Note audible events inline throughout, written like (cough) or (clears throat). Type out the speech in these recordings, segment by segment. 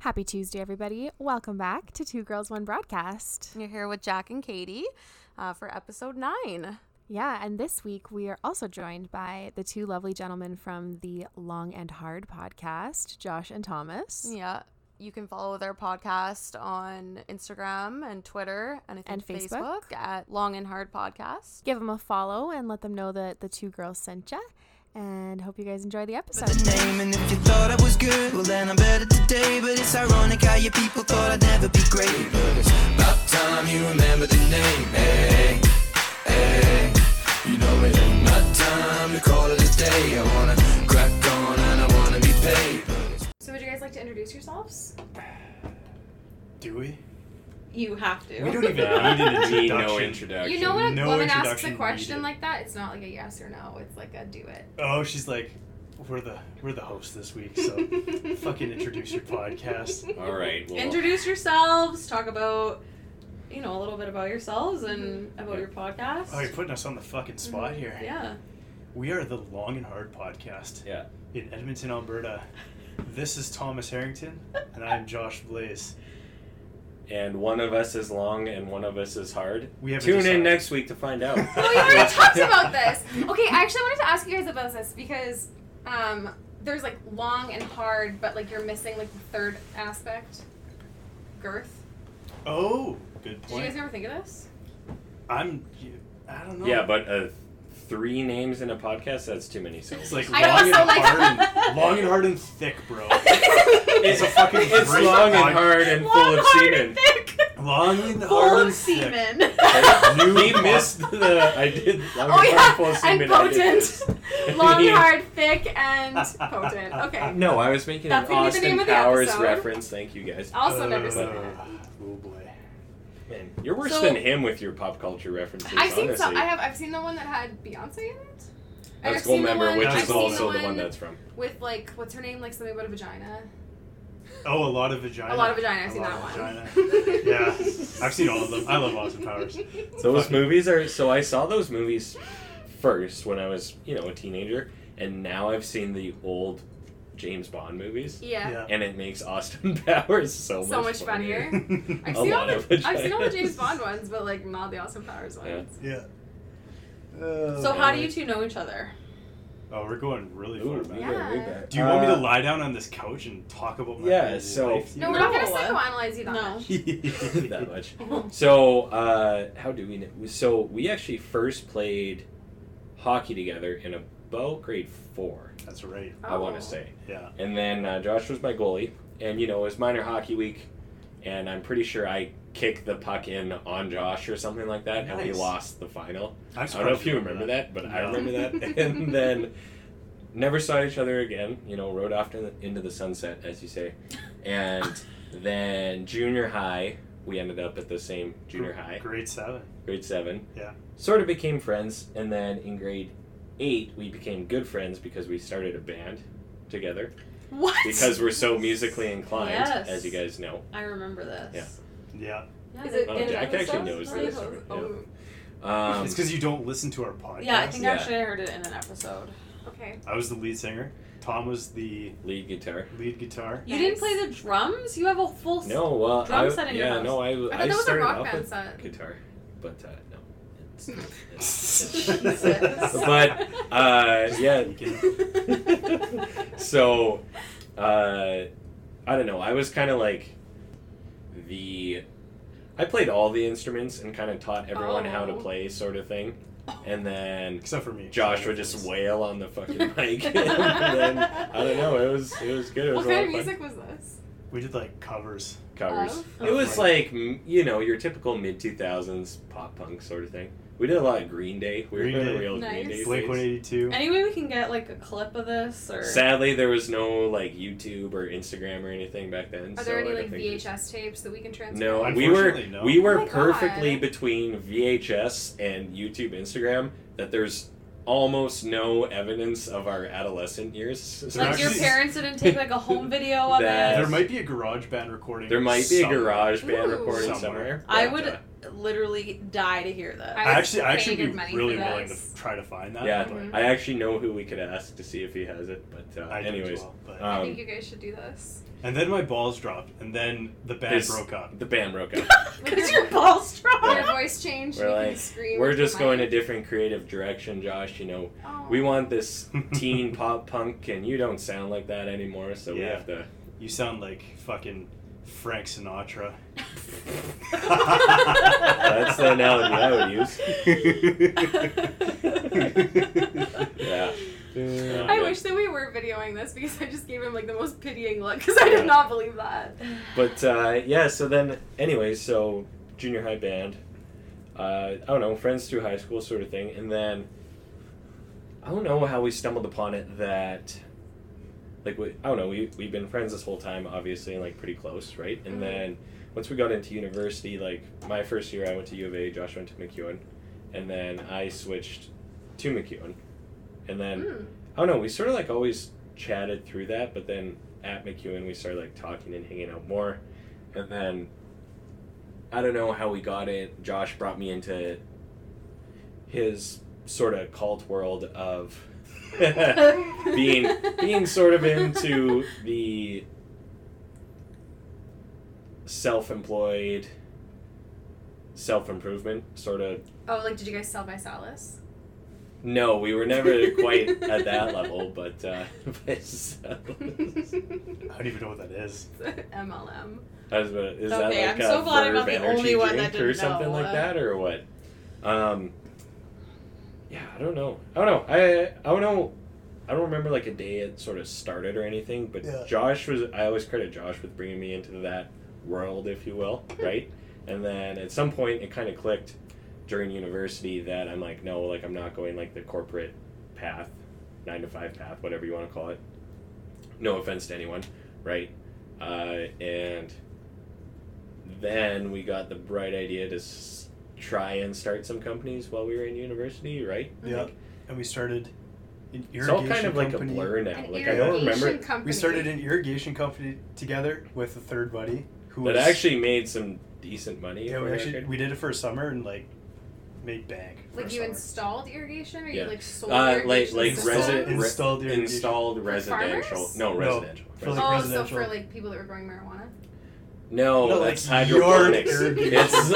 Happy Tuesday, everybody. Welcome back to Two Girls, One Broadcast. You're here with Jack and Katie uh, for episode nine. Yeah, and this week we are also joined by the two lovely gentlemen from the Long and Hard podcast, Josh and Thomas. Yeah. You can follow their podcast on Instagram and Twitter and I think And Facebook. Facebook. at Long and Hard Podcast. Give them a follow and let them know that the two girls sent ya. And hope you guys enjoy the episode. the name and if you thought I was good, well then I'm better today. But it's ironic how you people thought I'd never be great. But it's about time you remember the name, hey, hey. You know it ain't my time to call it a day. I wanna crack on and I wanna be paid. But it's So, would you guys like to introduce yourselves? Do we? You have to. We (laughs) don't even Yeah. need an Need introduction. no introduction. You know when a No woman asks introduction a question needed. like that, it's not like a yes or no. It's like a do it. Oh, she's like, we're the we're the host this (laughs) week, so fucking introduce your podcast. All right. Well, Introduce yourselves, talk about, you know, a little bit about yourselves and Mm-hmm. about your podcast. Oh, you're putting us on the fucking spot here. (laughs) Yeah. We are the Long and Hard podcast yeah. in Edmonton, Alberta. This is Thomas Harrington, and I am Josh Blaze. And one of us is long, and one of us is hard. We haven't Tune decided. in next week to find out. (laughs) Oh, you already talked about this. Okay, I actually wanted to ask you guys about this because um, there's like long and hard, but like you're missing like the third aspect, girth. Oh, good Did you guys point. ever think of this? I'm. I don't know. Yeah, but uh, three names in a podcast—that's too many syllables. it's like I long and also like- hard, and, long and hard and thick, (laughs) bro. It's a fucking it's great long pod- and hard and Long, full of hard, semen. thick. Long and Full hard of and thick. semen. New He pod- missed the. I did. (laughs) Long Oh, and yeah, hard, full of and semen. I did potent. (laughs) this. Long, hard, thick, and potent. Okay. Uh, No, I was making That's an gonna be the Austin name of the Powers episode. reference. Thank you guys. Also never Uh, seen that. Oh boy. Man, you're worse So- than him with your pop culture references. I've seen honestly. some. I have. I've seen the one that had Beyonce in it. And That's I've seen the Goldmember, one- which I've is seen also the one that's from. with like what's her name? Like something about a (laughs) vagina. Oh, a lot of vagina. A lot of vagina. I've A seen lot that of one. vagina. yeah, I've seen all of them. I love (laughs) Austin Powers. Those Fucking- movies are so I saw those movies first when I was, you know, a teenager, and now I've seen the old James Bond movies, Yeah. Yeah. and it makes Austin (laughs) Powers so much So much funnier. I've A seen all lot the of I've seen all the James vaginas. Bond ones, but like not the Austin Powers Yeah. ones. yeah. Uh, So how do you two know each other? oh, we're going really far Ooh, back. we go way Yeah. back. Do you want me to Uh, lie down on this couch and talk about my yeah, so- life to No, you? we're not No. gonna psychoanalyze you that No. much. (laughs) (laughs) that (laughs) much. Oh. So, uh, how do we know? So, we actually first played hockey together in about grade four, That's right. I want Oh. to say. Yeah. And then uh, Josh was my goalie, and you know it was minor hockey week, and I'm pretty sure I kicked the puck in on Josh or something like that, and we Nice. lost the final. I'm I don't know if you remember that, but I No. (laughs) remember that. and then never saw each other again. You know, rode off to the, into the sunset, as you say. And then junior high, we ended up at the same junior high, Grade seven. grade seven. Yeah. Sort of became friends, and then in grade eight, we became good friends because we started a band together What? because we're so musically inclined, Yes. as you guys know. I remember this. Yeah. Yeah. Yeah. Is it Oh, in Jack actually episodes? knows Really? this already, Oh, Um, it's because you don't listen to our podcast. Yeah, I think Yeah. actually I heard it in an episode. Okay. I was the lead singer. Tom was the lead guitar. lead guitar. You didn't play the drums? You have a full s- No, well, Drum I, set in your yeah, house. no, I, I I, thought that was a started rock off band with set. (laughs) guitar, but uh, no. (laughs) It's, Jesus. but uh, yeah, so uh, I don't know. I was kind of like the I played all the instruments and kind of taught everyone how to Oh. play, sort of thing. And then Except for me. Josh would just wail on the (laughs) fucking mic. (laughs) and then, I don't know. It was it was good. It was What a lot kind of of fun. music was this? We did like covers. Covers. Of? It was Oh, like m- you know your typical mid two thousands pop punk sort of thing. We did a lot of Green Day. We were Green doing a Day. real Nice. Green Day. Blink phase. 182. Any way we can get like a clip of this or Sadly, there was no like YouTube or Instagram or anything back then. Are so there any I like don't think we- VHS tapes that we can transfer? No, we were Unfortunately, no. we were Oh my perfectly God. between VHS and YouTube, Instagram. That there's almost no evidence of our adolescent years. like (laughs) your Actually- parents didn't take like a home video of That- it? There might be a garage band recording. There might be a somewhere. garage band Ooh. recording somewhere. Somewhere. I but, would uh, literally die to hear that. I I was actually, I actually paying be good money really for willing to this. f- try to find that. yeah, Mhm. I actually know who we could ask to see if he has it. But uh, But I do as anyways, well, but- I think um, you guys should do this. And then my balls dropped, and then the band His- broke up. The band broke up. Because your balls Your drop. voice changed. We're you like, can scream. we're with just the going a mic. different creative direction, Josh. You know, Oh. (laughs) we want (laughs) this teen pop punk, and you don't sound like that anymore. So we Yeah. have to. You sound like fucking Frank (laughs) Sinatra. That's the analogy I would use. (laughs) Yeah. Uh, Yeah. I wish that we were videoing this because I just gave him like the most pitying look because I did not believe that. But uh, yeah, so then, anyways, so junior high band, uh, I don't know, friends through high school sort of thing, and then I don't know how we stumbled upon it that, like, we, I don't know, we we've been friends this whole time, obviously, and like pretty close, right? And Mhm. then once we got into university, like my first year, I went to U of A, Josh went to McEwen, and then I switched to McEwen, and then. Mm. I don't know. Oh, We sort of like always chatted through that, but then at McEwen we started like talking and hanging out more, and then I don't know how we got it. Josh brought me into his sort of cult world of (laughs) being being sort of into the self-employed self-improvement sort of (laughs) Oh, like did you guys sell my (laughs) Solace? no we were never quite at that level but uh (laughs) but so- (laughs) I don't even know what that is. MLM. I was about, is Okay, that like I'm a so glad I'm verb not the energy only one that drink or didn't something know, like uh, that or what? Um, yeah, I don't know. I don't know. I I don't know. I don't remember like a day it sort of started or anything. But Yeah. Josh was. I always credit Josh with bringing me into that world, if you (laughs) will, right? And then at some point it kind of clicked during university that I'm like, no, like I'm not going like the corporate path, nine to five path, whatever you want to call it. No offense to anyone, right? Uh, and then we got the bright idea to s- try and start some companies while we were in university, right? Yeah. And we started an irrigation It's all kind of like company. a blur now. An like I irrigation don't remember company. We started an irrigation company together with a third buddy who that was actually made some decent money. yeah for we the actually record. we did it for a summer and like made bank. for Like a you summer. installed irrigation, or Yeah. you like sold uh, like irrigation like systems? resi- re- Installed irrigation. installed residential. farmers? No, No, residential. for, like, oh, Resi- so residential- for like people that were growing (laughs) marijuana. no, No, Oh, that's like your hydroponics. irrigation. it's uh,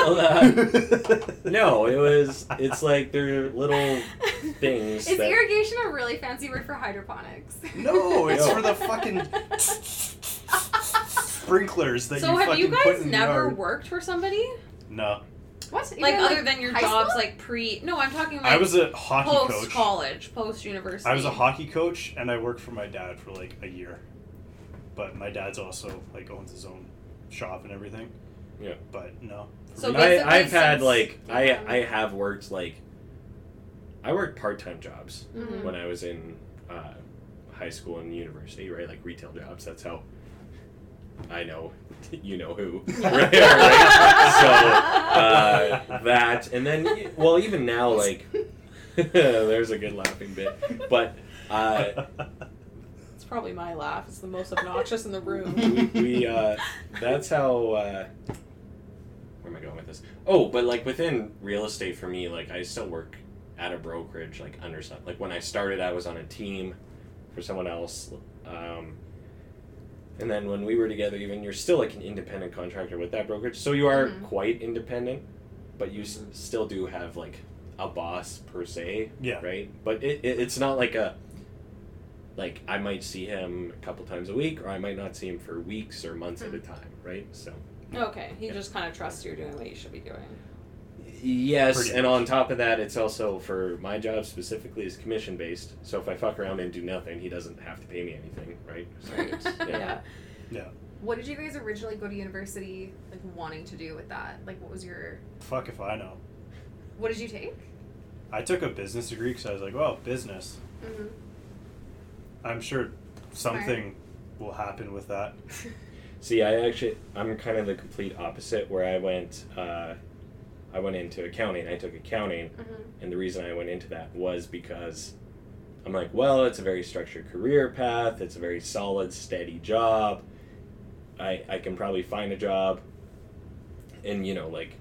(laughs) (laughs) no, it was. It's like they're little (laughs) things. Is that, irrigation a really fancy word for hydroponics? No, (laughs) it's No. for (laughs) the fucking sprinklers that so you have fucking you put guys in never the yard. worked for somebody? No, what? Even like in, other than your high jobs, school? like pre? No, I'm talking like I was a hockey post coach. college, post university. I was a hockey coach, and I worked for my dad for like a year. But my dad's also like owns his own shop and everything. Yeah. But no. So I, basically I've had since- like I Yeah. I have worked like I worked part time jobs mm-hmm. Mhm. when I was in uh, high school and university, right? Like retail jobs. That's how I know (laughs) you know who, (laughs) right? right? So uh, that and then well, even now like (laughs) there's a good laughing bit, but uh, It's probably my laugh. It's the most obnoxious in (laughs) the room. we, we uh, that's how uh, where am i going with this oh but like within real estate for me like i still work at a brokerage like under some like when i started i was on a team for someone else um, and then when we were together even you're still like an independent contractor with that brokerage so you are Mhm. quite independent but you s- still do have like a boss per se yeah. right but it, it, it's not like a like i might see him a couple times a week or i might not see him for weeks or months at a time right so Okay, he just kind of trusts you're doing what you should be doing. yes Pretty and much. on top of that it's also for my job specifically is commission based so if i fuck around and do nothing he doesn't have to pay me anything right so (laughs) it's, yeah. Yeah. What did you guys originally go to university like wanting to do with that? Like, what was your? Fuck if I know. What did you take? I took a business degree because I was like, well, business. Mm-hmm. I'm sure something will happen with that. see i actually i'm kind of the complete opposite where i went uh, i went into accounting i took accounting Mm-hmm. And the reason I went into that was because I'm like, well, it's a very structured career path. It's a very solid, steady job. I, I can probably find a job. And, you know, like,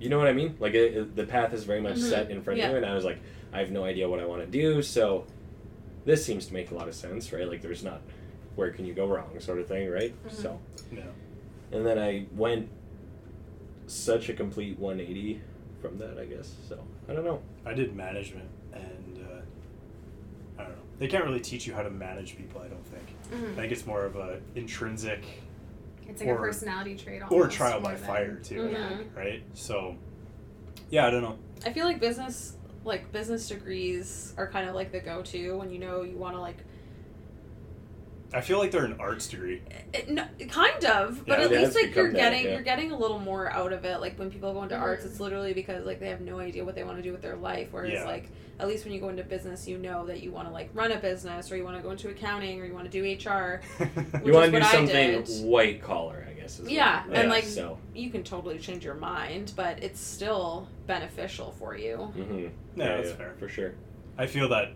you know what I mean? Like, it, it- the path is very much Mhm. set in front of Yeah. you. And I was like, I have no idea what I want to do. So this seems to make a lot of sense, right? Like, there's not, where can you go wrong sort of thing, right? Mhm. So, Yeah. and then I went such a complete 180 from that, I guess. So I don't know. I did management, and uh, I don't know. They can't really teach you how to manage people. I don't think. Mm-hmm. I think it's more of a intrinsic It's like Or- a personality trait. or almost, trial more by than- fire too, I Mhm. think, right? So, yeah, I don't know. I feel like business like business degrees are kind of like the go-to when you know you want to like I feel like they're an arts degree. (laughs) it, no, kind of but Yeah, it at least has like you're become that, getting yeah. Mm-hmm. you're getting a little more out of it like when people go into Mhm. arts it's literally because like they have no idea what they want to do with their life whereas Yeah. like at least when you go into business you know that you want to like run a business or you want to go into accounting or you want to do HR Which (laughs) you want to is do what I something did. white collar, I guess. Is what- Yeah, and, like- so. you can totally change your mind but it's still beneficial for you hmm No, that's fair. for sure. I feel that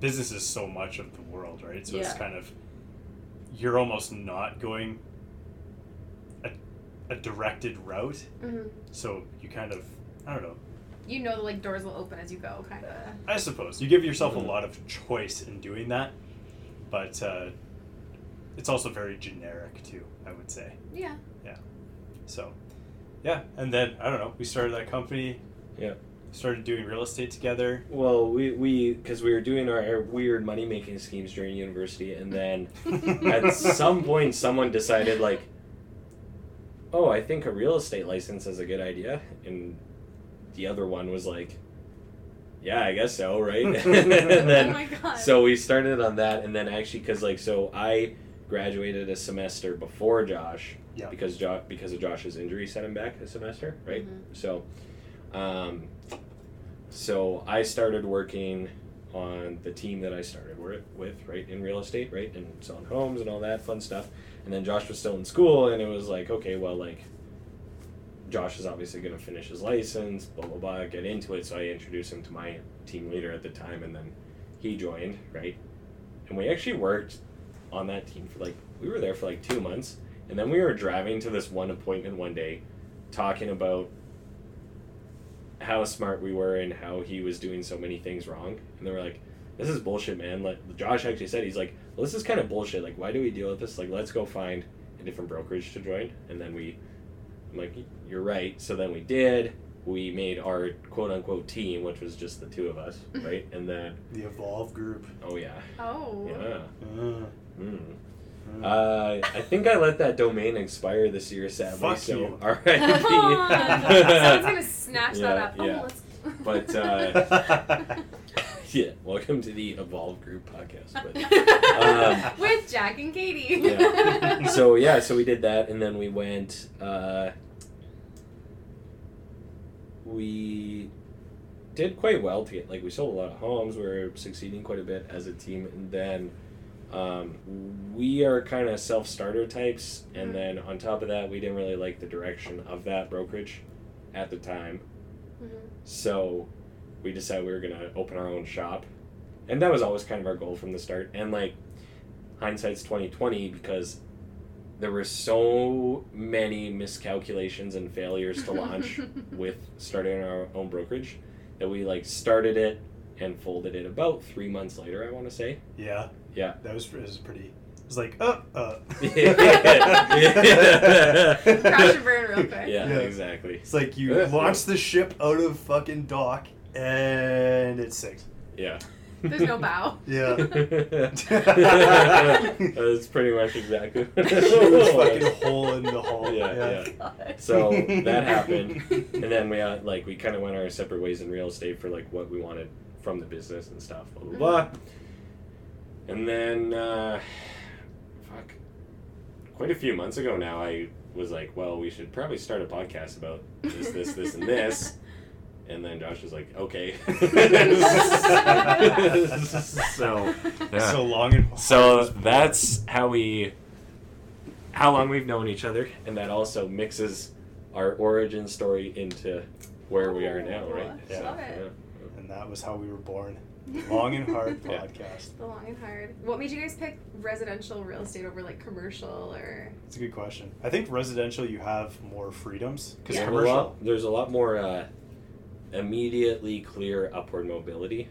business is so much of the world, right? So it's Yeah. kind of you're almost not going a, a directed route, Mhm. so you kind of I don't know. You know, the like doors will open as you go, kind of. I suppose you give yourself Mhm. a lot of choice in doing that, but uh, it's also very generic too. I would say. Yeah. So, yeah, and then I don't know. We started that company. Yeah. Started doing real estate together. Well, we we because we were doing our, our weird money making schemes during university, and then (laughs) (laughs) at some point, someone decided like, "Oh, I think a real estate license is a good idea," and the other one was like, "Yeah, I guess so, right?" (laughs) and oh (laughs) then my god. so we started on that and then actually because like so i graduated a semester before josh Yeah. because josh because of josh's injury set him back a semester right so um so i started working on the team that i started wor- with right in real estate right and selling homes and all that fun stuff and then josh was still in school and it was like okay well like Josh is obviously going to finish his license, blah blah blah, get into it. So I introduced him to my team leader at the time, and then he joined, right? And we actually worked on that team for like we were there for like two months, and then we were driving to this one appointment one day, talking about how smart we were and how he was doing so many things wrong, and they were like, "This is bullshit, man." Like Josh actually said, he's like, "Well, this is kind of bullshit. Like, why do we deal with this? Like, let's go find a different brokerage to join." And then we I'm like, you're right. So then we did. We made our quote unquote team, which was just the two of us, right? And then, The Evolve Group. oh yeah, Oh. (laughs) yeah. Uh, Mm. Mm. Uh, I think I let that domain expire this year, sadly. Fuck so you. Someone's R.I.P. gonna snatch Yeah, that up. yeah. Oh, let's. But, (laughs) (laughs) uh, yeah, welcome to the Evolve Group podcast. But Um, with Jack and Katie. Yeah. (laughs) so yeah, so we did that, and then we went. Uh, we did quite well to get like we sold a lot of homes. We were succeeding quite a bit as a team, and then um, we are kind of self starter types. And Mhm. then on top of that, we didn't really like the direction of that brokerage at the time, Mhm. so we decided we were gonna open our own shop, and that was always kind of our goal from the start. And like hindsight's twenty twenty because there were so many miscalculations and failures to (laughs) launch with starting our own brokerage that we like started it and folded it about three months later. I want to say. (laughs) yeah. Yeah. That was, it was pretty. It was like, uh, uh. Crash and burn real quick. Yeah, Yeah. exactly. It's like you launch the ship out of fucking dock and it sinks. Yeah. There's no (laughs) (laughs) bow. (laughs) Yeah. That's pretty much exactly. what it Huge was. fucking hole in the hull. (laughs) Yeah, yeah. So that happened, and then we uh, like we kind of went our separate ways in real estate for like what we wanted from the business and stuff, blah blah blah. And then, uh, fuck, quite a few months ago now, I was like, well, we should probably start a podcast about this, this, this, and this. And then Josh was like, okay. (laughs) so, yeah. So long and hard So was born. that's how we, how long we've known each other, and that also mixes our origin story into where we are now, right? Oh, I love it. And that was how we were born. (laughs) Long and hard Yeah. podcast. The long and hard. What made you guys pick residential real estate over like commercial or? It's a good question. I think residential you have more freedoms because There's a commercial. lot- there's a lot more uh, immediately clear upward mobility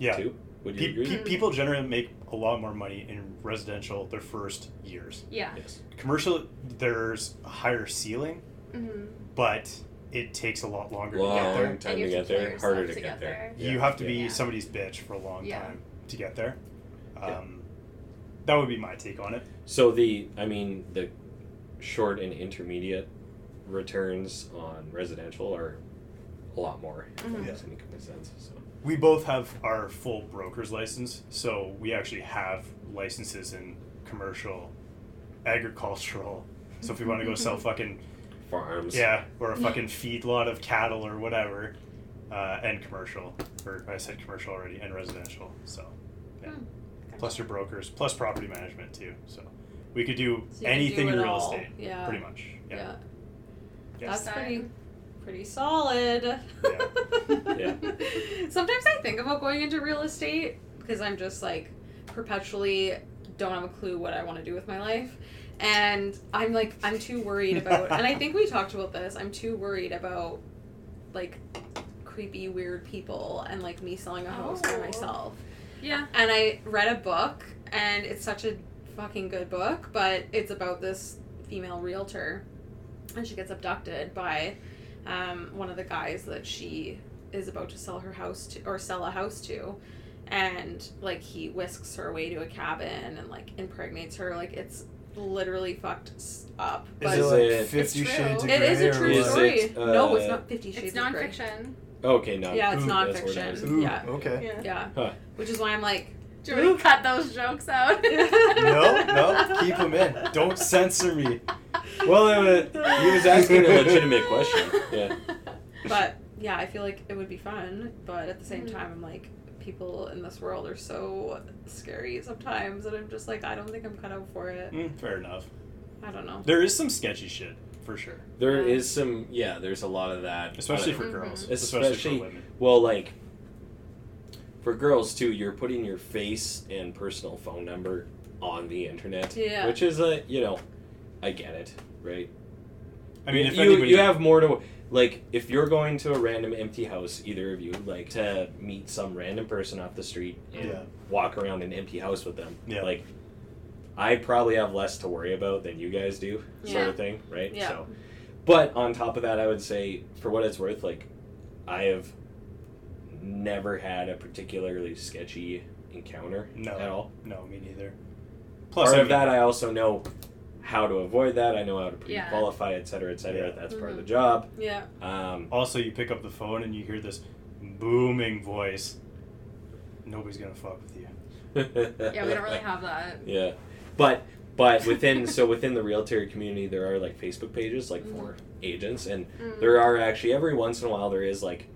Yeah. too. Would you Pe- agree? pe- people generally make a lot more money in residential their first years. Yeah. Yes. Commercial, there's a higher ceiling, Mm-hmm. but it takes a lot longer to get Long there. time to you have get to kill there, harder yourself to to get get there. You have to be Yeah. somebody's bitch for a long Yeah. time to get there. Um, Yeah. That would be my take on it. So the, I mean, the short and intermediate returns on residential are a lot more. If that Mhm. makes any kind of sense. So We both have our full broker's license, so we actually have licenses in commercial, agricultural. So if we want to (laughs) go sell fucking farms. yeah, or a fucking feedlot of cattle or whatever, uh, and commercial, or I said commercial already, and residential. So yeah, Hmm. plus your brokers, plus property management too. So we could do So you can anything do it in real all. estate, Yeah. pretty much. Yeah. Yeah. That's Yes. pretty pretty solid. Yeah. (laughs) Sometimes I think about going into real estate because I'm just like perpetually don't have a clue what I want to do with my life. And I'm like I'm too worried about and I think we talked about this. I'm too worried about like creepy weird people and like me selling a house by Oh. myself Yeah. and I read a book, and it's such a fucking good book, but it's about this female realtor, and she gets abducted by um, one of the guys that she is about to sell her house to, or sell a house to, and like he whisks her away to a cabin and like impregnates her. Like it's literally fucked s- up. But it it like it- Fifty It's Shades of is a or true is story. it, no, it's uh, not Fifty Shades It's of Grey. nonfiction. Okay. No. Yeah, it's Ooh, that's what it is. nonfiction. Yeah, Okay. Yeah. yeah. Huh. Which is why I'm (laughs) like. (laughs) Do you want me to cut those jokes (laughs) out? No, no, keep them in. Don't censor me. Well, uh, (laughs) he was asking a legitimate question. Yeah. but yeah, I feel like it would be fun, but at the same time, I'm like, people in this world are so scary sometimes, and I'm just like, I don't think I'm cut out for it. Mm, fair enough. I don't know. There is some sketchy shit for sure, There is some. Yeah. There's a lot of that. especially Uh, for Mhm. girls, Especially- for women. Well, like for girls too, you're putting your face and personal phone number on the internet, Yeah. which is a you know, I get it, right? I mean, if you anybody, you have more to like if you're going to a random empty house, either of you like to meet some random person off the street and Yeah. walk around an empty house with them, Yeah. like. I probably have less to worry about than you guys do, sort Yeah. of thing, right? Yeah. So, but on top of that, I would say, for what it's worth, like I have never had a particularly sketchy encounter No. at all. no, me neither. Plus, part I of that, I also know how to avoid that. I know how to Yeah. Mm-hmm. pre-qualify, et cetera, et cetera. Yeah. That's part of the Mhm. job. Yeah. Um, Also, you pick up the phone and you hear this booming voice. Nobody's gonna fuck with you. (laughs) yeah, yeah, we don't really have that. (laughs) Yeah, but but within so within the realtor community, there are like Facebook pages like for Mm-hmm. agents, and Mm. there are actually every once in a while there is like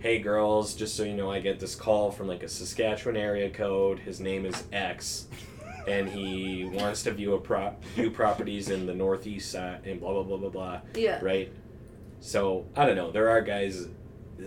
hey girls just so you know i get this call from like a saskatchewan area code his name is x and he wants to view a prop view properties in the northeast side and blah blah blah blah blah Yeah. right so i don't know there are guys uh,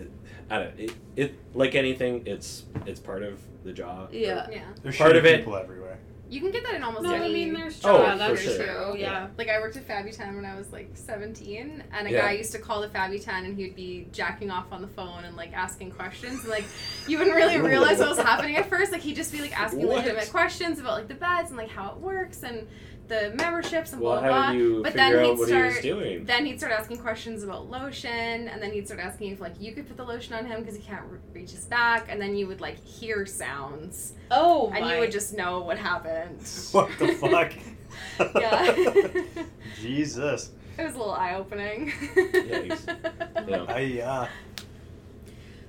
i don't it, it like anything it's it's part of the job Yeah. Yeah. There's Part shitty of it- people everywhere. You can get that in almost No, any. I mean, there's Oh, jobs for sure. too. Yeah. Yeah. Like I worked at Fabutown when I was like 17, and a Yeah. guy used to call the Fabutown, and he would be jacking off on the phone and like asking questions, and like you wouldn't really Ooh. realize what was happening at first. Like he'd just be like asking What? legitimate questions about like the beds and like how it works and the memberships and well blah blah. how did you but then figure out he'd what he was start- doing Then he'd start asking questions about lotion, and then he'd start asking if like you could put the lotion on him because he can't re- reach his back, and then you would like hear sounds, Oh and you would just know what happened. (laughs) (laughs) What the (laughs) fuck? yeah, (laughs) it (laughs) Jesus. was a little eye opening. (laughs) You know, I uh, yeah.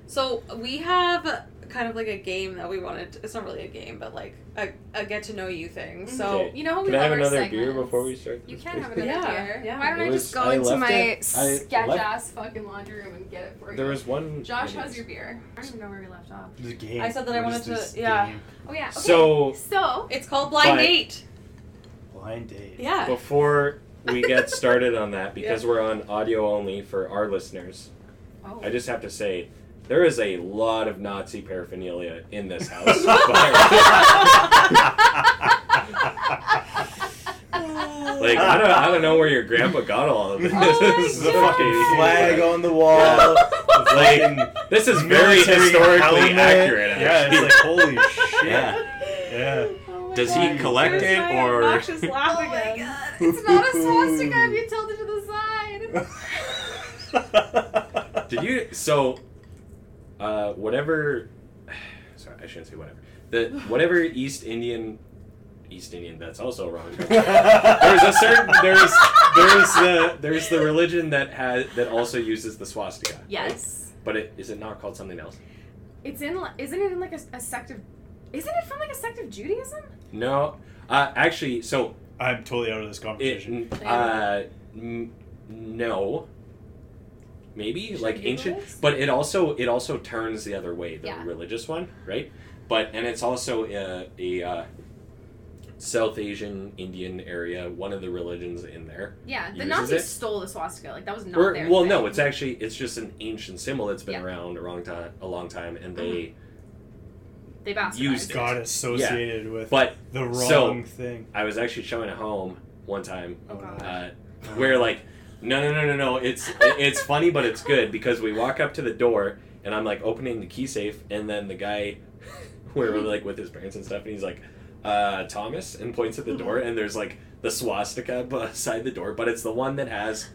So we have kind of like a game that we wanted. To, it's not really a game, but like a, a get to know you thing. So. Okay. You know how we can i love have our another beer segments. before we start You this, can please? have another Yeah, beer. yeah. Why don't It I just was- go I into left my it- I sketch left- ass fucking laundry room and get it for you? there was one Josh, it is. how's your beer? I don't even know where we left off. The game. I said that I What is wanted to- this yeah. game? Oh yeah. Okay. so so It's called Blind But- Date. Blind date. (laughs) Yeah. before we get started on that because we're on audio only for our listeners oh. i just have to say there is a lot of nazi paraphernalia in this house (laughs) like I don't, I don't know where your grandpa got (laughs) all of this Oh my This is the God. fucking fucking- flag on the wall. the fucking this is very military historically helmet. accurate Yeah, actually. it's like holy shit. Yeah. Yeah. Yeah. Oh my Does he God. collect Here's it, my or- obnoxious laugh Oh (laughs) my again. god, it's not a swastika if you tilt it to the (laughs) side. (laughs) Did you so uh whatever (sighs) sorry, I shouldn't say whatever. The whatever East Indian East Indian, that's also wrong. There's a certain there's there's the there's the religion that has that also uses the swastika. right? Yes. But it is it not called something else? It's in, li- isn't it in like a, a sect of, isn't it from like a sect of Judaism? No. Uh actually so I'm totally out of this conversation. It, uh, n- no. Maybe Should like we Google ancient, this? but it also it also turns the other way, the Yeah. religious one, right? But and it's also a, a uh, South Asian Indian area, one of the religions in there. Yeah, the Uses Nazis it? stole the swastika. Like that was not Or, their well, thing. no, it's actually it's just an ancient symbol that's been Yeah. Mm-hmm. around a long time, a long time, and they they bastardized used it. Got associated with but the so- wrong thing. I was actually showing at home one time Oh god. uh, where like no no no no no it's it's funny but it's good because we walk up to the door and I'm like opening the key safe and then the guy (laughs) we we're like with his parents and stuff and he's like uh, Thomas and points at the door Mm-hmm. and there's like the swastika (laughs) beside the door but it's the one (laughs) that has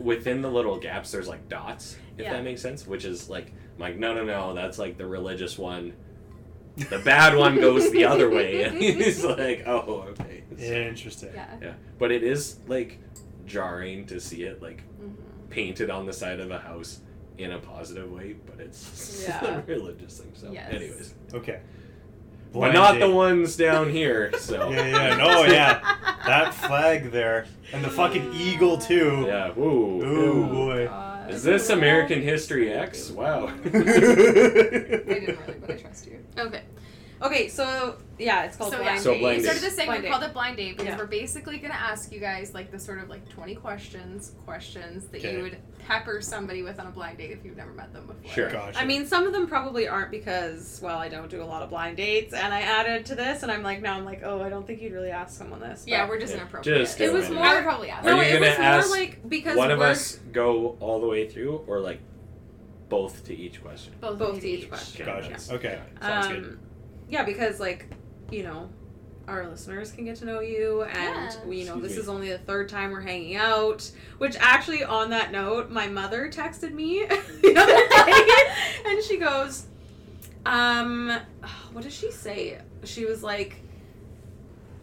within the little gaps there's like dots if Yeah. that makes sense which is like I'm like no no no that's like the religious one the bad one goes the other way and (laughs) he's like oh okay Interesting. yeah. yeah, but it is like jarring to see it like Mhm. painted on the side of a house in a positive way, but it's (laughs) Yeah. a religious thing. So, Yes. anyways, Okay. but Blind not the date. ones down here. So Yeah, yeah, no, yeah. (laughs) That flag there. And the fucking eagle, too. (laughs) yeah. Ooh. Ooh, Ooh. boy. God. Is this American History X? (laughs) Wow. They didn't really, but I trust you. Okay. Okay, so yeah, it's called so blind yeah, So date. blind we started date. this segment Blind date. called it blind date because Yeah. we're basically gonna ask you guys like the sort of like twenty questions, questions that Okay. you would pepper somebody with on a blind date if you've never met them before. Sure. Gotcha. I mean, some of them probably aren't because, well, I don't do a lot of blind dates, and I added to this, and I'm like, now I'm like, oh, I don't think you'd really ask someone this. but- Yeah, we're just Yeah. inappropriate. Just do it was it. more. I would probably ask. Are no, you it gonna was more ask like because One of we're- us go all the way through, or like both to each question. both both of each each. question. Gotcha. that's- Okay. Sounds Um, good. Yeah, because like, you know, our listeners can get to know you, and Yeah. we you know Excuse this me. is only the third time we're hanging out. Which actually, on that note, my mother texted me (laughs) the other day, and she goes, "Um, what did she say? She was like."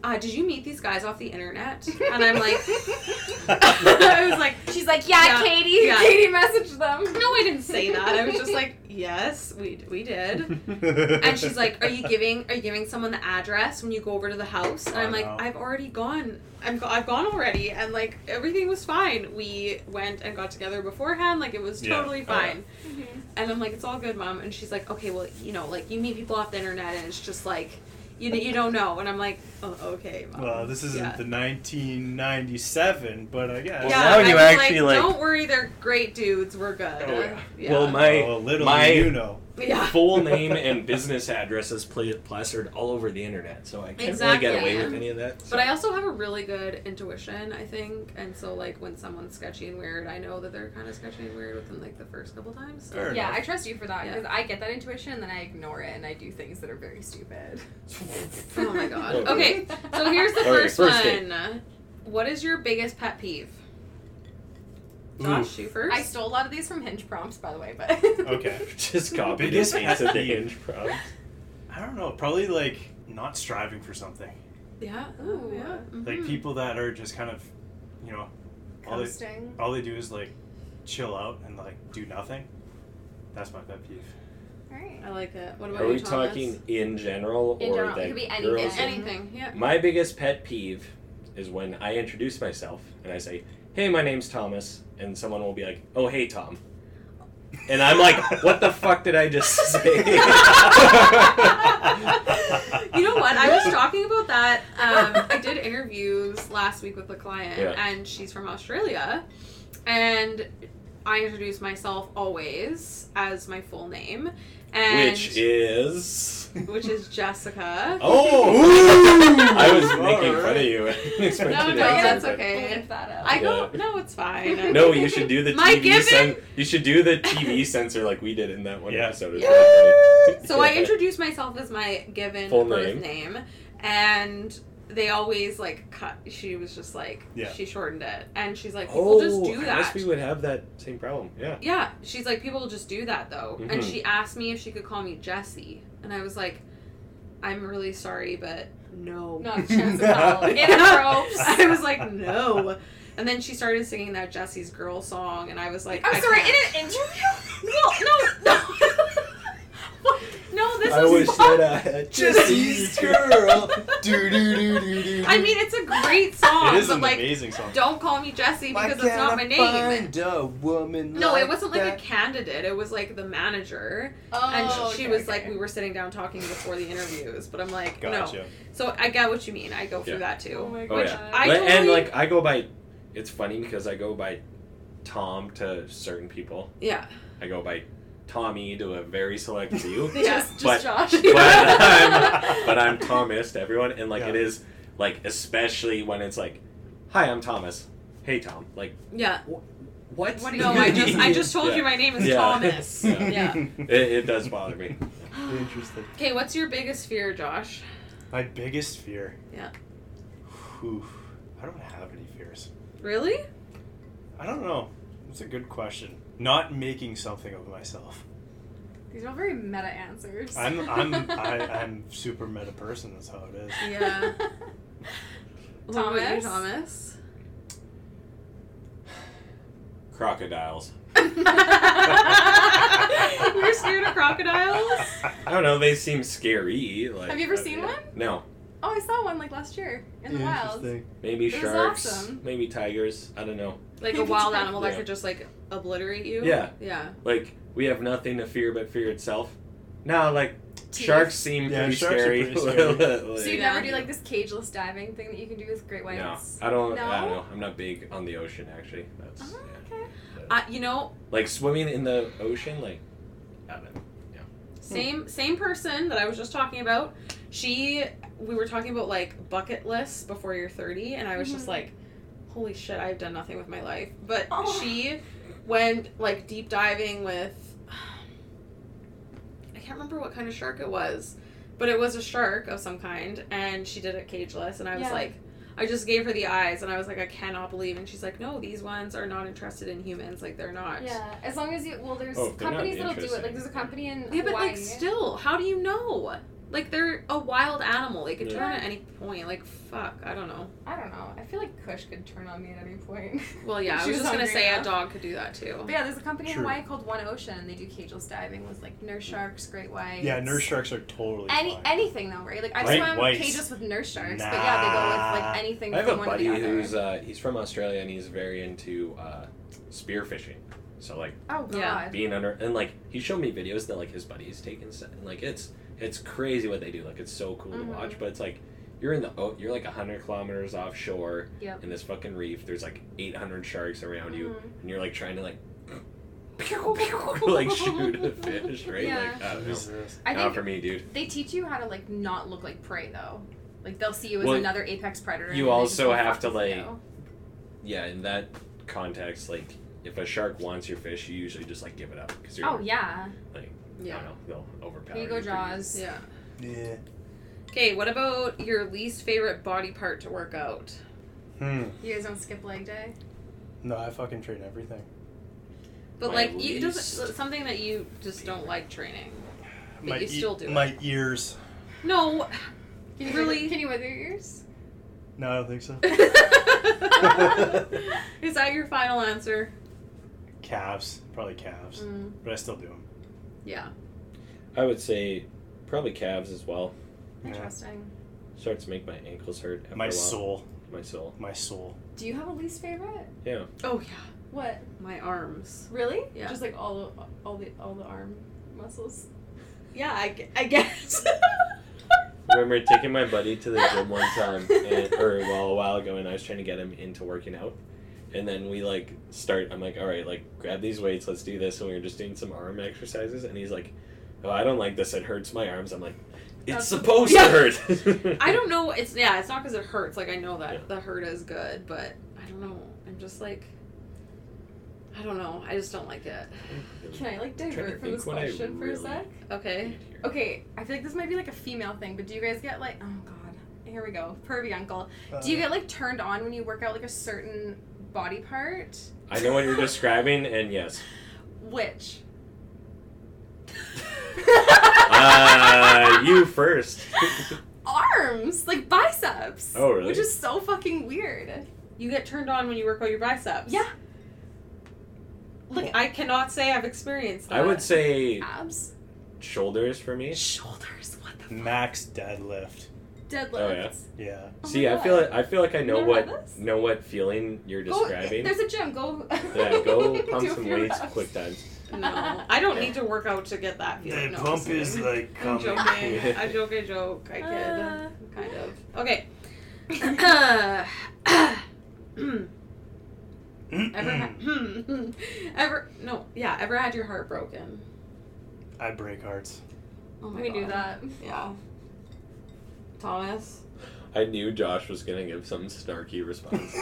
Uh, did you meet these guys off the internet? And I'm like, (laughs) I was like, She's like, yeah, Yeah. Katie. Yeah. Katie messaged them. no, I didn't say that. I was just like, yes, we we did. And she's like, "Are you giving are you giving someone the address when you go over to the house?" And Oh, I'm like, no. "I've already gone. I'm go- I've gone already." And like everything was fine. We went and got together beforehand. Like it was Yeah. totally Oh, yeah. fine. And I'm like, "It's all good, mom." And she's like, "Okay, well, you know, like you meet people off the internet, and it's just like, you you don't know." And I'm like, "Oh, okay, mom." Well, this isn't Yeah. the 1997, but I guess. Well, yeah, now I you was actually, like, like- don't worry, they're great dudes. We're good. Oh, yeah. yeah. Well, my oh, little my do you know. yeah. full name and business address is pla- plastered all over the internet, so I can't really get Exactly. away with any of that. But I also have a really good intuition, I think, and so like when someone's sketchy and weird, I know that they're kind of sketchy and weird within like the first couple times. So. Fair Yeah, enough. I trust you for that Yeah. because I get that intuition and then I ignore it and I do things that are very stupid. Oh (laughs) my god. Okay. (laughs) Okay, so here's the All right, first, first one. date. What is your biggest pet peeve? Ooh. Josh, you first. I stole a lot of these from Hinge prompts, by the way, but (laughs) Okay. (laughs) just copied and Biggest pasted the pet peeve. hinge prompt. I don't know. Probably like not striving for something. yeah. Ooh. Oh, yeah. Like Mm-hmm. mhm. people that are just kind of, you know, all they, Coasting. all they do is like chill out and like do nothing. That's my pet peeve. All right. I like it. What about Are you, we Thomas? talking in general In or general, it that could be anything. girls? anything? Yeah. My biggest pet peeve is when I introduce myself and I say, "Hey, my name's Thomas," and someone will be like, "Oh, hey, Tom," and I'm like, "What the fuck did I just say?" you know what? (laughs) I was talking about that. Um, I did interviews last week with a client, Yeah. and she's from Australia, and I introduce myself always as my full name, and Which is. (laughs) which is Jessica. Oh! (laughs) I was making All fun of right. you. (laughs) I didn't expect No, you no, to that's answer, but- okay. Bleep that out. I go. No, it's fine. (laughs) No, you should do the My TV censor. given- You should do the TV censor like we did in that one Yeah. episode. It's Yeah. really funny. So I Yeah. introduce myself as my given Full birth name. and they always like cut. She was just like Yeah. she shortened it, and she's like, people Oh, just do I that. guess we would have that same problem. Yeah. Yeah, she's like, people just do that though. And Mm-hmm. Mhm. she asked me if she could call me Jessie, and I was like, I'm really sorry, but no. Not (laughs) Jessica. In (laughs) ropes. I was like, no. And then she started singing that Jessie's girl song, and I was like, I'm I sorry, in can't. an interview? No, no, no. (laughs) What? no, this is fun. I (laughs) had uh, Jesse's girl. (laughs) do do do do do. I mean, it's a great song, it is but an like, amazing song. don't call me Jessie because it's not my name. a woman No, it wasn't like a candidate. It was like the manager, Oh, and sh- she okay, was okay. like, we were sitting down talking before the interviews. But I'm like, Gotcha. no. So I get what you mean. I go through Yeah. that too. Oh my Oh, god. yeah. I But- and totally- like I go by, it's funny because I go by Tom to certain people. (laughs) (laughs) yeah. I go by Tommy to a very select few. They (laughs) Yeah. just, just But- Josh. (laughs) but uh, I'm (laughs) but I'm Thomas to everyone, and like Yeah. it is like especially when it's like, hi, I'm Thomas. Hey, Tom. Like (laughs) Yeah. what? (laughs) What do you no, I just I just told Yeah. you my name is Yeah. (laughs) Thomas. Yeah. (laughs) Yeah. It, it does bother me. (laughs) Interesting. Okay, what's your biggest fear, Josh? My biggest fear. Yeah. Whew. I don't have any fears. Really? I don't know. That's a good question. Not making something of myself. These are all very meta answers. (laughs) I'm I'm I, I'm super meta person. That's how it is. Yeah. What about Thomas? you, Thomas. Crocodiles. (laughs) You're scared of crocodiles? (laughs) I don't know. They seem scary. Like Have you ever seen one? No. Oh, I saw one like last year in the wild. Interesting. Maybe It was sharks. awesome. Maybe tigers. I don't know. Like a Maybe wild (laughs) try- animal that Yeah. could just like obliterate you? Yeah. Yeah. Like we have nothing to fear but fear itself. No, like Teeth. sharks seem Yeah, pretty sharks are scary. pretty scary. (laughs) Like, So you Yeah. never do like this cageless diving thing that you can do with great no, whites? I don't. No? I don't know. I'm not big on the ocean actually. That's Oh, yeah. okay. Uh, you know, like swimming in the ocean. Like I don't know. same same person that I was just talking about. She we were talking about like bucket lists before you're 30 and I was just Mhm. like holy shit, I've done nothing with my life. But Oh. she went like deep diving with I can't remember what kind of shark it was, but it was a shark of some kind and she did it cageless and I was Yeah. like I just gave her the eyes and I was like I cannot believe and she's like no, these ones are not interested in humans like they're not. Yeah, as long as you well, there's Oh, if they're not companies that'll do it. Like interesting. there's a company in Yeah, but Hawaii. like still, how do you know? Like they're a wild animal. They could turn Yeah. at any point. Like fuck, I don't know. I don't know. I feel like Kush could turn on me at any point. Well, yeah, I She was was just gonna hungry say a enough. dog could do that too. (laughs) But yeah, there's a company True. in Hawaii called One Ocean, and they do cageless diving with like nurse sharks, great whites. Yeah, nurse sharks are totally Any fine. anything though, right? Like I've Great swam whites. cages with nurse sharks, but yeah, they go with Nah. like anything I have a from one buddy to the other. who's uh, he's from Australia and he's very into uh, spear fishing. So like oh god. Yeah. being under and like he showed me videos that like his buddies take and stuff. And, like it's it's crazy what they do. Like it's so cool Mhm. to watch, but it's like you're in the o- you're like hundred kilometers offshore Yep. in this fucking reef. There's like eight hundred sharks around you, Mhm. and you're like trying to like (laughs) (laughs) like shoot a fish, right? Like I don't know. Jesus. (laughs) I Not think for me, dude. they teach you how to like not look like prey though. Like they'll see you as Well, another apex predator. you and they also just go have fuck to, with like, you. Yeah, in that context, like if a shark wants your fish, you usually just like give it up because you're Oh yeah. I Yeah. don't know they'll overpower. Here you go, pretty- Jaws. Yeah. Yeah. Okay, what about your least favorite body part to work out? Hmm. You guys don't skip leg day. No, I fucking train everything. But My like you least- doesn't something that you just don't like training. But you still do it. My ears. No. Can you Really? Can you weather your ears? No, I don't think (laughs) so. (laughs) Is that your final answer? Calves, probably calves, Hmm. Hmm, but I still do them. Yeah. I would say probably calves as well. Interesting. Starts to make my ankles hurt. After My a while. soul, My soul. my soul. Do you have a least favorite? Oh yeah. What? My arms. Really? Yeah. Just like all all the all the arm muscles. Yeah, I, gu- I guess. Remember (laughs) taking my buddy to the gym one time, and, or well, a while ago, and I was trying to get him into working out, and then we like start i'm like all right like grab these weights let's do this and we were just doing some arm exercises and he's like oh i don't like this it hurts my arms i'm like it's That's- supposed Yeah. to (laughs) hurt (laughs) I don't know. It's yeah. It's not because it hurts. Like I know that Yeah. the hurt is good, but I don't know. I'm just like, I don't know. I just don't like it. Can I like trying to divert from think this what I question for a really sec? Okay. need here. Okay, I feel like this might be like a female thing, but do you guys get like oh god, here we go, pervy uncle. Do you get like turned on when you work out like a certain body part? i know what you're describing and yes (laughs) Which? uh, you first Arms, like biceps. Oh, really? Which is so fucking weird. You get turned on when you work out your biceps. Yeah, Like I cannot say I've experienced that. i (laughs) would say abs, Oh, shoulders for me shoulders. What the Max deadlift. deadlifts? Oh, yeah. Yeah. Oh my see i God. feel like i feel like i know never what had this? know what feeling you're Go- describing There's a gym. Go. yeah go (laughs) do pump a some few weights reps. quick times No, (laughs) I don't need to work out to get that feeling. no, I'm kidding. (laughs) like I'm joking. (laughs) (laughs) I joke. I joke. I kid. kind of. Okay. (coughs) ever, ha- (coughs) ever, no, yeah, ever had your heart broken? I break (laughs) hearts. (laughs) Oh we do that. Yeah. Thomas. I knew Josh was gonna give some snarky response.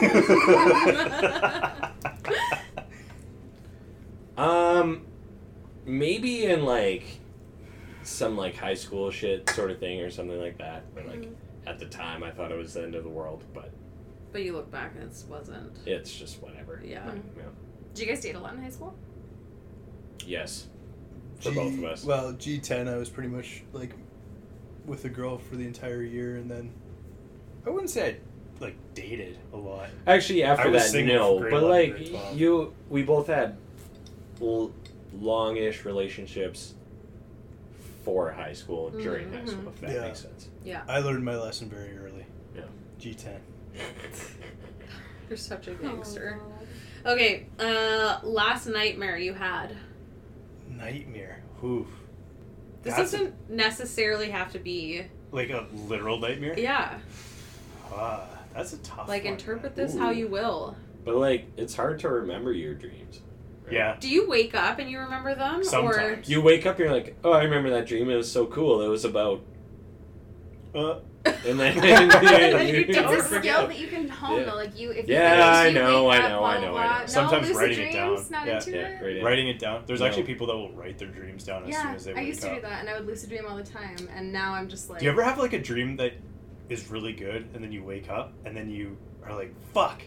um, maybe in like some like high school shit sort of thing or something like that. But like Mm-hmm. at the time, I thought it was the end of the world, but But you look back and it wasn't. it's just whatever. Yeah. Did you guys date a lot in high school? Yes, for both of us. Well, G10, I was pretty much like with a girl for the entire year, and then I wouldn't say I'd like dated a lot. Actually, I after was that, single no. from grade But 11 like to grade 12. you, we both had l- longish relationships for high school during high school. If that Mm-hmm. Yeah. makes sense. I learned my lesson very early. Yeah. G10. You're such a gangster. Okay, uh, last nightmare you had. Nightmare. Oof. This That's a- doesn't necessarily have to be. Like a literal nightmare? Yeah. Ah, that's a tough Like, one, interpret man. this how Ooh. you will. (laughs) But like, it's hard to remember your dreams. right? Yeah. Do you wake up and you remember them? Or. Sometimes. You wake up, you're like, oh, I remember that dream. It was so cool. It was about, (laughs) Uh, and then, (laughs) Then It's you a don't skill forget. that you can hone Yeah. though. Like you, if Yeah, you, I if you know, wake I up, know, blah, I blah, know, I blah. know. No, Sometimes lucid writing it dreams, down. Not Yeah, into Yeah, it. right. in. writing it down. There's No. actually people that will write their dreams down as soon Yeah, as they I wake used to up. do that, and I would lucid dream all the time. And now I'm just like, Do you ever have like a dream that is really good and then you wake up and then you are like, fuck?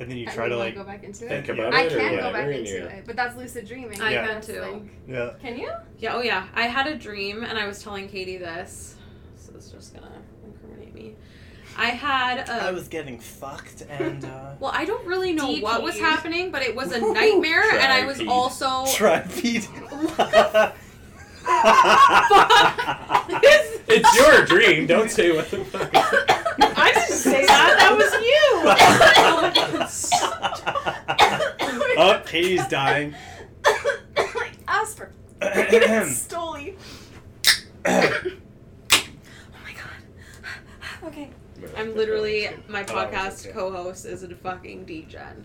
And then you I try to wanna like. go back into think it. Yeah. about I it. or can go whatever, back and into you're- it, but that's lucid dreaming. I Yeah. can That's too. like- Yeah. Can (laughs) you? Yeah, oh yeah. I had a dream and I was telling Katie this. So it's just gonna incriminate me. I had a. getting fucked, (laughs) and, uh, well, I don't really know what was DT'd. happening, but it was a nightmare, and I was Tripeed. also. (laughs) (laughs) Tripede. It's your dream. Don't say what the (laughs) fuck. I didn't (laughs) (laughs) say that. That was you. oh, Katie's dying. (coughs) like Asper, Hmm. Stoli. oh my god. (sighs) okay. (laughs) I'm literally my Oh, that was podcast okay. co-host is a fucking degen.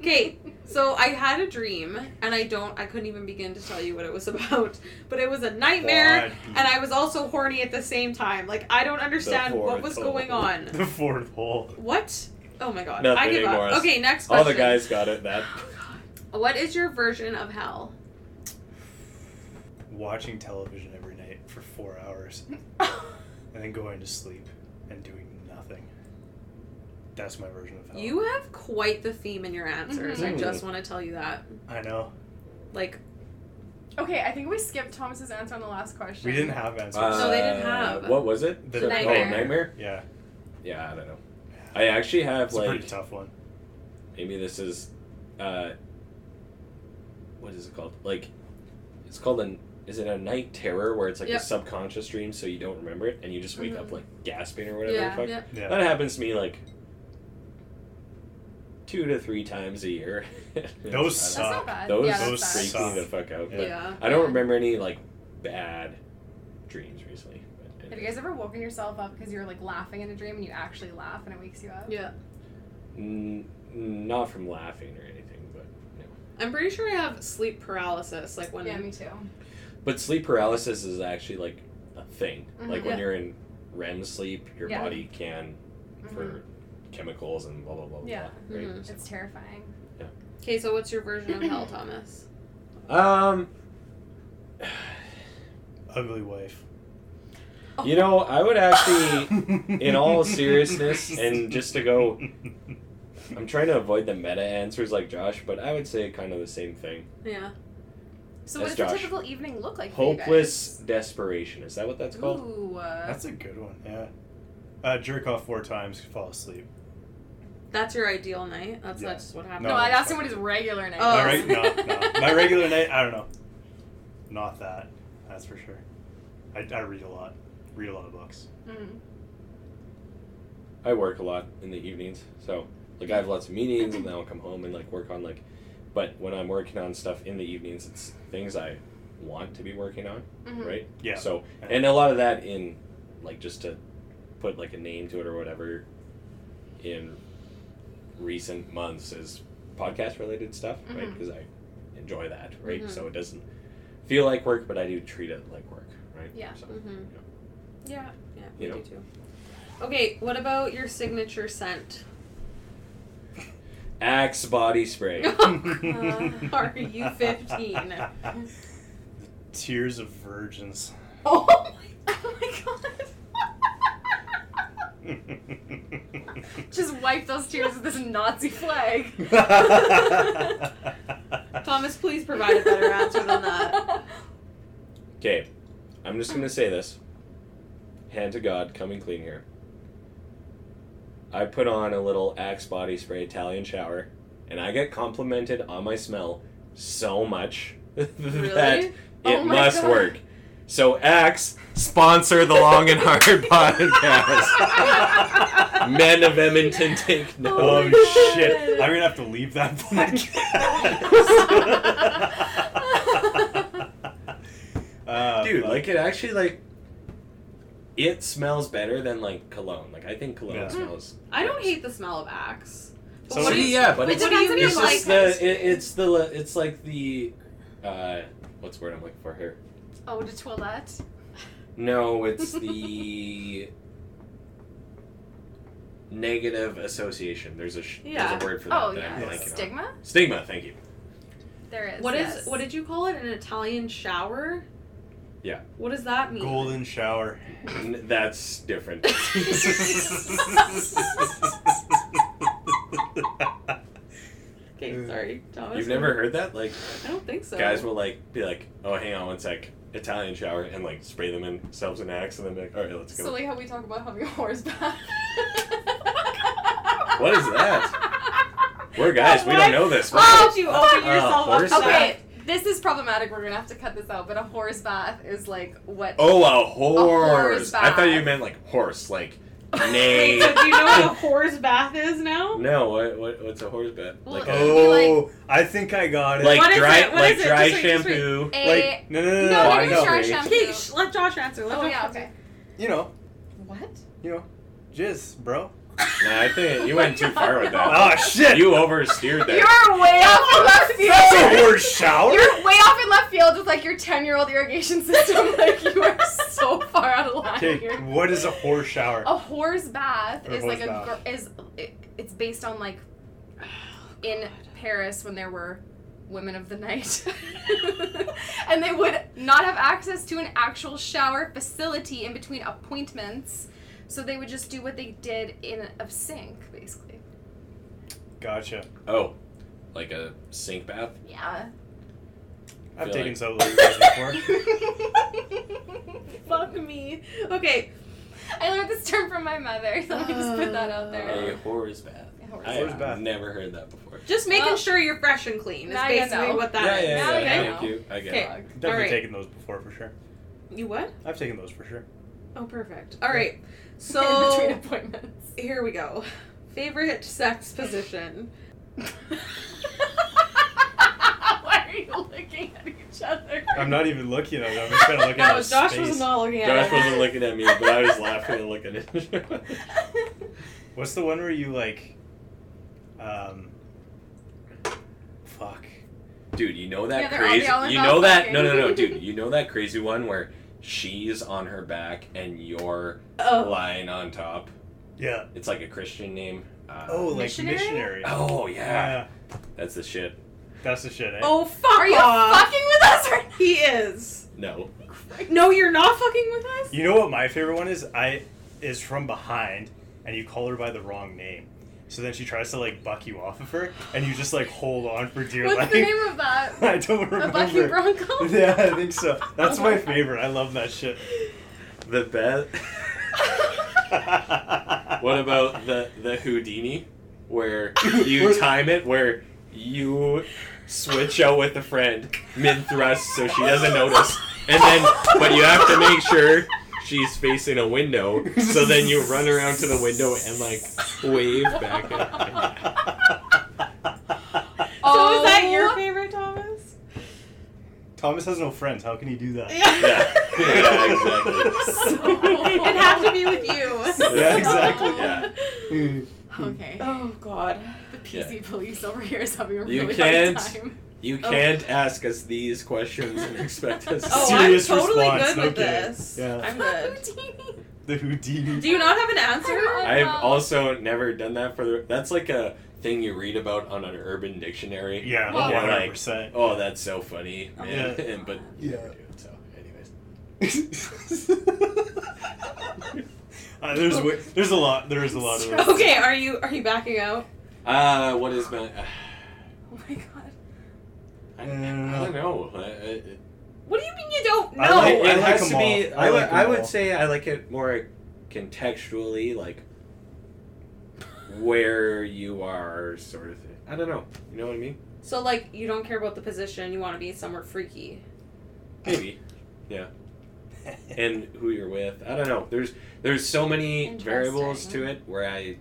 Okay, so I had a dream, and I don't, I couldn't even begin to tell you what it was (laughs) about, but it was a nightmare, Why? and I was also horny at the same time. Like I don't understand what was horrible. going on. the fourth hole. What? Oh my god! Nothing I give anymore. up. Okay, next All question. the guys got it. That What is your version of hell? Watching television every night for four hours and then going to sleep and doing nothing. That's my version of hell. You Oh. have quite the theme in your answers. I Mhm. just want to tell you that. I know. Like, okay, I think we skipped Thomas's answer on the last question. We didn't have answers. Uh, So they didn't have- What was it? The oh, nightmare. nightmare. yeah. Yeah, I don't know. I actually have It's a like pretty tough one. maybe this is uh what is it called like it's called an is it a night terror where it's like Yep. Mm-hmm. a subconscious dream so you don't remember it and you just wake up like gasping or whatever the yeah, fuck yeah. Yeah. that happens to me like two to three times a year (laughs) Those That's suck. not bad. those yeah, that's those bad. freak suck. me the fuck out Yeah. but yeah. i don't remember any like bad dreams recently but Have you guys ever woken yourself up because you were like laughing in a dream and you actually laugh and it wakes you up? Yeah. Mm, not from laughing or anything, but yeah. I'm pretty sure I have sleep paralysis. Like when Yeah, me too. but sleep paralysis is actually like a thing. Mhm. like when Yeah. you're in REM sleep, your Yeah. body can Mhm. for chemicals and blah blah blah blah. Yeah. Mm-hmm. blah, right? Mhm. It's terrifying. Okay, so what's your version (clears throat) of hell, Thomas? Um, Ugly wife. you know, I would actually. in (laughs) (laughs) all seriousness, and just to go, I'm trying to avoid the meta answers like Josh, but I would say kind of the same thing. Yeah. So what That's does a Josh. typical evening look like? Hopeless desperation. Is that what that's For you called? guys? Ooh. Uh, That's a good one. Yeah. Uh, jerk off four times, fall asleep. That's your ideal night. That's Yeah. not just what happened. no, No, I that's asked him what his regular name. Oh. My was. reg- no, (laughs) no. My regular night, I don't know. Not that. That's for sure. I, I read a lot. Read a lot of books. Mm. I work a lot in the evenings, so like I have lots of meetings, and then I'll come home and like work on like. But when I'm working on stuff in the evenings, it's things I want to be working on, Mhm. right? Yeah. (laughs) (laughs) So and a lot of that in, like just to put like a name to it or whatever, in recent months is podcast related stuff, right? Mhm. Because I enjoy that, right? Mhm. So it doesn't feel like work, but I do treat it like work, right? Yeah. So, Mm-hmm. Yeah. Yeah, You me know. do too. Okay, what about your signature scent? (laughs) (laughs) Axe body spray. are you 15? (laughs) Tears of virgins. Oh my, oh my god. (laughs) Just wipe those tears with this Nazi flag. Thomas, please provide a better answer (laughs) than that. Okay, I'm just gonna say this. Hand to God, coming clean here. I put on a little Axe body spray Italian shower, and I get complimented on my smell so much (laughs) that Really? it Oh my must God. work. So Axe, sponsor the Long and (laughs) Hard podcast. Men of Edmonton, take (laughs) Oh note. shit! I'm gonna have to leave that podcast. (laughs) Uh, Dude, but- (laughs) like it actually like it smells better than like cologne. Like I think cologne Yeah. smells. I don't hate the smell of axe. So What do you- yeah, but Wait, it's what do you mean It's like just the it, it's the le- it's like the uh what's the word I'm looking for here? oh, the toilette. No, it's the negative association. There's a sh- Yeah. there's a word for that. Oh that I'm yeah, blanking on. stigma. Stigma. Thank you. There is. What is yes. what did you call it? An Italian shower? Yeah. What does that mean? golden shower. N- that's different. Okay, sorry, Thomas. Mm. You've never heard that? Like I don't think so. guys will like be like, oh, hang on one sec, Italian shower, and like spray them in themselves an axe, and then be like, all right, let's go. So like how we talk about having a horse (laughs) back. what is that? We're guys. We don't know this. Why did you open Uh, yourself up? horse to that? Okay, this is problematic. We're gonna have to cut this out. But a horse bath is like what? Oh, a horse! horse I thought you bath. meant like horse, like Wait, nay. so do you know what a whore's bath is now? no, what, what what's a horse bath? Well, Like a, Oh, I think I got it. like What is dry it? What like is it? dry Just wait, just wait. shampoo. A like no, no, no, no, no. no, I I no, know. dry Wait. shampoo. Okay, sh- let Josh answer. Let Oh Josh yeah, answer. okay. You know, What? you know, jizz, bro. Nah, I think you went too far with that. Oh shit! You (laughs) oversteered there. You're way off in left That's a field. horse shower. You're way off in left field with like your ten-year-old irrigation system. (laughs) Like you are so far out of line Okay, here. what is a horse shower? Oh. A whore's bath Or is whore's like a bath. gr- is it, it's based on like in Paris when there were women of the night. (laughs) and they would not have access to an actual shower facility in between appointments. So they would just do what they did in a sink basically. Gotcha. Oh, like a sink bath. Yeah. I've Feel taken like- so little (laughs) (laughs) before. Fuck me. Okay, I learned this term from my mother. So let me just put that out there. Uh. A horse bath. Horse I Horse have bath. never heard that before. just making Well, sure you're fresh and clean is now you basically know. what that yeah, is. yeah, Now yeah, you yeah. know. Thank you. I get it. Okay. Definitely All right. taken those before for sure. You what? I've taken those for sure. Oh, perfect. (laughs) All right. in So between appointments. here we go. Favorite (laughs) sex position. (laughs) Why are you looking at each other? I'm not even looking at them. I'm just kind of looking (laughs) No, at the Josh space. was not looking at Josh it. wasn't looking at me, but I was laughing and looking at you. (laughs) What's the one where you like? Uh, Um, fuck. Dude, you know that Yeah, they're all- crazy. they all you involve know that? fucking. (laughs) No, no, no, dude. You know that crazy one where she's on her back and you're Oh. lying on top. Yeah. It's like a Christian name. Uh, Oh, like Missionary? missionary. Oh Ah. yeah. Yeah, that's the shit. that's the shit. Eh? Oh fuck Are you off. fucking with us right he is. No. (laughs) No, you're not fucking with us. You know what my favorite one is? I is from behind, and you call her by the wrong name. So then she tries to like buck you off of her, and you just like hold on for dear What's life. the name of (laughs) that? (laughs) I don't The remember. Bucky Bronco? (laughs) yeah, I think so. That's my favorite. I love that shit. The best. what about the the Houdini, where (coughs) you Where- time it where you switch out with a friend mid thrust so she doesn't notice, and then but you have to make sure she's facing a window. So then you run around to the window and like wave (laughs) back. At her. So is that Oh. your favorite, Thomas? (laughs) Thomas has no friends. How can he do that? (laughs) Yeah. (laughs) yeah, (laughs) exactly. It'd (laughs) have to be with you. Yeah, exactly. (laughs) Yeah. Okay. (laughs) Oh God. The PC police over here is having a You really can't- hard time. (laughs) You can't ask us these questions and expect us. Oh, to Serious I'm totally response, good with okay. this. Yeah. I'm good. The Houdini. Do you not have an answer? (laughs) I've Wow. also never done that for the. That's like a thing you read about on an urban dictionary. Yeah, Well- one Yeah, hundred like- percent. Oh, that's so funny, man. (laughs) Yeah. And- but you Yeah. never do it. So, anyways, Uh, there's wa- there's a lot there is a lot of those. Okay, are you are you backing out? uh, what is my? Uh, Oh my God. I, I Uh, don't know. I, I, it- What do you mean you don't know? I like- it like has them to be. all. I, I would- like them I would all. say I like it more contextually, like where you are, sort of thing. I don't know. You know what I mean? So like you don't care about the position, you want to be somewhere freaky. Maybe. Yeah. and who you're with. I don't know. There's there's so many Interesting. variables to it where I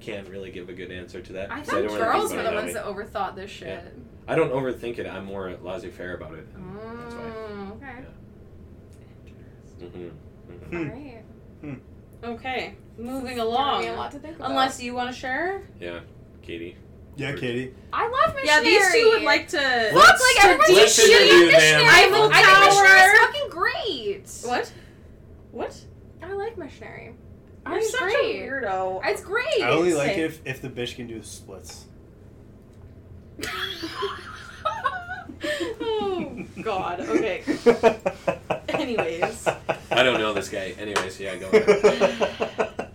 can't really give a good answer to that. I 'cause thought don't wanna think girls were about the it ones way. that overthought this shit. Yeah. I don't overthink it. I'm more laissez faire about it. That's why. Mm, okay. hmm Hmm. All right. Okay, moving Long. along. A lot to think about. Unless you want to share. Yeah, Katie. Yeah, Katie. I love missionary. Yeah, these two would like to. What? Look, like everybody's let's shitty interview at them. missionary. I, love- I Eiffel think missionary is Tower. fucking great. What? What? I like missionary. You're it's such great. (laughs) a weirdo. It's great. I only like Same. if if the bitch can do splits. (laughs) oh God. (laughs) Okay. Anyways. I don't know this guy. Anyways, yeah, go. ahead.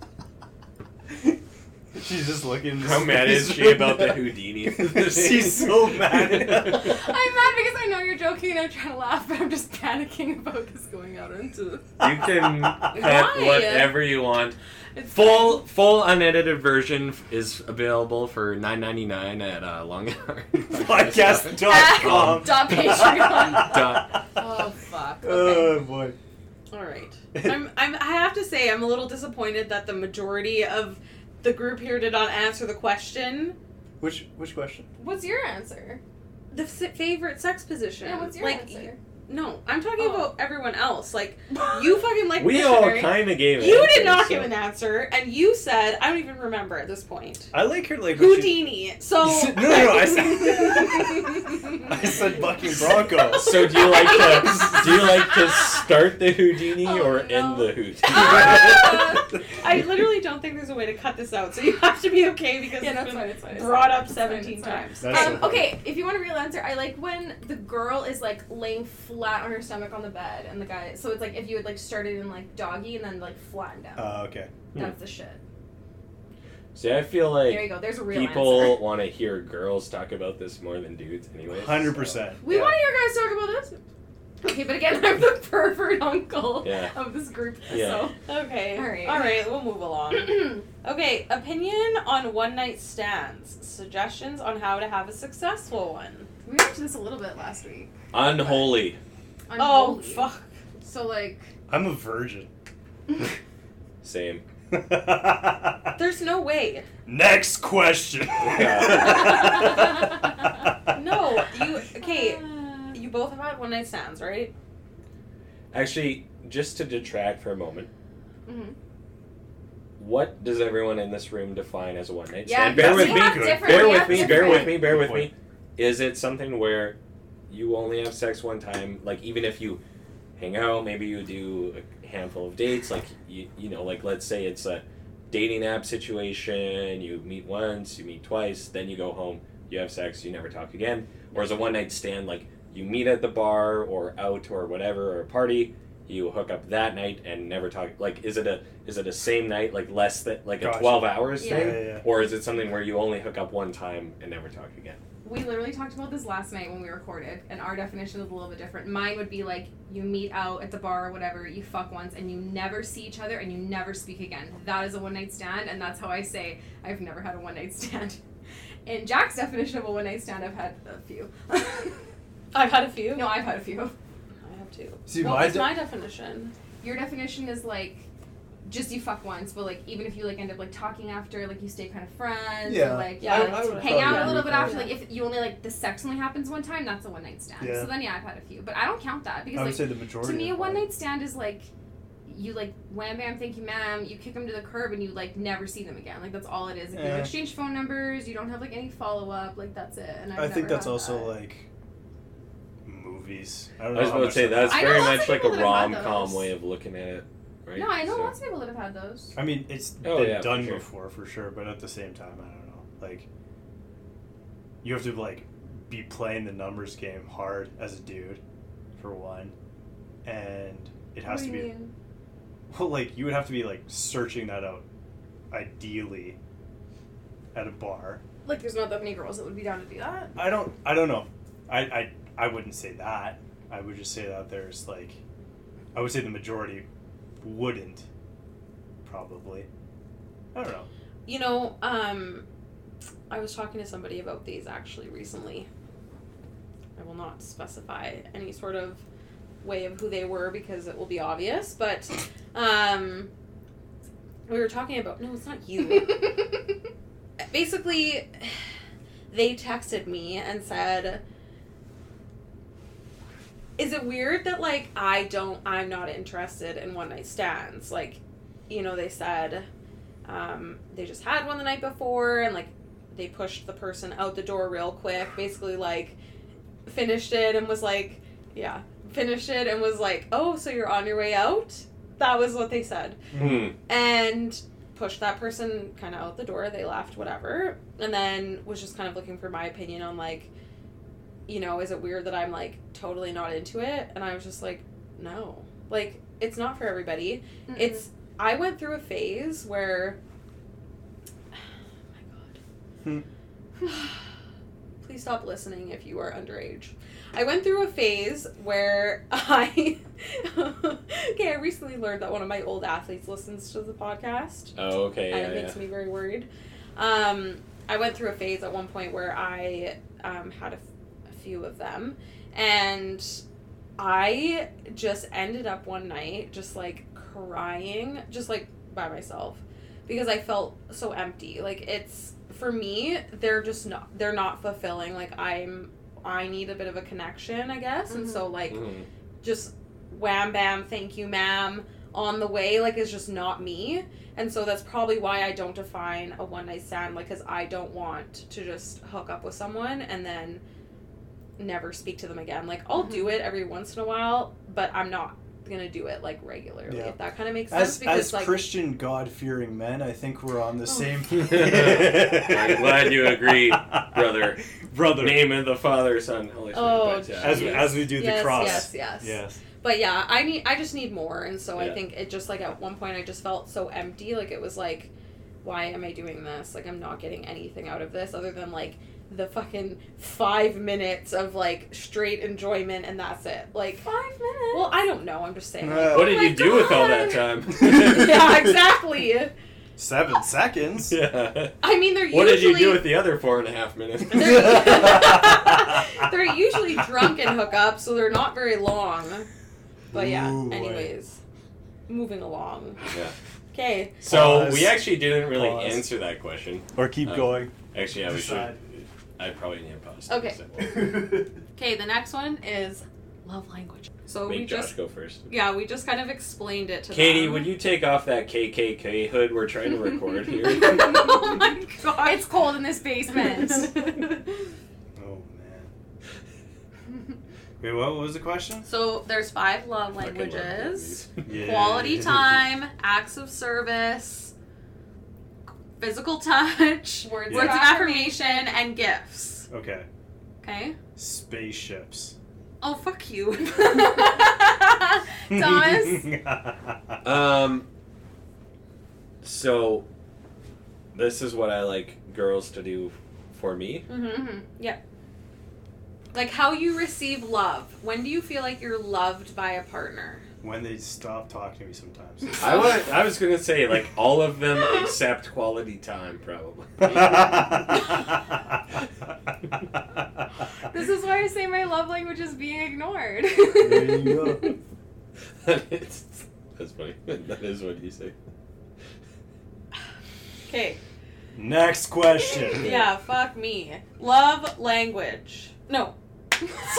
(laughs) (laughs) She's just looking. How mad is she about the Houdini? (laughs) (laughs) She's so (laughs) mad. (laughs) I'm mad because I know you're joking and I'm trying to laugh, but I'm just panicking about this going out into. You (laughs) can cut Why? whatever you want. It's Full full unedited version f- is available for nine ninety nine at uh, Long (laughs) Island Podcast.com. Dot Patreon. Dot. oh (laughs) fuck. Okay. (laughs) Uh. Oh boy. All right. I'm, I'm. I have to say, I'm a little disappointed that the majority of the group here did not answer the question. Which which question? What's your answer? The s- favorite sex position. Yeah, what's your like, answer? No, I'm talking Oh. about everyone else. Like you (laughs) fucking like We all missionary. kind of gave it. you did not give an answer, and you said I don't even remember at this point. I like her like. when she- Houdini. So (laughs) no, no, no. I (laughs) said. I said bucking Bronco. (laughs) So do you (laughs) like to do you like to start the Houdini Oh, or no. end (laughs) the Houdini? Ah! (laughs) I literally don't think there's a way to cut this out, so you have to be okay (laughs) because Yeah, that's it's been fine, it's fine, it's brought fine, up it's fine, 17 it's fine. times. That's Um, so funny. okay, if you want a real answer, I like when the girl is like laying flat on her stomach on the bed, and the guy. So it's like if you had like started in like doggy and then like flattened down. Uh, okay. hmm. That's the shit. See, I feel there you like go. There's a real people answer. want to hear girls talk about this more than dudes, anyways. Hundred percent. We yeah. want to hear guys talk about this. Okay, but again, (laughs) I'm the pervert uncle Yeah. of this group. Yeah. Okay. All right. All right, we'll move along. (clears throat) So. Okay, opinion on one night stands. Suggestions on how to have a successful one. We went into this a little bit last week. Unholy. Oh, Unholy. fuck. So like, I'm (laughs) a virgin. Same. There's no way. Next question. (laughs) No, (laughs) you. Okay, you both have had one night stands, right? mm-hmm. Actually, just to detract for a moment, Mhm. what does everyone in this room define as a one night Yeah, stand? Bear that's with we me. have Good. different- Bear we with have me. Bear different- with me. Bear Good with me. point. Is it something where you only have sex one time? Like even if you hang out, maybe you do a handful of dates. Like you, you know, like let's say it's a dating app situation. You meet once, you meet twice, then you go home. You have sex, you never talk again. Or is a one night stand like you meet at the bar or out or whatever or a party? You hook up that night and never talk. Like, is it a is it a same night like less than like Gotcha. a twelve hours Yeah. thing? Yeah, yeah, yeah. Or is it something where you only hook up one time and never talk again? We literally talked about this last night when we recorded, and our definition is a little bit different. Mine would be like you meet out at the bar or whatever, you fuck once, and you never see each other and you never speak again. That is a one night stand, and that's how I say I've never had a one night stand. (laughs) In Jack's definition of a one night stand, I've had a few. (laughs) I've had a few. no, I've had a few. I have two. See, what my, was de- my definition? Your definition is like just you fuck once, but like even if you like end up like talking after, like you stay kind of friends, Yeah. or, like Yeah, you, I- like, I would've hang thought out that. a little bit Yeah. after. Like if you only like the sex only happens one time, that's a one night stand. Yeah. So then yeah, I've had a few, but I don't count that because I would like say the majority. to me, a of one mine. night stand is like you like wham bam thank you ma'am you kick them to the curb and you like never see them again like that's all it is like, you Yeah. don't exchange phone numbers you don't have like any follow up like that's it and I've I think never that's had also that. like movies. I don't I know. was how about to much say that's I know very lots of much like a people that have rom had com those. way of looking at it, right? no I know So- lots of people that have had those I mean, it's Oh, been yeah, for done sure. before for sure, but at the same time, I don't know. Like, you have to like be playing the numbers game hard as a dude, for one, and it has what do to be you mean? (laughs) well, like you would have to be like searching that out, ideally, at a bar. like there's not that many girls that would be down to do that I don't. I don't know. I, I I wouldn't say that. I would just say that there's like, I would say the majority wouldn't, probably. I don't know. You know, um, I was talking to somebody about these actually recently. I will not specify any sort of way of who they were because it will be obvious, but um, we were talking about no, it's not you. Basically, they texted me and said, "Is it weird that like I don't, I'm not interested in one night stands?" Like, you know, they said um, they just had one the night before and like they pushed the person out the door real quick basically like finished it and was like yeah finished it and was like oh so you're on your way out that was what they said Hmm. and pushed that person kind of out the door. They left, whatever. And then was just kind of looking for my opinion on, like, you know, is it weird that I'm, like, totally not into it? And I was just like, no. Like, it's not for everybody. Mm-mm. It's, I went through a phase where, (sighs) oh my God. (sighs) Please stop listening if you are underage. I went through a phase where (laughs) I okay, I recently learned that one of my old athletes listens to the podcast, Oh, okay. and Yeah, it yeah. makes me very worried. Um, I went through a phase at one point where I um, had a, f- a few of them, and I just ended up one night just like crying, just like by myself, because I felt so empty. Like it's for me, they're just not they're not fulfilling. Like I'm. I need a bit of a connection, I guess. And so, like, Hmm. just wham bam thank you ma'am on the way like is just not me and so that's probably why i don't define a one night stand like because i don't want to just hook up with someone and then never speak to them again like i'll do Mm-hmm. it every once in a while but i'm not gonna do it like regularly Yeah. if that kind of makes sense as because as like Oh. Christian God fearing men, I think we're on the (laughs) same. I'm glad you (laughs) agree, brother. Brother. Name of the Father, Son, Holy Spirit. Oh, but, uh, yeah. As Jeez. as we do yes, the cross. yes yes Yes. but yeah i need i just need more and so i Yeah. think it just like at one point i just felt so empty like it was like why am i doing this like i'm not getting anything out of this other than like the fucking five minutes of like straight enjoyment and that's it like five minutes well i don't know i'm just saying (laughs) Uh, What did Oh my you do with all that time? (laughs) (laughs) yeah exactly Seven seconds. Yeah. i mean they're What did usually you do with the other four and a half minutes? they're, (laughs) they're usually drunk and hook up so they're not very long but yeah Ooh, boy. anyways moving along Yeah. okay (laughs) So Pause. we actually didn't really Pause. answer that question. Or keep Uh, going. Actually, I was. Decide. I probably need to pause. (laughs) Okay. Okay, the next one is love language. So we Make Josh just go first. yeah, we just kind of explained it to Katie, them. would you take off that KKK hood we're trying to record here? (laughs) oh my god. It's cold in this basement. (laughs) Oh man. Wait, what was the question? so there's five love Fucking love languages. movies. Yeah. Quality (laughs) time, acts of service, physical touch, (laughs) Words words of of affirmation, and gifts. Okay. Okay? Spaceships. Oh (laughs) fuck you. (laughs) Thomas? Um. So, this is what I like girls to do for me. Mm-hmm. Yep. Like how you receive love. When do you feel like you're loved by a partner? (laughs) when they stop talking to me sometimes. I was, I was gonna say like all of (laughs) them except quality time, probably. (laughs) this is why I say my love language is being ignored. There you go. It's- That's funny. (laughs) That is what you (laughs) say. (laughs) Okay. (laughs) Next question. Yeah, fuck me. Love language. (laughs) No.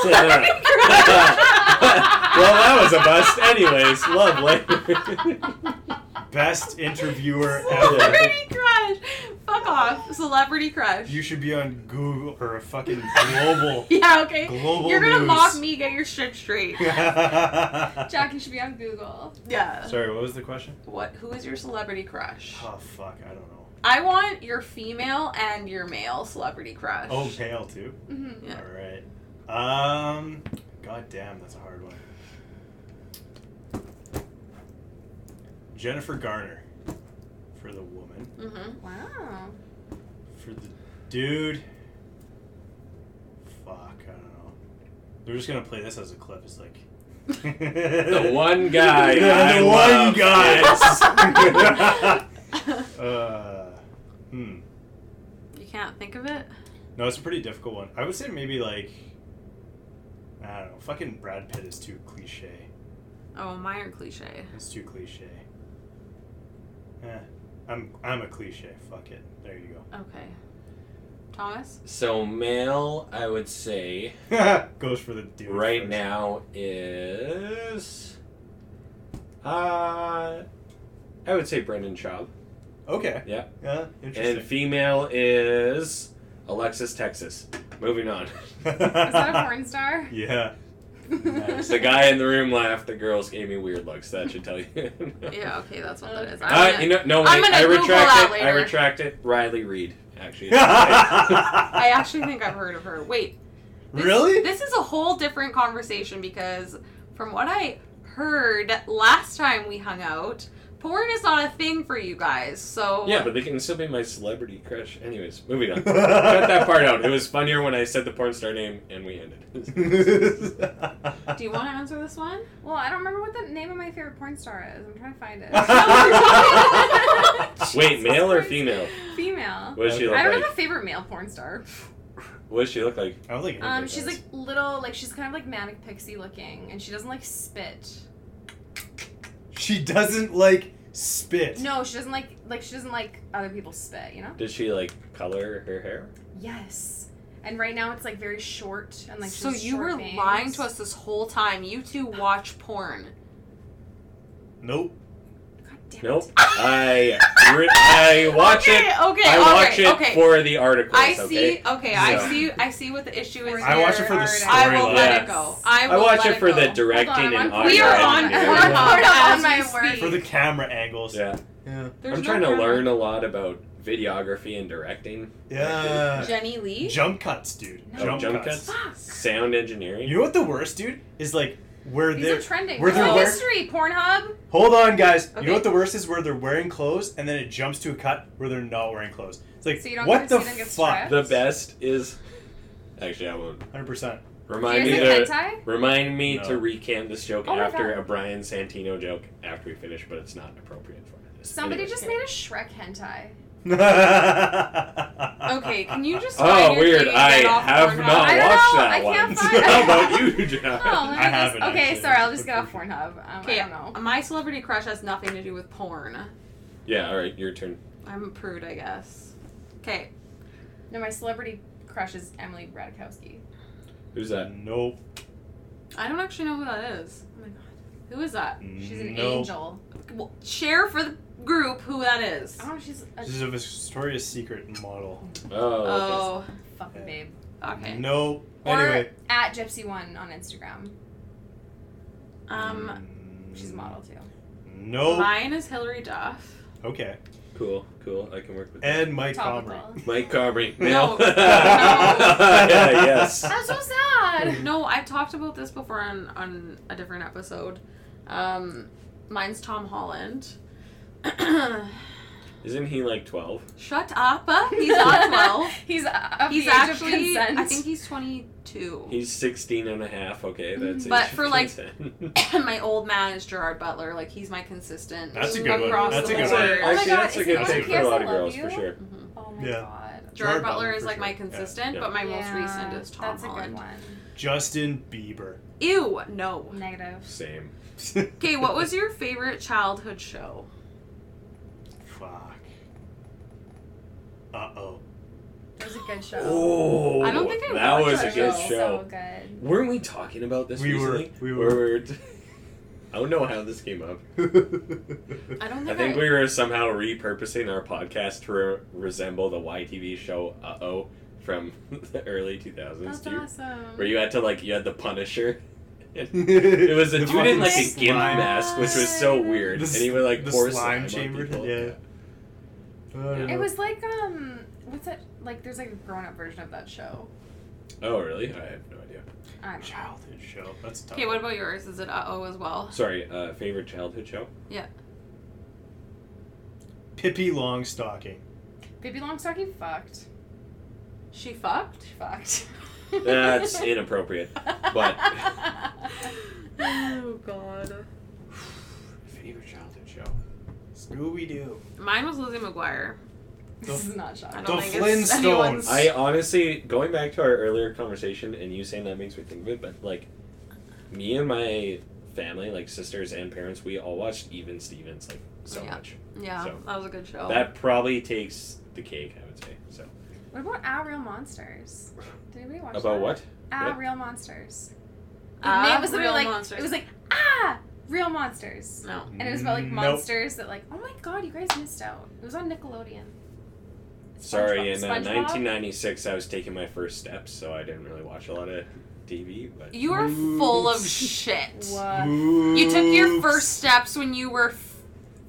well, (laughs) Uh, that was a bust. Anyways, love (laughs) language. Best (laughs) interviewer ever. Celebrity crush. Fuck off. Celebrity crush. You should be on Google or a fucking global. yeah, okay. Global You're gonna news. mock (laughs) me, get your shit straight. Jackie should be on Google. yeah. Sorry, what was the question? What who is your celebrity crush? Oh fuck, I don't know. I want your female and your male celebrity crush. Oh, pale too. (laughs) Mhm. Yeah. All right. Um. God damn, that's a hard one. Jennifer Garner, for the woman. Mm-hmm. Wow. For the dude. Fuck, I don't know. We're just gonna play this as a clip. It's like. the (laughs) the one guy. The, I the one love. guy. (laughs) uh, hmm. You can't think of it? No, it's a pretty difficult one. I would say maybe like I don't know. Fucking Brad Pitt is too cliche. Oh, mine are cliche. It's too cliche. Eh, I'm I'm a cliche. Fuck it. There you Okay. Thomas? So male, I would say go. (laughs) Goes for the dude. right first. now is uh I would say Brendan Schaub. Okay. Yeah. Yeah. And Interesting. female is Alexis Texas. Moving on. (laughs) Is (laughs) that a porn star? yeah. (laughs) Nice. the guy in the room laughed. The girls gave me weird looks. That should tell you. (laughs) Yeah, okay, that's what that is. I'm Uh, gonna- you know, no, wait, I'm gonna I Google retract it. that I later. retract it. Riley Reed, actually. (laughs) (laughs) I actually think I've heard of her. Wait. this- really? This is a whole different conversation because from what I heard last time we hung out, porn is not a thing for you guys. So Yeah, but they can still be my celebrity crush. Anyways, moving on. Cut that part out. It was funnier when I said the porn star name and we (laughs) ended. (laughs) do you want to answer this one? Well, I don't remember what the name of my favorite porn star is. I'm trying to find (laughs) it. Wait, Wait, male or Christ. female? (laughs) Female. What does she Okay. look I don't like? have a favorite male porn star. What does she look like? I don't think. Um, she's like little, like she's kind of like manic pixie looking, and she doesn't like spit. She doesn't like spit. No, she doesn't like like she doesn't like other people spit. You know. Does she like color her hair? Yes. And right now it's like very short and like so just you short were bangs. lying to us this whole time. You two watch porn. Nope. God damn it. Nope. I re- I watch okay, it. Okay, I all watch right, it okay. for the articles. I see. okay? Okay, I So- see. I see what the issue is. I watch it here. for the Alright, storyline. I will let Yeah. it go. I will I watch let it for the go. directing Hold on, I'm and on- audio. We are on and Yeah. we're everything. on, We're as on we my speak. word. For the camera angles. Yeah, Yeah. There's I'm no trying to camera. learn a lot about videography and directing, Yeah. Jenny (laughs) Lee. Jump cuts, dude. Oh, jump cuts, sound engineering. You know what the worst, dude, is like where These they're are trending. were Were there wear- history, Pornhub. hold on, guys. You Okay. know what the worst is where they're wearing clothes and then it jumps to a cut where they're not wearing clothes. It's like So you don't what get to the see them get fuck? stripped? the best is actually I won't Hundred percent. remind Here's me a to hentai? remind me No. to recant this joke Oh my after God. a Brian Santino joke after we finish, but it's not appropriate for this. Somebody Anyway. just made a Shrek hentai. Okay, can (laughs) you just? Oh find your weird! thing and I get off have Pornhub? not I don't watched know, that I can't one. (laughs) find it. How about you, (laughs) John? Oh, let me I just- haven't, Okay, actually. sorry. I'll just get off Okay. Pornhub. Um, I Okay, don't know. my celebrity crush has nothing to do with porn. (laughs) Yeah, all right, your turn. I'm a prude, I guess. Okay, No, my celebrity crush is Emily Radikowski. Who's that? Uh, Nope. I don't actually know who that is. Oh my god. Who is that? Mm. She's an No. angel. Well, share for the group who that is. Oh, she's a This is a Victoria's Secret model. Oh, Oh, fucking babe. okay. Nope. Or Anyway. at Gypsy One on Instagram. Um, She's a model too. Nope. mine is Hillary Duff. okay. cool, cool. I can work with that. And Mike Comrie. Topical. Mike Carberry. No. No. (laughs) yeah, yes. That's so sad. (laughs) No, I've talked about this before on on a different episode. Um, mine's Tom Holland. (clears throat) Isn't he like 12? Shut up! uh, (laughs) He's not twelve. He's of He's the age of actually, consent. I think he's twenty-two. He's 16 and a half. Okay, that's But age (laughs) for, like- 10. (laughs) my old man is Gerard Butler. Like he's my consistent. That's a good one. across That's the a good That's one. board. a- Oh my Actually, God, that's a isn't good it thing like for a PS, lot of I Love girls, You? for sure. Oh my Yeah. god. Gerard Gerard Butler Butler, is for like my sure. Yeah. consistent, Yeah. but my most Yeah, recent is Tom That's a Holland. good one. Justin Bieber. Ew, no. Negative. Same. Okay, what was your favorite childhood show? (laughs) Fuck. Uh (laughs) oh. It was a good show. Oh, I don't think I that watched was a that good show. show. So good. Weren't we talking about this We were- we recently? Where t- (laughs) I don't know how this came up. I don't I think I. think we were somehow repurposing our podcast to re- resemble the YTV show Uh Oh from (laughs) the early 2000s. That's dude, awesome. Where you had to, like, you had the Punisher. (laughs) It (laughs) it was a dude in, like, a fucking gimp slime. mask, which was so weird. The and he would, like, the pour slime slime, chamber, on people. yeah. I don't It know. was like um, what's that? Like there's like a grown up version of that show. Oh, really? I have no idea. I don't know. childhood show. That's tough. Okay, what about yours? Is it uh oh as well? Sorry, uh, favorite childhood show? Pippi Longstocking. Pippi Longstocking fucked. She fucked. Fucked. (laughs) That's inappropriate. But oh god. favorite childhood show? Scooby Doo. Mine was Lizzie McGuire. (laughs) this is not shocking. I The don't think it's Flintstones. anyone's. I honestly, going back to our earlier conversation, and you saying that makes me think of it, but like, me and my family, like sisters and parents, we all watched Even Stevens like so Yeah. much. yeah, So, that was a good show. That probably takes the cake, I would say. So What about Our Real Monsters? Did we watch about that? what? Ah, What? Real Monsters. Ah, the name was literally Real like Monsters. it was like ah, Real Monsters, no. and it was about like Nope. monsters that like oh my god, you guys missed out. It was on Nickelodeon. Sorry, in uh, SpongeBob. 1996, I was taking my first steps, so I didn't really watch a lot of TV. (laughs) But You are full of Oops. shit. What? uh, You took your first steps when you were f-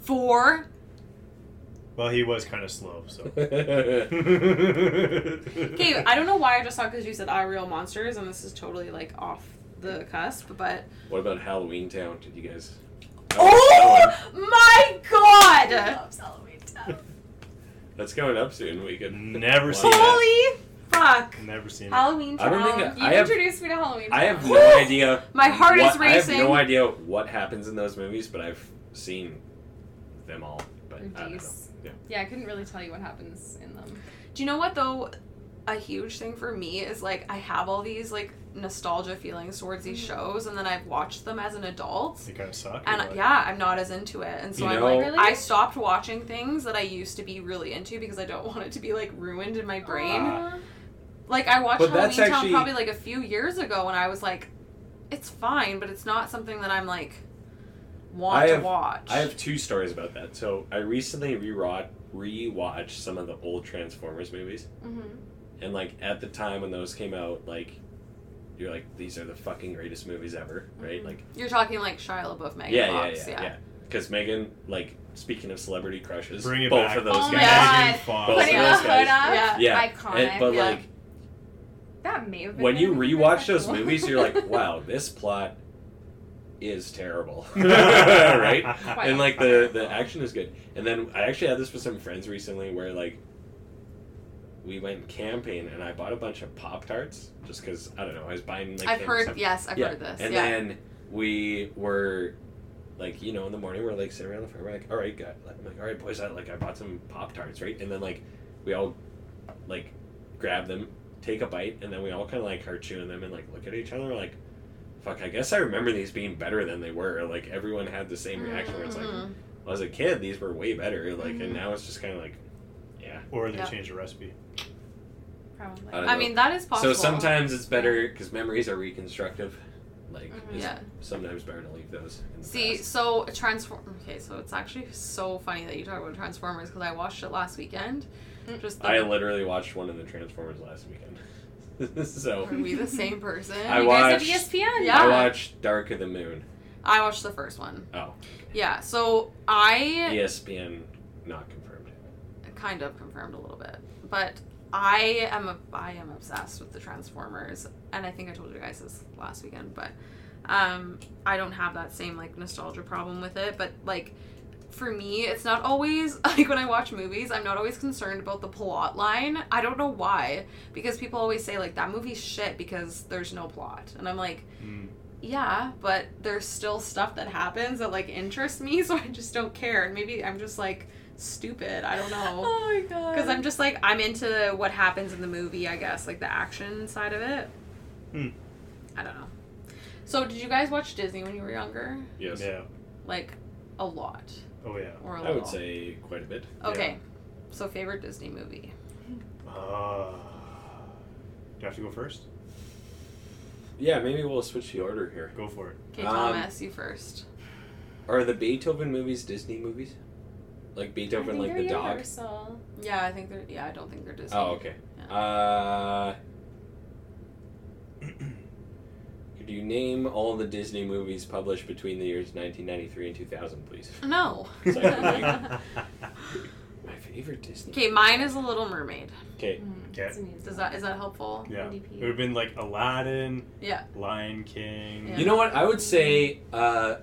four. Well, he was kind of slow, so. I (laughs) Okay, okay, I don't know why I just thought because you said I real monsters, and this is totally like off the cusp, but (laughs) what about Halloween Town? Did you guys? I watched that oh one. my I god! love Halloween Town. That's coming up soon. We could Mm. Never watch seen that. it. Holy fuck! Never seen it. Halloween I Town. don't think You I have introduced me to Halloween. (laughs) I Town. have no idea. (laughs) My heart is what- I racing. have no idea what happens in those movies, but I've seen them all. But I don't know. Deuce. Yeah. Yeah, I couldn't really tell you what happens in them. Do you know what though? A huge thing for me is like I have all these like nostalgia feelings towards these Mm-hmm. shows, and then I've watched them as an adult, They kind of suck. and or what? yeah, I'm not as into it, and so You I'm know- like, Really? I stopped watching things that I used to be really into because I don't (laughs) want it to be like ruined in my brain. Aw. Like I watched But Halloween that's Town actually- probably like a few years ago, and I was like, it's fine, but it's not something that I'm like want I to have- watch. I have two stories about that. So I recently rewatched rewatched some of the old Transformers movies, Mhm. and like at the time when those came out, like you're like these are the fucking greatest movies ever, right? Mhm. Like You're talking like Shia LaBeouf, Mm-hmm. Megan yeah, yeah, Fox, yeah, yeah. Because Megan, like speaking of celebrity crushes, Bring it both back. of those Oh my guys. God. Megan Fox. Both Putting of the those hood guys. up. Yeah. Yeah, Iconic. And- but yeah. like that may have been. when you in the rewatch those original. movies, you're (laughs) (laughs) like, wow, this plot is terrible, (laughs) (laughs) right? Quite And like the the action is good. And then I actually had this with some friends recently, where like we went camping, and I bought a bunch of Pop Tarts just because I don't know, I was buying like I've camping heard. stuff. Yes, I've Yeah. heard this. And yeah. then we were like, you know, in the morning we're like sitting around the fire, we're like, all right, guys, I'm like, all right, boys, I like I bought some pop tarts, right? And then like we all like grab them, take a bite, and then we all kind of like are chewing them and like look at each other we're like. Fuck! I guess I remember these being better than they were. Like everyone had the same reaction. Where it's like, Mhm. well, as a kid, these were way better. Like, Mhm. and now it's just kind of like, yeah. Or they Yeah. changed the recipe. Probably. I don't I know. mean that is possible. So sometimes it's better because memories are reconstructive. Like, Mhm. it's Yeah. sometimes better to leave those. In the See, past. so transform. Okay, so it's actually so funny that you talk about Transformers because I watched it last weekend. Mm. Just the, I literally watched one of the Transformers last weekend. (laughs) so are we the same person? I you watched- guys E have ESPN. Yeah. I watched Dark of the Moon. I watched the first one. Oh, Yeah, so E I ESPN not confirmed. kind of confirmed a little bit, but I am a, I am obsessed with the Transformers, and I think I told you guys this last weekend, but um, I don't have that same like nostalgia problem with it. But like for me, it's not always (laughs) like when I watch movies, I'm not always concerned about the plot line. I don't know why, because people always say like that movie's shit because there's no plot, and I'm like. Mm. Yeah, but there's still stuff that happens that like interests me, (laughs) so I just don't care. And maybe I'm just like stupid. I (laughs) don't know. Oh my god. Because I'm just like I'm into what happens in the movie, I guess, like the action side of it. Hmm. I don't know. So, did you guys watch Disney when you were younger? Yes. Yeah. Like a lot Oh yeah. or a I little? would say quite a bit. Okay. So, favorite Disney movie? Uh, do I have to go first? Yeah, maybe we'll switch the order here. Go for it. Okay, Um, Thomas, you first. Are the Beethoven movies Disney movies? Like Beethoven, like the dog. Universal. Yeah, I think they're. Yeah, I don't think they're Disney. Oh, okay. Uh, (clears throat) could you name all the Disney movies published between the years 1993 and 2000, please? (laughs) No. (laughs) (laughs) My favorite Disney. Okay, mine is The Little Mermaid. Okay. Okay. Mm, It's amazing. Does that is that helpful? yeah. It NDP. would have been like Aladdin, Yeah. Lion King. Yeah. You know what? I would say uh,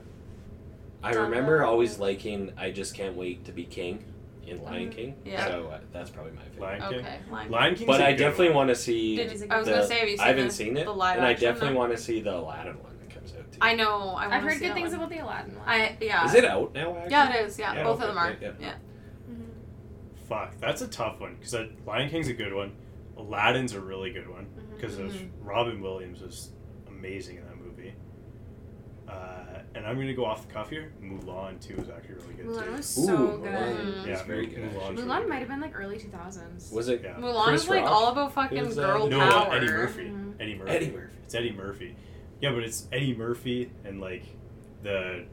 I Dumbo. remember always liking "I Just Can't Wait to Be King" in Lion King. Mm-hmm. Yeah. So uh, that's probably my favorite. Lion King. Okay. Lion Lion King. But I definitely want to see. Did Is it I was the- gonna say, have you seen I haven't the- seen it, the live and I action definitely one? want to see the Aladdin one that comes out. Too. I know. I I've wanna heard see good that things one. about the Aladdin one. I yeah. Is it out now? Actually? Yeah, it is. Yeah, Yeah, both okay, of them are. yeah, Yeah. Mm-hmm. Fuck, that's a tough one because Lion King's a good one. Aladdin's a really good one because Mm-hmm. Robin Williams was amazing in that movie. Uh, and I'm gonna go off the cuff here. Mulan too is actually really good Mulan was too. Ooh, so Mulan. good. Mm. Yeah, Yeah, very Mu- good. Mulan. actually. Mulan might have been like early 2000s. Was it Yeah. Mm-hmm. Mulan Chris is like Rock? all about fucking Who's, uh, girl No, uh, power. Eddie Murphy. Mhm. Eddie Murphy. Eddie Murphy? It's Eddie Murphy. Yeah, but it's Eddie Murphy and like the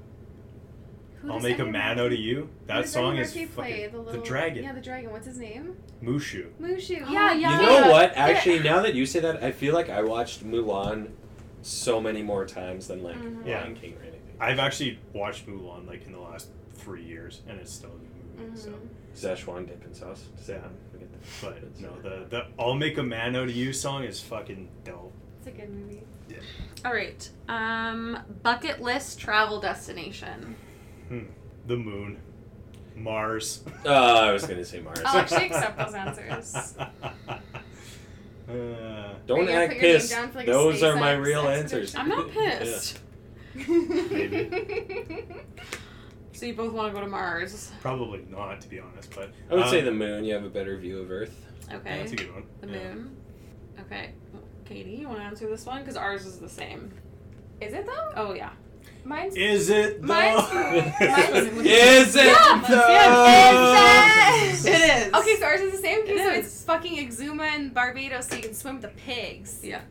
Who "I'll does make Eddie a man Murphy- out of you." who That does song Eddie is Murphy fucking play? the, little, dragon. Yeah, the dragon. What's his name? Mushu. Mushu. (gasps) Oh, yeah, yeah. You know what? Actually, now that you say that, I feel like I watched Mulan so many more times than like Mm-hmm. Mhm. Yeah. Lion King or anything. I've actually watched Mulan like in the last three years, and it's still a good Mm-hmm. movie. So, Szechuan dipping sauce. Does anyone forget that? but no, the the "I'll make a man out of you" song is fucking dope. It's a good movie. (laughs) All right. Um, bucket list travel destination. The moon, Mars. Oh, I was gonna say Mars. I'll actually accept those answers. Uh, Are you Don't gonna act put your name pissed. down for, like, a Those are my SpaceX real expedition? answers. I'm (laughs) not Yeah. pissed. Maybe. So you both want to go to Mars? probably not, to be honest. But I would say um, the moon. You have a better view of (laughs) Earth. Okay. That's a good one. the Yeah. moon. Okay. Katie, you want to answer this one because ours is the same. Is it though? Oh yeah. Mine's. Is it though? Mine's- mine's- Is it Yeah, though? Is It is. Okay, so ours is the same. It Okay, so is. it's fucking Exuma and Barbados, so you can swim with the pigs. Yeah.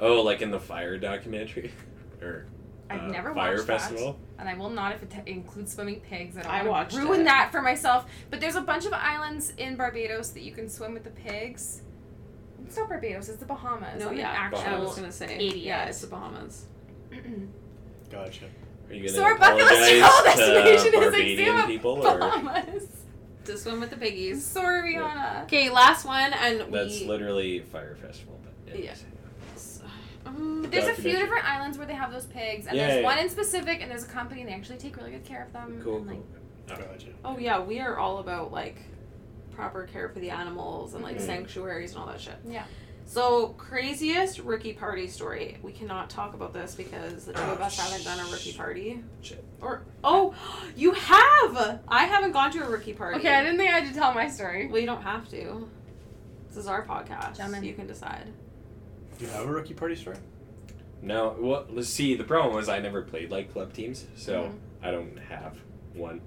Oh, like in the fire documentary, (laughs) or I've uh, never fire watched that. festival. and I will not if it t- includes swimming pigs. I don't I wanna watched ruin it. that for myself. But there's a bunch of islands in Barbados that you can swim with the pigs. It's not Barbados. It's the Bahamas. No, I'm an yeah. actual. I was Bahamas. gonna say. idiot. Yeah, it's the Bahamas. (clears throat) Gotcha. Are you gonna So our bucket list apologize travel to uh, destination is Barbadian Exuma, people, or Bahamas. (laughs) To swim with the piggies. Sorry, Rihanna. Okay, last one, and that's we. literally fire festival. But anyways. Mm-hmm. (sighs) Mm, But there's a few Documentary. different islands where they have those pigs, and Yeah, there's yeah, one yeah. in specific, and there's a company, and they actually take really good care of them. Cool, and, like, cool. Gotcha. oh yeah, we are all about like proper care for the animals and like Mm-hmm. Mhm. sanctuaries and all that shit. Yeah. So craziest rookie party story. We cannot talk about this because the two of us haven't done a rookie party. Shit. Or oh, (gasps) you have. I haven't gone to a rookie party. Okay, I didn't think I had to tell my story. Well, you don't have to. This is our podcast. Gentlemen. You can decide. Do you have a rookie party story? No, well, let's see. The problem was I never played like club teams, so Mhm. I don't have one.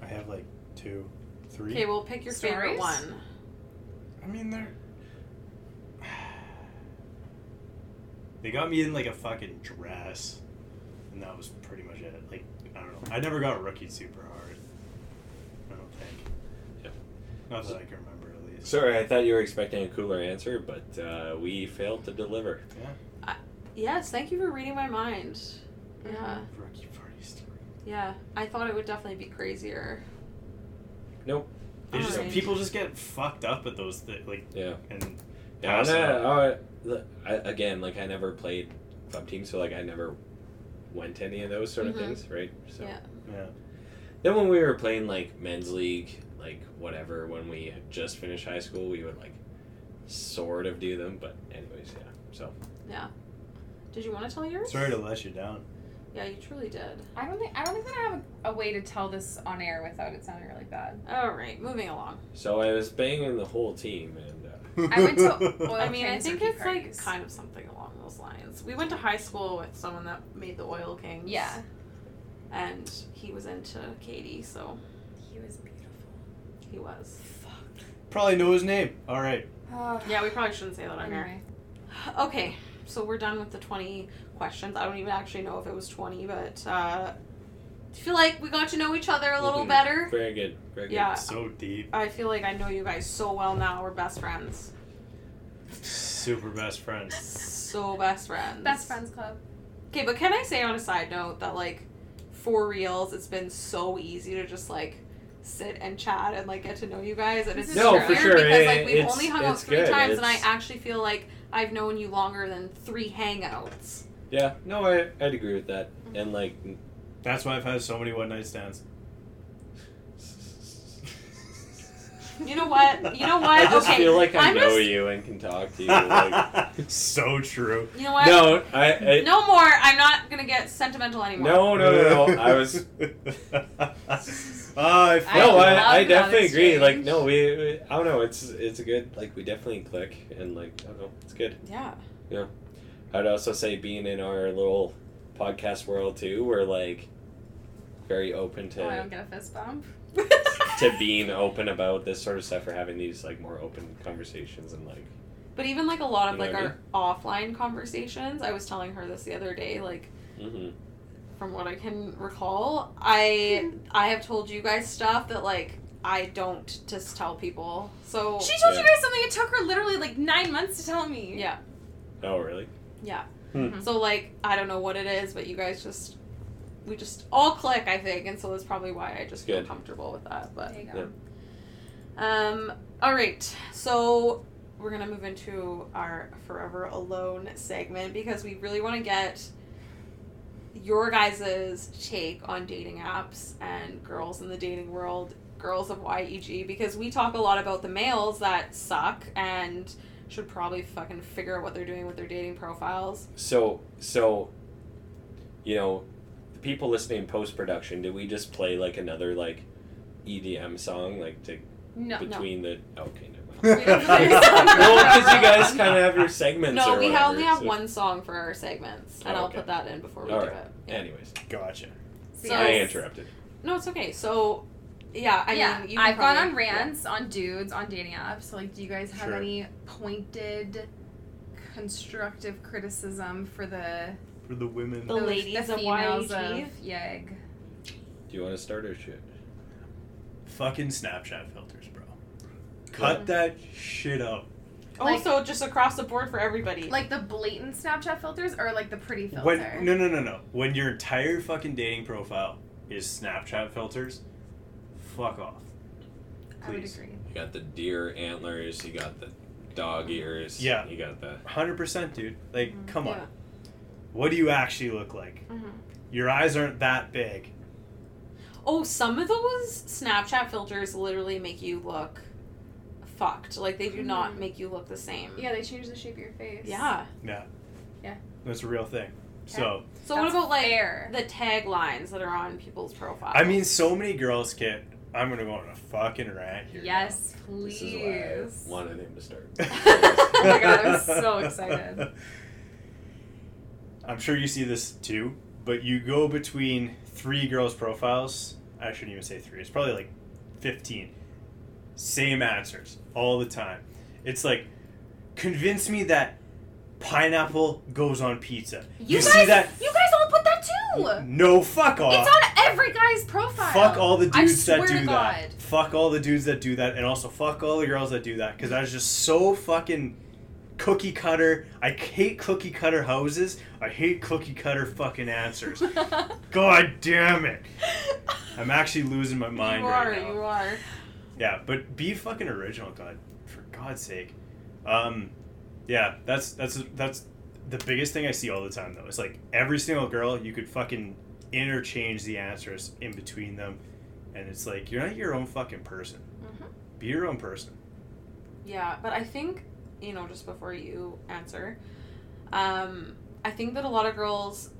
I have like two, three. Okay, well, pick your favorite Stories? one. I mean, they're. (sighs) They got me in like a fucking dress, and that was pretty much it. Like I don't know. I never got rookie super hard. I don't think. Yep. Not that I can remember at least. Sorry, I thought you were expecting a cooler answer, but uh, we failed to deliver. Yes, thank you for reading my mind. Mm-hmm. Yeah, Rookie party story. yeah. I thought it would definitely be crazier. They just Alright. people just get fucked up at those thi- like Yeah. and Yeah, pass I, out. uh, look, I, again, like I never played club team, so like I never went to any of those sort of Mhm. things, right? So Yeah. yeah. then when we were playing like men's league, like whatever, when we had just finished high school, we would like sort of do them, but anyways, yeah. So Did you want to tell yours? Sorry to let you down. Yeah, you truly did. I don't think I don't think that I have a, a way to tell this on air without it sounding really bad. All right, moving along. so I was banging the whole team, and uh, I went (laughs) to oil I mean, I cans think rookie it's like parties. kind of something along those lines. We went to high school with someone that made the Oil Kings. Yeah. And he was into Katie, so He was beautiful. (sighs) he was. Probably know his name. All right. Oh, Yeah, we probably shouldn't say that on here. anyway. Okay, so we're done with the 20 questions. I don't even actually know if it was 20, but uh, I feel like we got to know each other a little Mhm. better. very good, very good. Uh. Yeah. So deep, I feel like I know you guys so well now. We're best friends. super best friends. So best friends. Best friends club. Okay, but can I say on a side note that like for reals, it's been so easy to just like sit and chat and like get to know you guys, and it's This is No, weird for sure. because like It- we've it's- only hung out it's three good. times, and I It's- actually feel like I've known you longer than three hangouts. Yeah, no, I, I'd agree with that. And like, That's why I've had so many one night stands. You know what? You know (laughs) what? I just okay, feel like I I'm know just- you and can talk to (laughs) you. Like, so true. You know what? no, I, I No more. I'm not gonna get sentimental anymore. Oh, no, no, no, no. (laughs) I was oh, I no, felt love I, I (laughs) that definitely agree. exchange. Like, no, we, we- I don't know. It's it's a good. Like, we definitely click, and like, I don't know, it's good. Yeah. I'd also say being in our little podcast world too, we're like very open Oh, I don't to get a fist bump. to being open about this sort of stuff. We're having these like more open conversations and like, (laughs) But even like a lot of You know like what I our offline conversations, I was telling her this the other day, like hmm from what I can recall, I I have told you guys stuff that like I don't just tell people. So She told Yeah. you guys something. It took her literally like nine months to tell me. yeah, oh really? so like I don't know what it is, but you guys just we just all click, I think, and so that's probably why I just feel Good. comfortable with that. But There you go. Yeah. um, all right, so we're gonna move into our forever alone segment because we really want to get your guys' take on dating apps and girls in the dating world, girls of YEG, because we talk a lot about the males that suck and should probably fucking figure out what they're doing with their dating profiles. So so, you know, the people listening post production, did we just play like another like EDM song like to No. between the okay never mind. No, No, because you guys kind of have your segments. No, or we whatever, only have so- one song for our segments, and Oh, I'll okay. put that in before we All do right. it. Yeah. Anyways, Gotcha. See, So- I I- interrupted. No, it's okay. So, yeah, I yeah, mean, you can I've gone probably- on rants on dudes on dating apps. So, like, do you guys have Sure. any pointed, constructive criticism for the For the women. The ladies the of females YG? of Yeg? Do you want to start or shit? Fucking Snapchat filters, bro. Cut that shit up. Oh, Like- so just across the board for everybody. E? Like the blatant Snapchat filters or like the pretty filter? When no no no no. When your entire fucking dating profile is Snapchat filters, fuck off. I would please. agree. You got the deer antlers. You got the dog ears. Yeah. You got the. Hundred percent, dude. Like, Mhm. come on. Yeah. What do you actually look like? Mm-hmm. Your eyes aren't that big. oh, some of those Snapchat filters literally make you look fucked. Like they do not Mhm. make you look the same. Yeah, they change the shape of your face. Yeah. That's a real thing. So So That's what about like fair. the taglines that are on people's profiles? I mean, so many girls get. I'm gonna go on a fucking rant here. Yes, This please. is why I wanted him to start. now. Oh my God, I'm (laughs) so excited. I'm sure you see this too, but you go between three girls' profiles. I shouldn't even say three. It's probably like 15. Same answers all the time. It's like, convince me that pineapple goes on pizza. You, You, guys, see that? you guys all put that too. No, fuck off. It's on every guy's profile. Fuck all the I dudes that swear to do God. that. Fuck all the dudes that do that, and also fuck all the girls that do that, because that is just so fucking cookie cutter. I hate cookie cutter houses. I hate cookie cutter (laughs) fucking answers. God damn it! I'm actually losing my mind you right are, now. you are. Yeah, but be fucking original, God, for God's sake. Um, yeah, that's that's that's the biggest thing I see all the time though. It's like every single girl you could fucking interchange the answers in between them, and it's like you're not your own fucking person. Be your own person. Yeah, but I think, you know, just before you answer, um, I think that a lot of girls,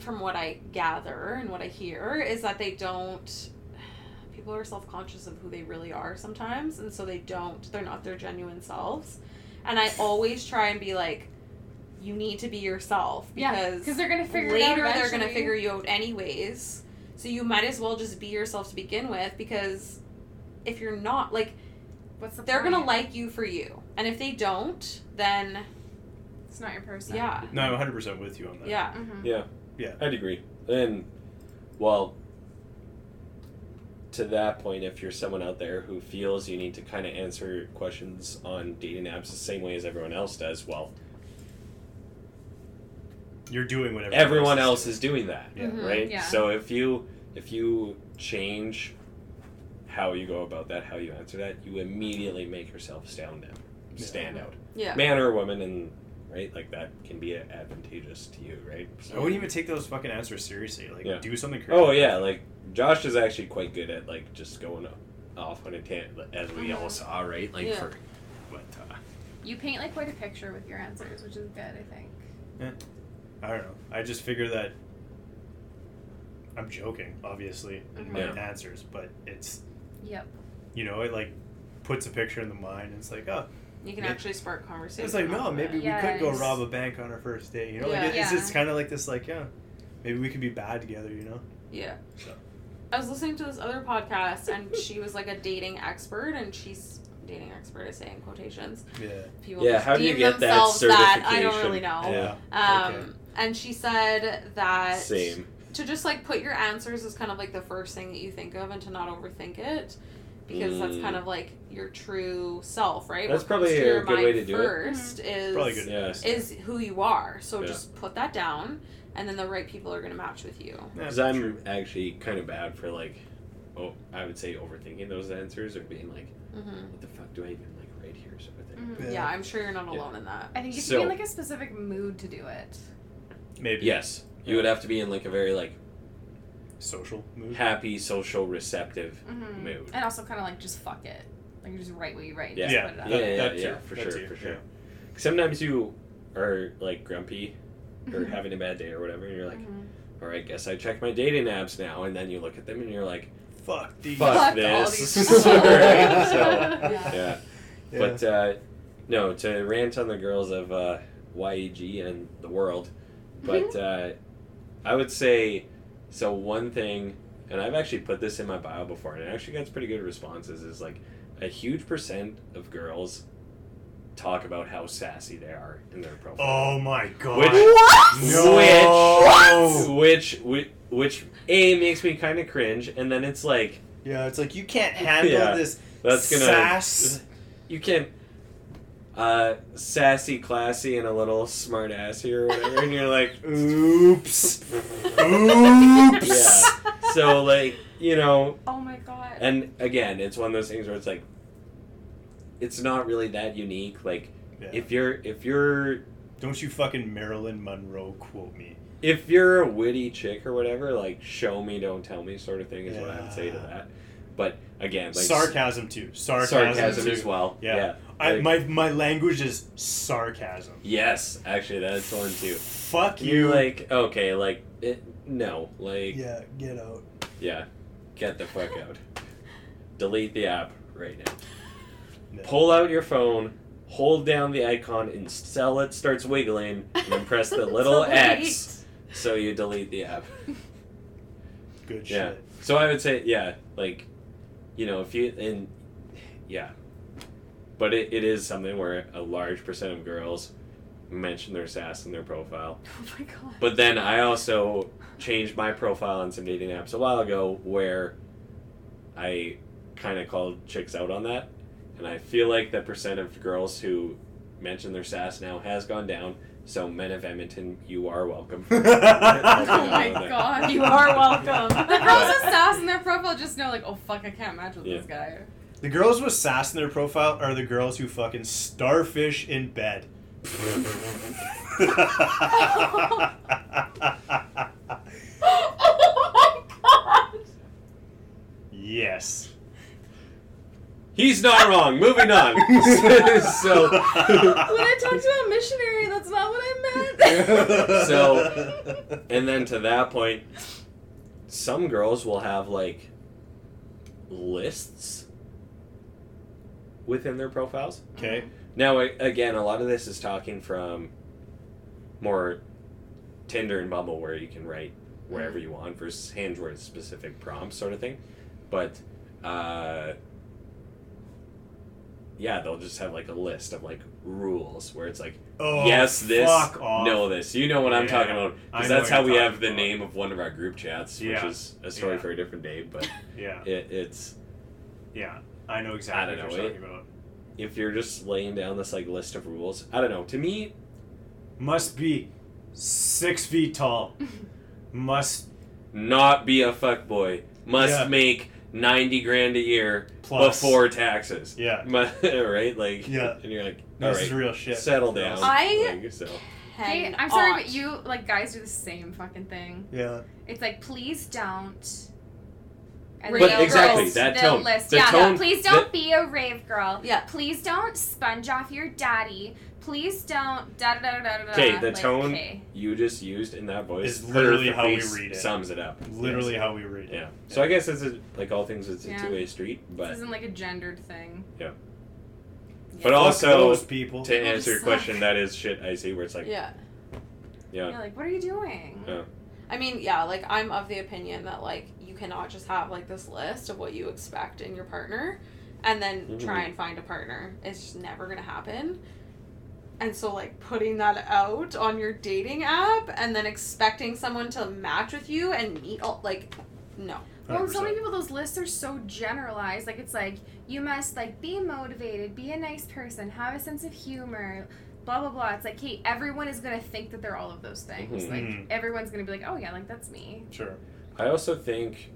from what I gather and what I hear, is that they don't. (sighs) People are self conscious of who they really are sometimes, and so they don't. They're not their genuine selves. And I always try and be like, you need to be yourself Yeah, because because they're gonna figure it out. later they're gonna eventually. figure you out anyways. So you might as well just be yourself to begin with because if you're not like What's the they're point? gonna like you for you. And if they don't, then It's not your person. yeah, No, I'm 100 percent with you on that. yeah, Mm-hmm. I'd agree. And, well, to that point, if you're someone out there who feels you need to kind of answer questions on dating apps the same way as everyone else does, well, You're doing whatever everyone else is doing that, Yeah. Mhm. right? yeah. So if you if you change how you go about that, how you answer that, you immediately make yourself stand out. Yeah. Stand out, yeah. man or woman, and right like that can be advantageous to you, right? I wouldn't even take those fucking answers seriously. Like, Yeah. do something creative. Oh yeah, like Josh is actually quite good at like just going off on a tangent, as we all saw, right? Like Yeah. for but uh, You paint like quite a picture with your answers, which is good, I think. I don't know. I just figure that I'm joking, obviously, in my Mhm. answers, but it's Yep. you know, it like puts a picture in the mind. And it's like, oh, You can Yeah. actually spark conversation. it's like no, off of maybe it. we could go Yes. rob a bank on our first date. You know, like Yeah. it, it's Yeah. it's kind of like this, like yeah, maybe we could be bad together. You know, yeah. So. I was listening to this other podcast, and she was like a dating expert, and she's dating expert is saying quotations. yeah, People yeah. just How do you deem get that themselves certification? I don't really know. yeah, Um, Okay. and she said that Same. to just like put your answers is kind of like the first thing that you think of and to not overthink it because that's Mm. kind of like your true self right That's What comes probably to your a good way mind to do it. first Mm-hmm. is probably good. Yes. is who you are so Yeah. just put that down and then the right people are going to match with you Yeah, Because I'm actually kind of bad for like, oh, I would say overthinking those answers or being like, hmm what the fuck do I even like right here sort of thing. Mhm. yeah. i'm sure you're not alone in that I think you should So- be in like a specific mood to do it. maybe Yes, you would have to be in like a very like social move. happy, social, receptive Mm-hmm. mood. And also kind of like just fuck it. Like you just write what you write. and Yeah. just Yeah. put it out. (laughs) Yeah, That- yeah, that yeah, too. for That sure, too, for sure. Sometimes you are like grumpy or having a bad day or whatever, and you're like, Mhm. or I guess I check my dating apps now, and then you look at them and you're like, Fuck these. fuck, Fuck all (laughs) this. (laughs) these- Right? so, Yeah. (laughs) yeah. Yeah. But uh, no, to rant on the girls of uh, YEG and the world, but uh, I would say so. One thing, and I've actually put this in my bio before, and it actually gets pretty good responses. Is like a huge percent of girls talk about how sassy they are in their profile. oh my god. Which- what? Which, Oh, No. which, which, which, a makes me kind of cringe, and then it's like Yeah, it's like you can't handle Yeah. this. that's gonna Sass. you can uh sassy, classy, and a little smart assy or whatever, and (laughs) you're like, Oops. (laughs) Oops. yeah. So like you know, Oh my god. and again, it's one of those things where it's like, it's not really that unique. Like Yeah. if you're if you're Don't you fucking Marilyn Monroe quote me. if you're a witty chick or whatever, like show me, don't tell me, sort of thing is what I would say to Yeah. that. But again, like sarcasm too. Sarcasm, sarcasm, too. as well. Yeah. Yeah. I, Like, my my language is sarcasm. yes, actually, that's one too. Fuck You you. like okay, like it, no, like yeah. Yeah, get out. get the fuck out. Delete the app right now. No. Pull out your phone, hold down the icon until it starts wiggling, and then press (laughs) the little X so you delete the app. Good Yeah. shit. So I would say, yeah, like, you know, if you and yeah, but it, it is something where a large percent of girls mention their sass in their profile. Oh my god. But then I also changed my profile on some dating apps a while ago where I kind of called chicks out on that. And I feel like the percent of girls who mention their sass now has gone down. So, men of Edmonton, you are welcome. (laughs) Oh my god. (laughs) You are welcome. (laughs) The girls with sass in their profile just know, like, oh fuck, I can't match with this guy. The girls with sass in their profile are the girls who fucking starfish in (laughs) bed. oh my god. yes. He's not wrong. Moving on. (laughs) (laughs) so, When I talked about missionary, that's not what I meant. So- and then to that point, some girls will have like lists within their profiles. okay, Now, a- again, a lot of this is talking from more Tinder and Bumble, where you can write Mm-hmm. wherever you want versus handwritten specific prompts, sort of thing. But uh, yeah, they'll just have like a list of like rules where it's like oh yes, this, fuck off. no, this. You know what I'm Yeah. talking about I know because what that's how you're we have talking the about. name of one of our group chats, Yeah. which is a story Yeah. for a different day. (laughs) But Yeah. it, it's Yeah. I know exactly I don't what know, you're it- talking about. if you're just laying down this like list of rules. I don't know. To me, Must be six (laughs) feet tall. Must not be a fuckboy. Must Yeah. make ninety grand a year plus before taxes. Yeah, Mu- (laughs) right? Like Yeah. and you're like, no, all this is right, real shit. settle down. I- Like, so. Hey, I'm sorry, but you like guys do the same fucking thing. Yeah, It's like, please don't. But they'll exactly, list that the tone. List. The yeah, tone- please the- don't be a rave girl. Yeah. Please don't sponge off your daddy. Please don't. Da da da da da. 'Kay, the like, tone- 'kay. You just used in that voice Is literally how we perfectly read it. Sums it up. literally how we read Yes. it. Yeah. So I guess it's a, like all things, it's a Yeah. two-way street. But This isn't like a gendered thing. But Fuck also, those people. to People (laughs) answer your suck. question, that is shit I see where it's like, yeah, Yeah. You're like, what are you doing? Yeah. I mean, yeah, like I'm of the opinion that like you cannot just have like this list of what you expect in your partner and then try Mhm. and find a partner. It's just never going to happen. And so like putting that out on your dating app and then expecting someone to match with you and meet all like no. Well, and so 100%. many people, those lists are so generalized. Like, it's like, you must, like, be motivated, be a nice person, have a sense of humor, blah, blah, blah. It's like, hey, everyone is going to think that they're all of those things. Mhm. Like, Mhm. everyone's going to be like, oh, yeah, like, that's me. Sure. I also think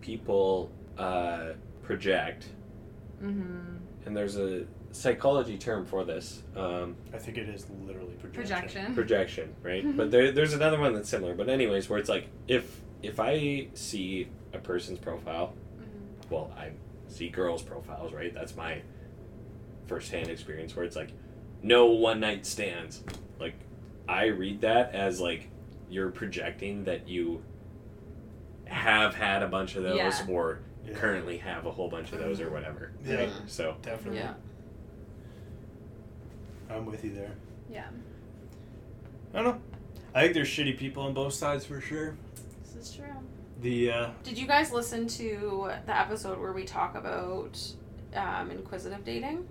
people uh, project, Mm-hmm. and there's a psychology term for this um, I think it is literally projection. Projection. projection, right? Mm-hmm. but there, there's another one that's similar. But anyways, where it's like if if I see a person's profile, Mm-hmm. well, I see girls' profiles, right? That's my firsthand experience where it's like no one night stands. Like I read that as like you're projecting that you have had a bunch of those Yeah. Mm-hmm. or Yeah. currently have a whole bunch of those or whatever. Yeah. Right? So Definitely. Yeah. I'm with you there. Yeah. I don't know. I think there's shitty people on both sides for sure. This is true. The uh, Did you guys listen to the episode where we talk about um, inquisitive dating?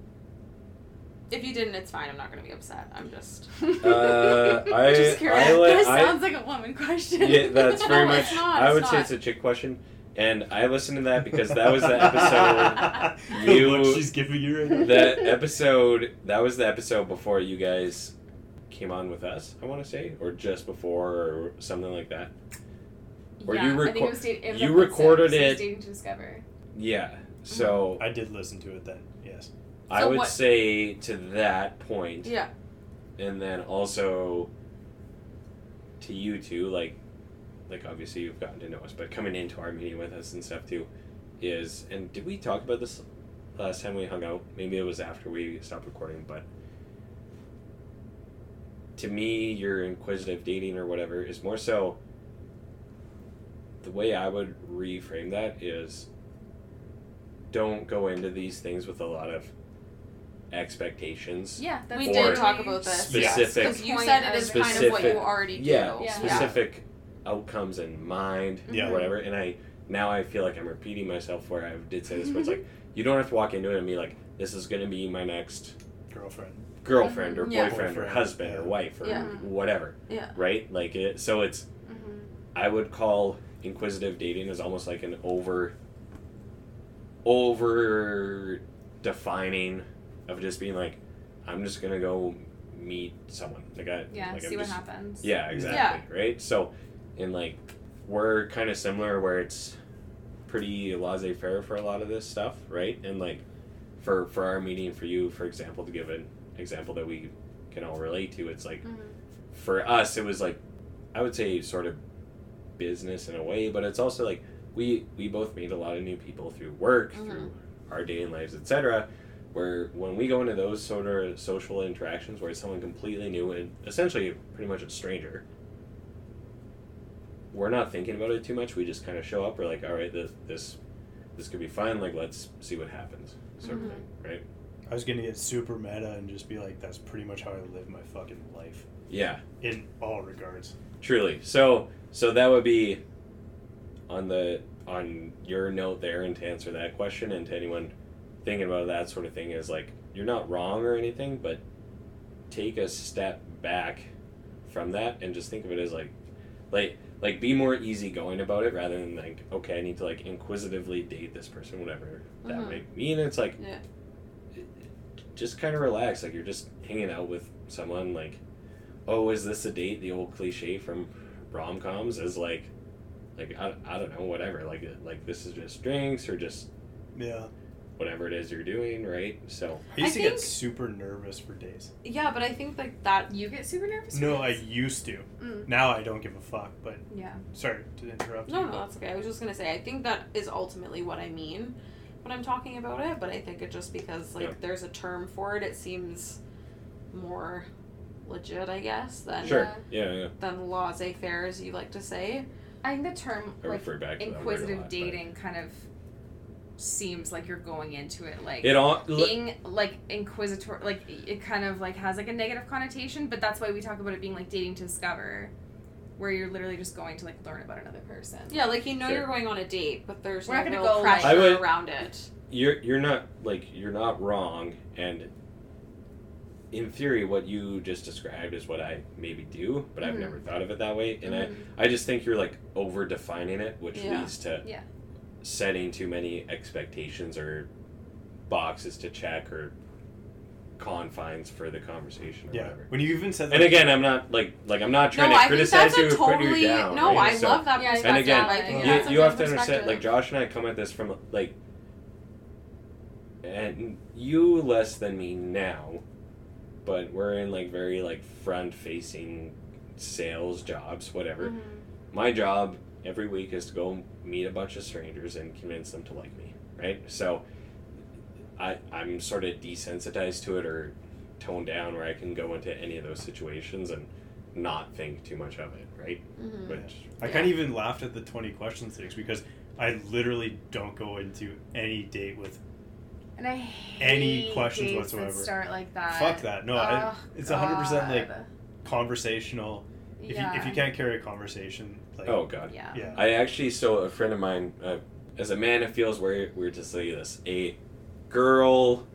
If you didn't, it's fine. I'm not going to be upset. I'm (laughs) just. Uh, I- just curious. I li- this I- (laughs) sounds like a woman question. (laughs) yeah, that's very No, much it's not, I it's would say not. it's a chick question. And I listened to that because that was the episode (laughs) (laughs) you- The look she's giving you right now. that episode that was the episode before you guys came on with us i want to say or just before or something like that Or yeah, you I think it record- was dating, it was you episode recorded six, it- Dating to Discover. yeah so I did listen to it then. Yes. i Mm-hmm. So would what- say to that point Yeah. and then also to you two like like obviously you've gotten to know us but coming into our meeting with us and stuff too is and did we talk about this last time we hung out maybe it was after we stopped recording but to me your inquisitive dating or whatever is more so the way i would reframe that is don't go into these things with a lot of expectations Yeah, that's we Or did talk about this. specific- Because you said it is kind of what you Specific- already do. yeah, Yeah. Mm-hmm. specific outcomes in mind Yeah. or whatever and i now i feel like i'm repeating myself where Mm-hmm. i did say this but it's like you don't have to walk into it and be like this is going to be my next Girlfriend. girlfriend Mm-hmm. or Yeah. boyfriend or Boyfriend, husband or yeah. wife or Yeah. whatever, Yeah. right? Like it. So it's mm-hmm, I would call inquisitive dating is almost like an over over defining of just being like I'm just gonna go meet someone. Like I Yeah, like see I'm what just, happens. yeah, exactly. Right. So, and like, we're kind of similar where it's pretty laissez faire for a lot of this stuff, right? And like, for for our meeting, for you, for example, to give an example that we can all relate to, it's like, Mhm. for us, it was like, I would say sort of business in a way, but it's also like we we both meet a lot of new people through work, through our dating lives, etc. Where when we go into those sort of social interactions where it's someone completely new and essentially pretty much a stranger, we're not thinking about it too much. We just kind of show up. We're like, all right, this this this could be fun. Like, let's see what happens, sort of thing, right? I was gonna get super meta and just be like, that's pretty much how I live my fucking life Yeah. in all regards. Truly. So so that would be on the on your note there and to answer that question and to anyone thinking about that sort of thing is like you're not wrong or anything, but take a step back from that and just think of it as like like like be more easygoing about it rather than like okay I need to like inquisitively date this person whatever that Mhm. might mean it's like Yeah. just kind of relax like you're just hanging out with someone like oh is this a date the old cliche from rom-coms is like like I, I don't know whatever like like this is just drinks or just Yeah. whatever it is you're doing right so I used I to get think- super nervous for days. Yeah, but I think like that. You get super nervous. No, for I this? used to. Mm. Now I don't give a fuck, but Yeah. sorry to interrupt. No, you, no, but that's okay. I was just gonna say. I think that is ultimately what I mean when I'm talking about it. But I think it just because like Yeah. there's a term for it, it seems more legit, I guess, than sure uh, yeah yeah than laissez faire, as you like to say. I think the term I like refer back to that word a inquisitive lot, but- dating kind of seems like you're going into it like it all being like inquisitor like it kind of like has like a negative connotation but that's why we talk about it being like dating to discover where you're literally just going to like learn about another person Yeah, like you know Sure. you're going on a date, but there's We're not no gonna go, like- pressure I would- around it. you're you're not like you're not wrong and in theory what you just described is what i maybe do but i've Mhm. never thought of it that way and i i just think you're like over defining it which Yeah. leads to Mm-hmm. Yeah. setting too many expectations or boxes to check or confines for the conversation or Yeah. whatever When you even said that, and again i'm not like like i'm not trying No, to I think criticize that's you a or put totally you down no. right? I So- love that Yeah, perspective. and again, I think you- that's a you, you good have to understand, like perspective. Josh and I come at this from like, and you less than me now, but we're in like very like front facing sales jobs, whatever. Mm-hmm. My job every week is to go meet a bunch of strangers and convince them to like me, right? So, I I'm sort of desensitized to it or toned down where I can go into any of those situations and not think too much of it, right? Mhm. Which I kind of even laughed at the 20 questions things because I literally don't go into any date with and i hate Any questions dates whatsoever. that start like that fuck that. No, I, Ugh, it's 100% like God. conversational. If, yeah. you, if you can't carry a conversation, like, oh god. yeah yeah. I actually, so a friend of mine, uh, as a man, it feels weird, weird to say this. A girl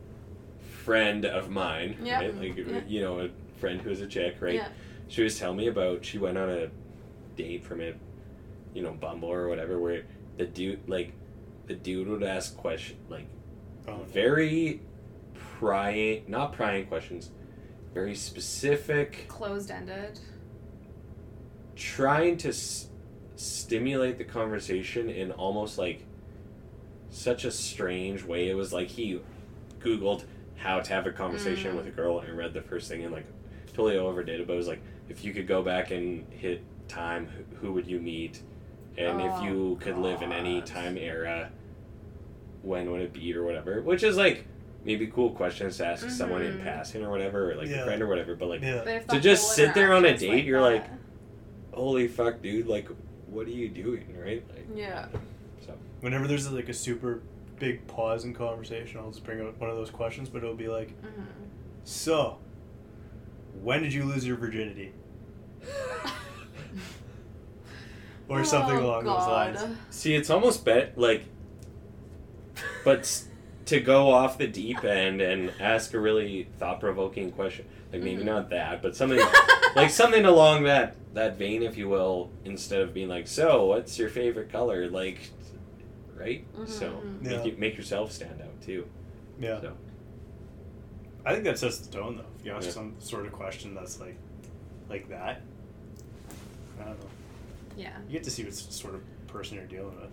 friend of mine, Yeah. right? Like, Yeah. you know, a friend who's a chick, right? Yeah. She was telling me about she went on a date from a, you know, Bumble or whatever, where the dude, like, the dude would ask question, like, Oh, very prying, not prying questions, very specific, closed ended trying to s- stimulate the conversation in almost like such a strange way. It was like he Googled how to have a conversation with a girl and read the first thing and like totally overdid it. But it was like, if you could go back and hit time, who, who would you meet? And if Oh, you could live in any time era, when would it be or whatever? Which is like maybe cool questions to ask someone in Mhm. passing or whatever, or like Yeah. a friend or whatever. But like, yeah. but if To the just whole sit there on a interaction's date, you're like, that- holy fuck, dude, like, what are you doing, right? Like, Yeah. Whenever there's like a super big pause in conversation, I'll just bring up one of those questions, but it'll be like, Mm-hmm. so, when did you lose (laughs) your virginity? Or something Oh, along God. those lines. see, it's almost bet like, but s- to go off the deep end and ask a really thought provoking question. Like maybe not that, but something like something along that that vein, if you will, instead of being like, "So, what's your favorite color?" Like, right? So make, Yeah. you, make yourself stand out too. Yeah. So. I think that sets the tone though. If you ask Yeah. some sort of question that's like like that. I don't know. Yeah. You get to see what s- sort of person you're dealing with.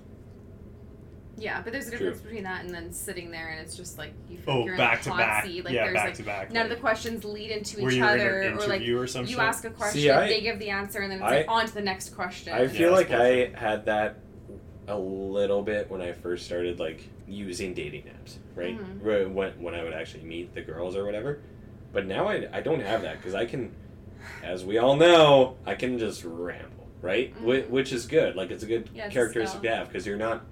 Yeah, but there's a True. difference between that and then sitting there and it's just like you feel like Oh, you're in back to the hot back. seat. Like yeah, there's back like to back. none of the like, questions lead into were each you other in an or like interview or some you shit? ask a question, I- they give the answer, and then it's I- like on to the next question. I feel Yeah, like that's I had that a little bit when I first started like using dating apps, right? Mhm. Where- When when I would actually meet the girls or whatever. But now I, I don't have that because I can, as we all know, I can just ramble, right? Whi- Mhm. Which is good. Like it's a good Yeah, it's a characteristic to skill. have because you're not,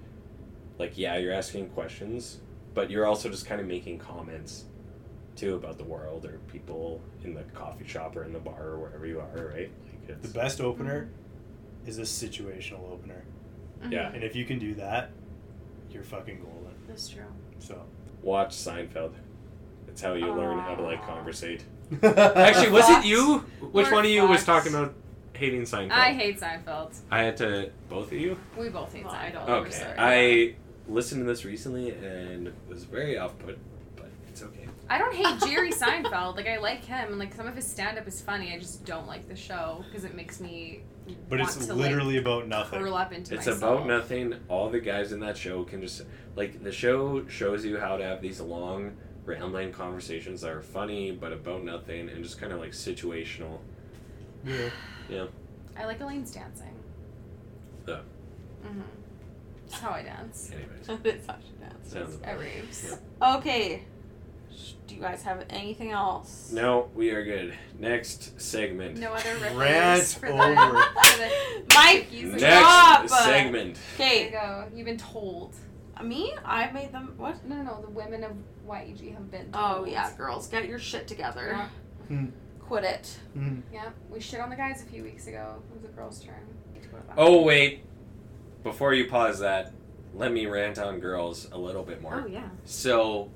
like yeah, you're asking questions, but you're also just kind of making comments, too, about the world or people in the coffee shop or in the bar or wherever you are, right? Like the it's, best opener is a situational opener. Mm-hmm. yeah. And if you can do that, you're fucking golden. That's true. (laughs) So Watch Seinfeld. That's how you learn how to like Aw. conversate. Actually, was it fucked. you? Which We're one of you was fucked. talking about hating Seinfeld? I hate Seinfeld. I had to both of you. We both hate Well, I Seinfeld. don't. We're Okay. Oh, sorry. I listened to this recently and was very off put, but it's okay. I don't hate Jerry Seinfeld. Like I like him, and like some of his stand up is funny. I just don't like the show because it makes me But want it's to literally about like, nothing. curl up into it's myself. about nothing. All the guys in that show can just like the show shows you how to have these long rambling conversations that are funny but about nothing and just kind of like situational. Yeah. I like Elaine's dancing. Yeah. Mm-hmm. That's how I dance. Anyways, (laughs) it's Sasha dance. sounds I about it. raves. Okay. Sh- Do you guys have anything else? No, we are good. Next segment. No other reference Rant for the, over. (laughs) for the My He's Next like, "Ah, segment. There you okay. go. You've been told. Me? I made them. What? No, no, no. The women of YEG have been. Oh told. yeah, girls, get your shit together. Hmm. Quit it. (laughs) Mm. Yeah. We shit on the guys a few weeks ago. It was the girls' turn. Oh wait, before you pause that, let me rant on girls a little bit more. Oh yeah. So,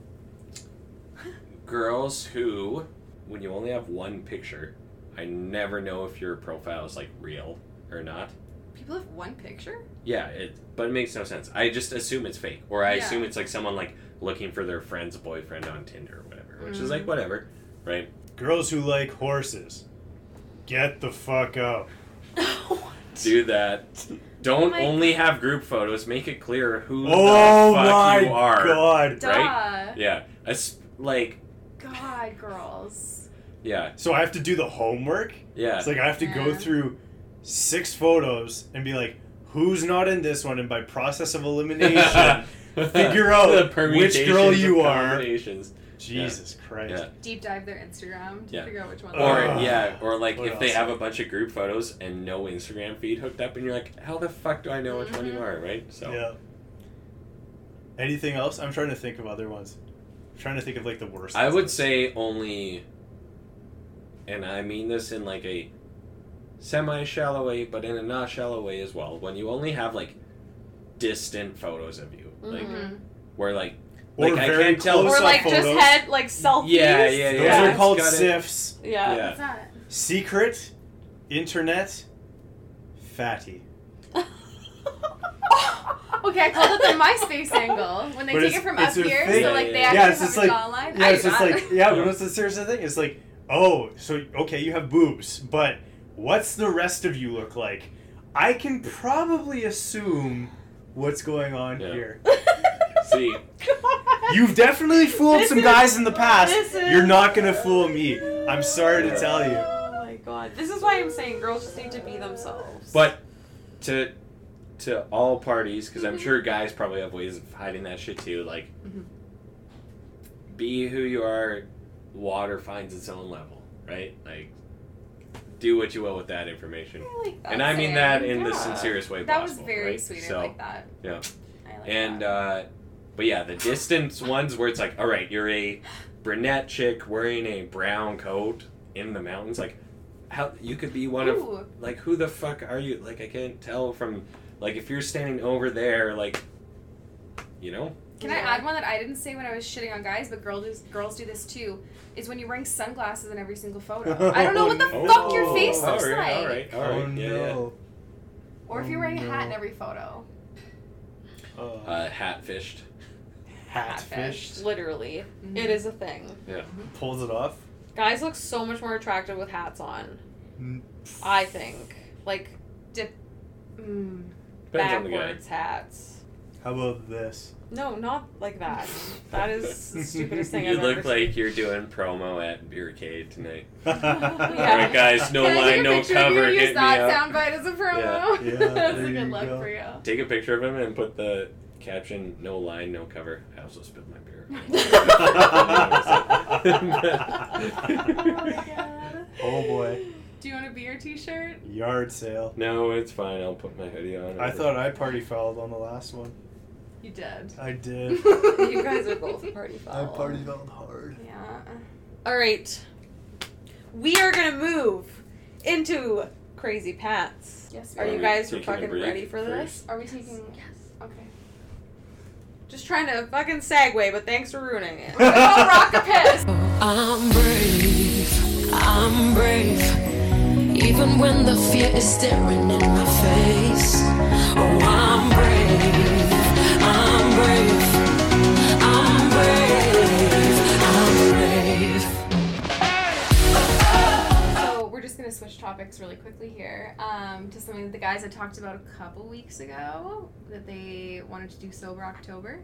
girls who, when you only have one picture, I never know if your profile is like real or not. People have one picture. Yeah, it, but it makes no sense. I just assume it's fake, or I Yeah. assume it's like someone like looking for their friend's boyfriend on Tinder or whatever, which is Mm. like whatever, right? Girls who like horses, get the fuck out. (laughs) Do that. Don't my- only have group photos. Make it clear who Oh the fuck my you are. god. Duh. Yeah, as like God, girls. yeah, So I have to do the homework? yeah. It's like I have to go Yeah. through six photos and be like, who's not in this one? And by process of (laughs) elimination, Figure out The which permutations girl of you are. combinations. Jesus Christ. Yeah. Deep dive their Instagram to Yeah. figure out which one. Or Ugh. yeah, or like What if they else? have a bunch of group photos and no Instagram feed hooked up, and you're like, how the fuck do I know which one you are, right? So Yeah. Anything else? I'm trying to think of other ones. I'm trying to think of like the worst. I ones. would say only, and I mean this in like a semi shallow way, but in a not shallow way as well. When you only have like distant photos of you, like Mhm. where like Or like I very can't tell. close Or Those like are just photos. head like selfies. Yeah, yeah, Those yeah. are called Got it. SIFs. Yeah. (laughs) Yeah. What's that? Secret, internet, fatty. Okay, I called it the MySpace angle. When they But take it's- it from up it's a here, thing. so like they Yeah, actually yeah, it's have just a like- jawline. Yeah, I it's just got like it. yeah, Yeah. but what's the serious thing? It's like, oh, so okay, you have boobs, but what's the rest of you look like? I can probably assume what's going on Yeah. here. See, You've definitely fooled This some is- guys in the past. this is- You're not gonna fool me. I'm sorry to tell you. Oh my god. This is why I'm saying girls just need to be themselves. But to to all parties, because I'm sure guys probably have ways of hiding that shit too. Like, Mhm. be who you are. Water finds its own level, right? Like, do what you will with that information. I like that and I mean saying. that in the yeah. sincerest way That was possible. very right? sweet. So, I like that. yeah. I like and that. uh, but yeah, the distance ones where it's like, all right, you're a brunette chick wearing a brown coat in the mountains, like. How you could be one of Ooh, like who the fuck are you like i can't tell from like if you're standing over there like you know Can I add one that I didn't say when I was shitting on guys, but girls do, girls do this too? Is when you're wearing sunglasses in every single photo. I don't know (laughs) what the Oh, fuck your face all looks like. right, All right, all right. Oh yeah, no. Or if you're Oh, wearing a no. hat in every photo. yeah. Uh, hat fished. Hatfished. Literally, Mm-hmm. it is a thing. Pulls it off. Guys look so much more attractive with hats on. Mm. I think like Mm. Depends on the guy. backwards hats. How about this? No, not like that. That is (laughs) the stupidest thing You I've look ever like seen. you're doing promo at Beercade tonight. (laughs) Yeah. All (laughs) right, guys, no Can I take line, a no picture of you cover. and Hit Use me that up. soundbite as a promo. (laughs) Yeah. Yeah, That's a there good you luck go. for you. Take a picture of him and put the caption "No line, no cover." I also spilled my (laughs) beer. (laughs) (laughs) Oh boy. Do you want a beer T-shirt? Yard sale. no, it's fine. I'll put my hoodie on. I thought I party fouled on the last one. You (laughs) did. I did. (laughs) you guys are both party (laughs) I foul. party fouled hard. Yeah. All right. We are gonna move into Crazy Pats. Yes. Are Are you we guys taking a fucking break ready for this? first? Are we taking? Yes. Okay. Just trying to fucking segue, but thanks for ruining it. (laughs) Oh, rock a piss. I'm brave, I'm brave. Even when the fear is staring in my face. Oh, I'm brave, I'm brave, I'm brave, I'm brave. So we're just gonna switch topics really quickly here um, to something that the guys had talked about a couple weeks ago that they wanted to do sober October,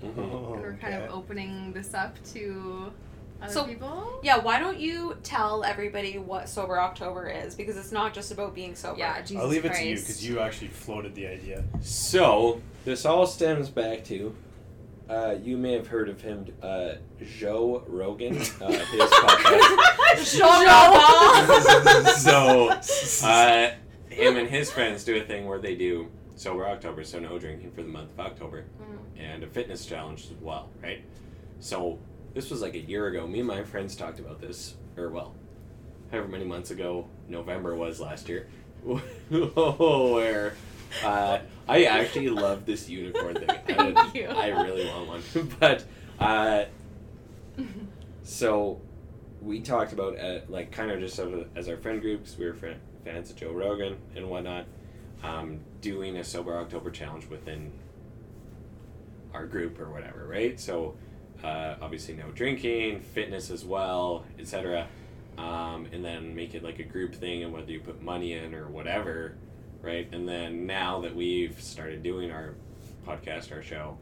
Mhm. Oh, and we're kind of opening this up to other So- people. Yeah, why don't you tell everybody what Sober October is? Because it's not just about being sober. (laughs) Yeah. Jesus I'll leave it Christ. to you because you actually floated the idea. (laughs) So this all stems back to. Uh, you may have heard of him, uh, Joe Rogan. Uh, his (laughs) podcast. (laughs) (laughs) (laughs) so uh, him and his friends do a thing where they do sober October, so no drinking for the month of October, Mm. and a fitness challenge as well, right? So this was like a year ago. Me and my friends talked about this, or well, however many months ago November was last year, (laughs) where uh, I actually love this unicorn thing. I, would- (laughs) Thank you. I really want one, (laughs) but (laughs) uh, so we talked about uh, like kind of just sort of as our friend groups we were fri fans of joe rogan and whatnot um, doing a sober october challenge within our group or whatever right so uh, obviously no drinking fitness as well etc um, and then make it like a group thing and whether you put money in or whatever right and then now that we've started doing our podcast our show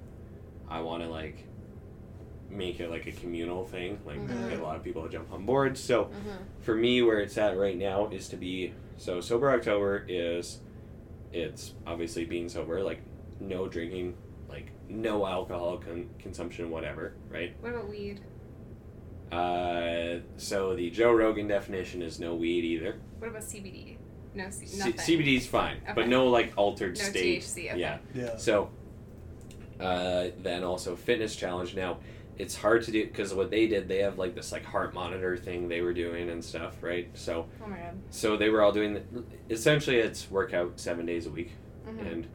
i want to like make it like a communal thing like get a lot of people to jump on board so for me where it's at right now is to be so sober october is it's obviously being sober like no drinking like no alcohol con- consumption whatever right What about weed? uh, so the joe rogan definition is no weed either What about CBD? No, C- C- nothing. cbd is fine Okay. but no like altered No state THC, okay. yeah Yeah. so, uh, then also fitness challenge. Now, it's hard to do because what they did, they have like this like heart monitor thing they were doing and stuff, right? So, Oh my god. so they were all doing. The, essentially, it's workout seven days a week, Mhm. and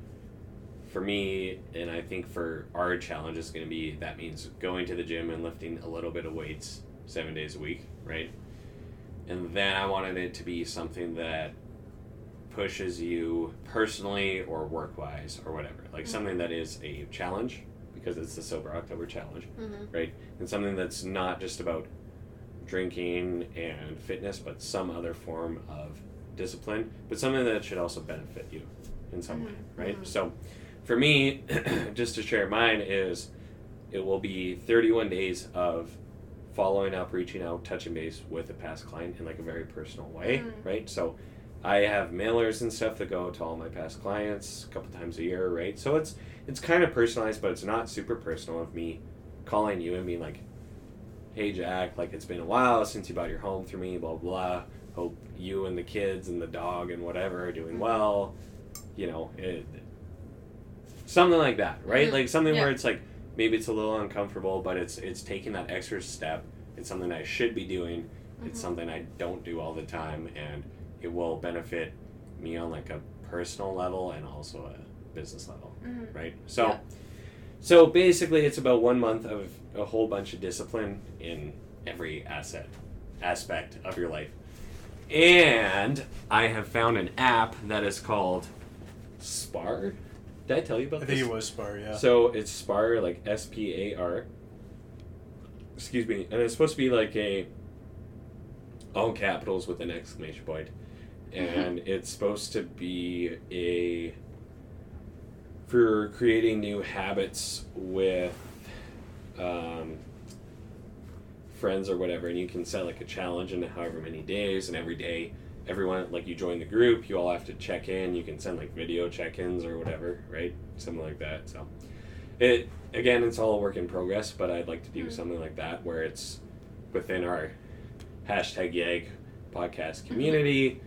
for me, and I think for our challenge, it's going to be that means going to the gym and lifting a little bit of weights seven days a week, right? And then I wanted it to be something that pushes you personally or work wise or whatever. Like something that is a challenge because it's the Sober October challenge, right? And something that's not just about drinking and fitness, but some other form of discipline, but something that should also benefit you in some way, right? So for me, (clears throat) just to share mine, is it will be 31 days of following up, reaching out, touching base with a past client in like a very personal way, right? So I have mailers and stuff that go to all my past clients a couple times a year, right? So it's it's kind of personalized, but it's not super personal of me calling you and being like, "Hey Jack, like it's been a while since you bought your home through me, blah blah. Hope you and the kids and the dog and whatever are doing well." You know, it, something like that, right? Like something where it's like maybe it's a little uncomfortable, but it's it's taking that extra step. It's something I should be doing. It's something I don't do all the time, and it will benefit me on like a personal level and also a business level, right? So, So basically, it's about one month of a whole bunch of discipline in every asset aspect of your life. And I have found an app that is called Spar. Did I tell you about I this? think it was Spar, yeah. So it's Spar, like S P A R. Excuse me, and it's supposed to be like a all capitals with an exclamation point, and it's supposed to be a for creating new habits with um, friends or whatever, and you can set like a challenge in however many days, and every day, everyone like you join the group, you all have to check in. You can send like video check-ins or whatever, right? Something like that. So, it again, it's all a work in progress, but I'd like to do something like that where it's within our hashtag Yag podcast community,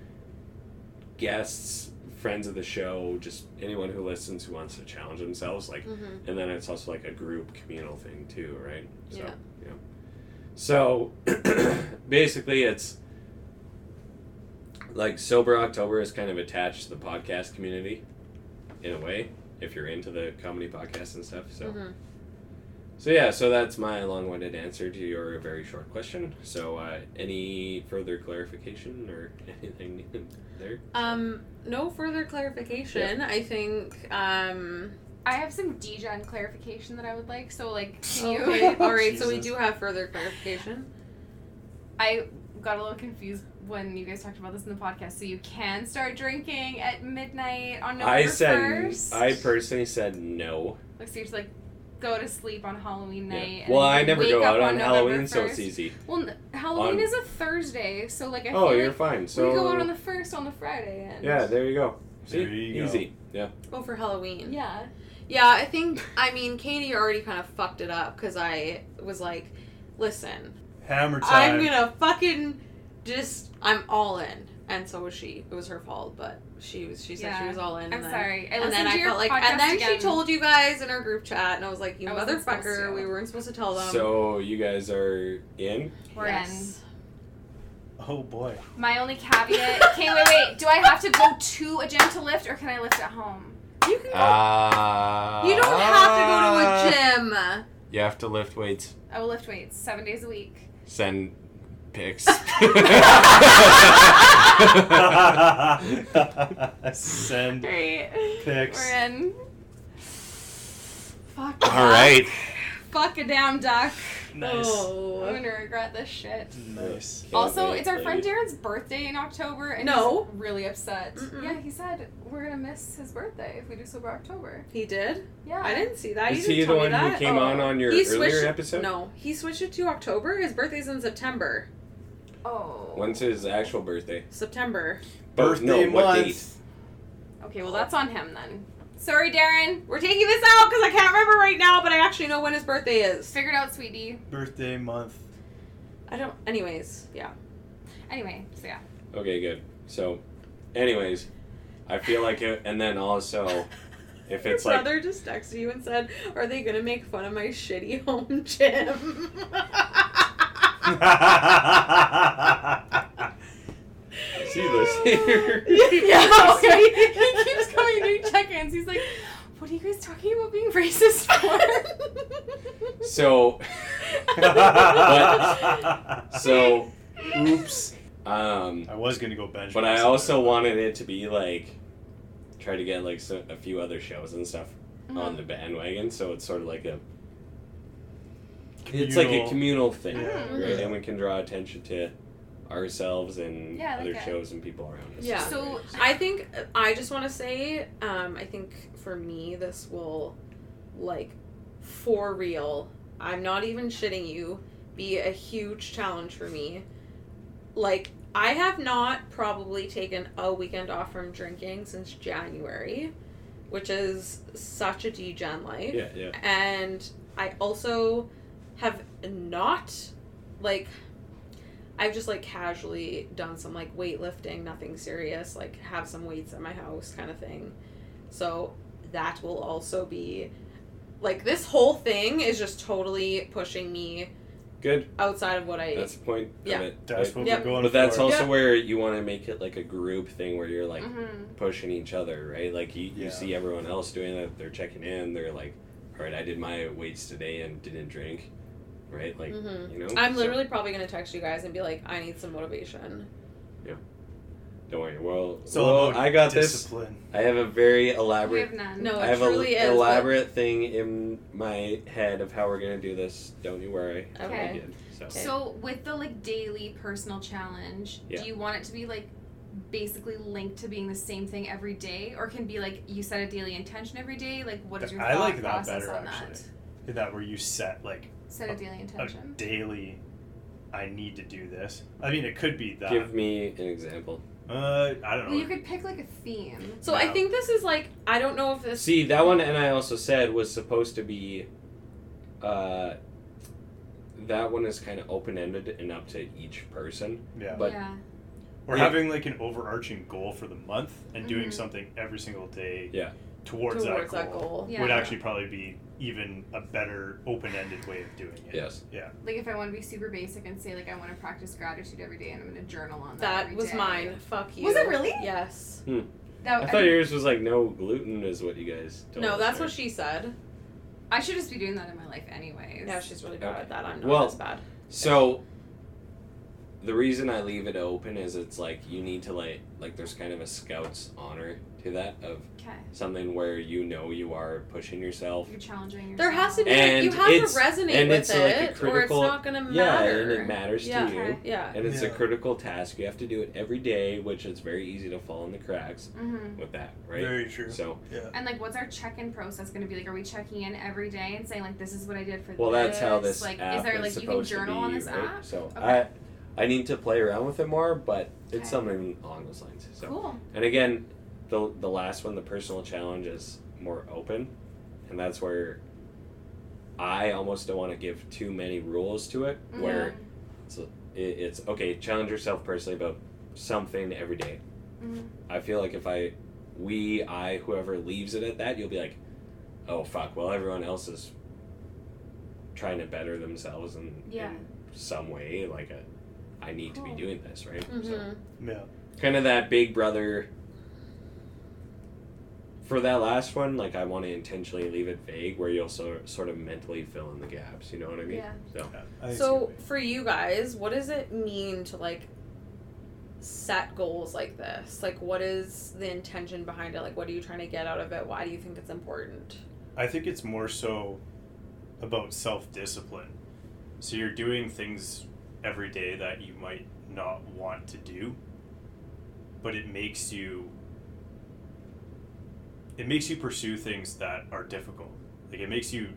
guests, friends of the show, just anyone who listens who wants to challenge themselves, like, and then it's also like a group communal thing too, right? So, Yeah. yeah. So (clears throat) basically, it's like Sober October is kind of attached to the podcast community in a way, if you're into the comedy podcast and stuff. So. Mm-hmm. So yeah, so that's my long-winded answer to your very short question. So uh, any further clarification or (laughs) anything there? Um, no further clarification. I think. Um, I have some DGen clarification that I would like. So, like, can (laughs) you? okay. (laughs) All right. So we Jesus. do have further clarification. I got a little confused when you guys talked about this in the podcast. So you can start drinking at midnight on November I said first. I personally said no. like so you just like go to sleep on Halloween night. Yeah. and Well, I then never wake go up out on, November Halloween, so 1st. it's easy. Well, n- Halloween On- is a Thursday, so like I Oh, feel you're like fine. So we go out on the first on the Friday. And yeah, there you go. See, There you go. easy. Yeah. Oh, for Halloween. yeah. Yeah, I think I mean Katie already kind of fucked it up because I was like, listen, Hammer time. I'm gonna fucking just I'm all in, and so was she. It was her fault, but she was she said she Yeah. was all in. and I'm then- sorry. I And listened then to I your felt like, podcast and then again. she told you guys in our group chat, and I was like, "You I wasn't supposed motherfucker, to. we weren't supposed to tell them." so you guys are in. we're in. yes. Oh boy. My only caveat. (laughs) Okay, wait, wait. Do I have to go to a gym to lift, or can I lift at home? you can. Go, Ah. you don't have to go to a gym. You have to lift weights. I will lift weights seven days a week. Send pics. Send Great. pics. We're in. Fuck. All right. Fuck a damn duck. Nice. Oh. I'm gonna regret this shit. Nice. Also, it's our friend Darren's birthday in October, and No. he's really upset. Mm-mm. Yeah, he said we're gonna miss his birthday if we do sober October. He did. Yeah, I didn't see that. Is you he didn't the tell one me that. who came Oh. on on your he switched. earlier episode? No, he switched it to October. His birthday's in September. Oh. When's his actual birthday? September. But Birthday no, what month. date? Okay, well that's on him then. Sorry, Darren. We're taking this out because I can't remember right now, but I actually know when his birthday is. Figured out, sweetie. Birthday month. I don't. Anyways, yeah. Anyway, so yeah. Okay, good. So, anyways, I feel like it. And then also, if it's Your like brother just texted you and said, "Are they gonna make fun of my shitty home (laughs) gym?" (laughs) (laughs) see this here, yeah. Okay. he keeps coming doing check-ins. He's like, "What are you guys talking about being racist (laughs) (laughs) for?" so so Oops. um. I was gonna go bench. But I myself. also wanted it to be like try to get like so, a few other shows and stuff Mm-hmm. on the bandwagon, so it's sort of like a it's like a Communal. communal thing, Yeah. Mm-hmm. right? And we can draw attention to ourselves and Yeah, I like other that. shows and people around us. Yeah. So, I think I just want to say, um, I think for me this will, like, for real. I'm not even shitting you. Be a huge challenge for me. Like I have not probably taken a weekend off from drinking since January, which is such a degen life. yeah, yeah. And I also have not, like, I've just like casually done some like weightlifting, nothing serious, like have some weights at my house kind of thing. So that will also be like this whole thing is just totally pushing me Good. outside of what I That's the point Yeah. of it. That's right? what Yep. we're going But that's for. also Yeah. where you want to make it like a group thing where you're like mm-hmm. pushing each other, right? Like you, Yeah. you see everyone else doing it, they're checking in, they're like all right, I did my weights today and didn't drink, right? Like, Mhm. you know, I'm so- literally probably gonna text you guys and be like, I need some motivation. Don't worry. Well, So well, I got this. discipline. I have a very We have elaborate. none. No, I Oh, it have an truly is. elaborate thing in my head of how we're gonna do this. Don't you worry. I'm Okay. good, So. So with the like daily personal challenge, Yeah. do you want it to be like basically linked to being the same thing every day, or can be like you set a daily intention every day? Like what is your I thought like that process better, on that? actually. Oh, That where you set like Set a daily a intention. daily. I need to do this. I mean, it could be that. Give me an example. uh, I don't know. Well, you could pick like a theme. So I Yeah. think this is like I don't know if this See, that one, and I also said was supposed to be. Uh, that one is kind of open ended and up to each person. yeah. But- yeah. Or Yeah. having like an overarching goal for the month and doing Mhm. something every single day. Yeah. Towards, towards that that goal. goal. Yeah. Would actually probably be even a better open-ended way of doing it. Yes. Like if I want to be super basic and say like I want to practice gratitude every day and I'm going to journal on that. That every was day. mine. Fuck you. Was it really? Yes. That I thought yours was like no gluten is what you guys. Told Oh, No, us, that's right? what she said. I should just be doing that in my life anyways. Yeah, she's really bad at that. I'm not Well- as bad. So the reason I leave it open is it's like you need to like like there's kind of a scout's honor to that of Okay. something where you know you are pushing yourself. You're challenging yourself. There has to be And you have it's- to resonate and with it's, like, a it, or it's critical- not gonna matter. Yeah, and it matters Yeah. to you. Okay. Yeah. And it's a Yeah. critical task. You have to do it every day, which is very easy to fall in the cracks Mm-hmm. with that, right? Very true. So Yeah. And like, what's our check-in process going to be like? Are we checking in every day and saying like, this is what I did for well, this? that's how this like, app is there like is you can supposed to journal be, on this right? app? So Okay. I I need to play around with it more, but Okay. it's something along those lines. So Cool. And again, the the last one, the personal challenge is more open, and that's where I almost don't want to give too many rules to it. Mm-hmm. Mm-hmm. Where it's, it, it's okay, challenge yourself personally about something every day. Mhm. I feel like if I, we, I, whoever leaves it at that, you'll be like, oh fuck, well everyone else is trying to better themselves in, Yeah. in some way. Like a, I need to Cool. be doing this right. So- Mm-hmm. Yeah. kind of that big brother for that last one like i want to intentionally leave it vague where you'll sort of, sort of mentally fill in the gaps you know what i mean Yeah. so yeah. I think it's So gonna be- for you guys, what does it mean to like set goals like this? Like what is the intention behind it? Like what are you trying to get out of it? Why do you think it's important? I think it's more so about self discipline. So you're doing things every day that you might not want to do, but it makes you it makes you pursue things that are difficult. Like it makes you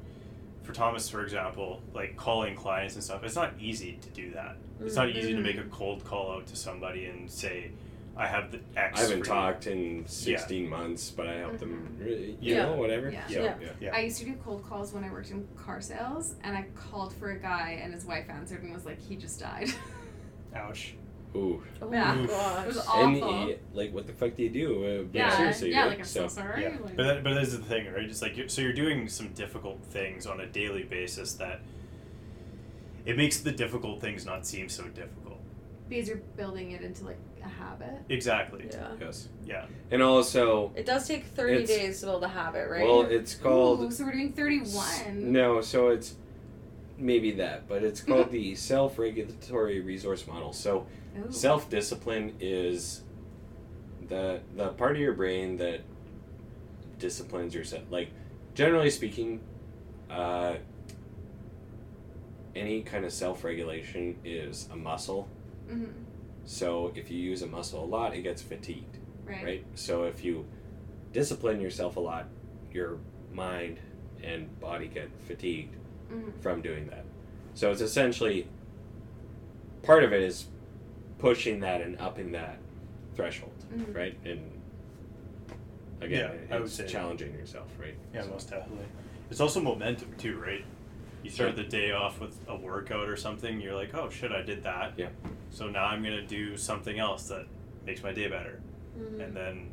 for Thomas for example, like calling clients and stuff, it's not easy to do that. It's not easy to Mhm. make a cold call out to somebody and say, I have the i X. for haven't you." talked in 16 months but i helped them you Yeah. know whatever Mm-hmm. Yeah. So, Yeah. Yeah. I used to do cold calls when I worked in car sales, and I called for a guy, and his wife answered and was like, "He just (laughs) died." Ouch. ooh Oh Yeah. my Oof. gosh. it was and awful. eh, like what the fuck do you do uh, but yeah, seriously yeah, right? like I'm so, so sorry. Yeah, Like, but that, but this is the thing, right? It's like you're, so you're doing some difficult things on a daily basis that it makes the difficult things not seem so difficult. because you're building it into like a habit. Exactly. Yeah. yes Yeah. and also It does take 30 It's- days to build a habit, right? well it's called Ooh, so we're doing 31. S- No, so it's maybe that, but it's called the self regulatory resource model. So Ooh. self discipline is the the part of your brain that disciplines yourself. Like generally speaking, uh, any kind of self regulation is a muscle. Mhm. So if you use a muscle a lot, it gets fatigued Right. right? So if you discipline yourself a lot, your mind and body get fatigued Mhm. from doing that. So it's essentially part of it is pushing that and upping that threshold, Mhm. right? And again, Yeah, I would it's say- challenging yourself, right? Yeah, So- most definitely. It's also momentum too, right? You start the day off with a workout or something. You're like, oh shit, I did that. Yeah. So now I'm gonna do something else that makes my day better, Mhm. and then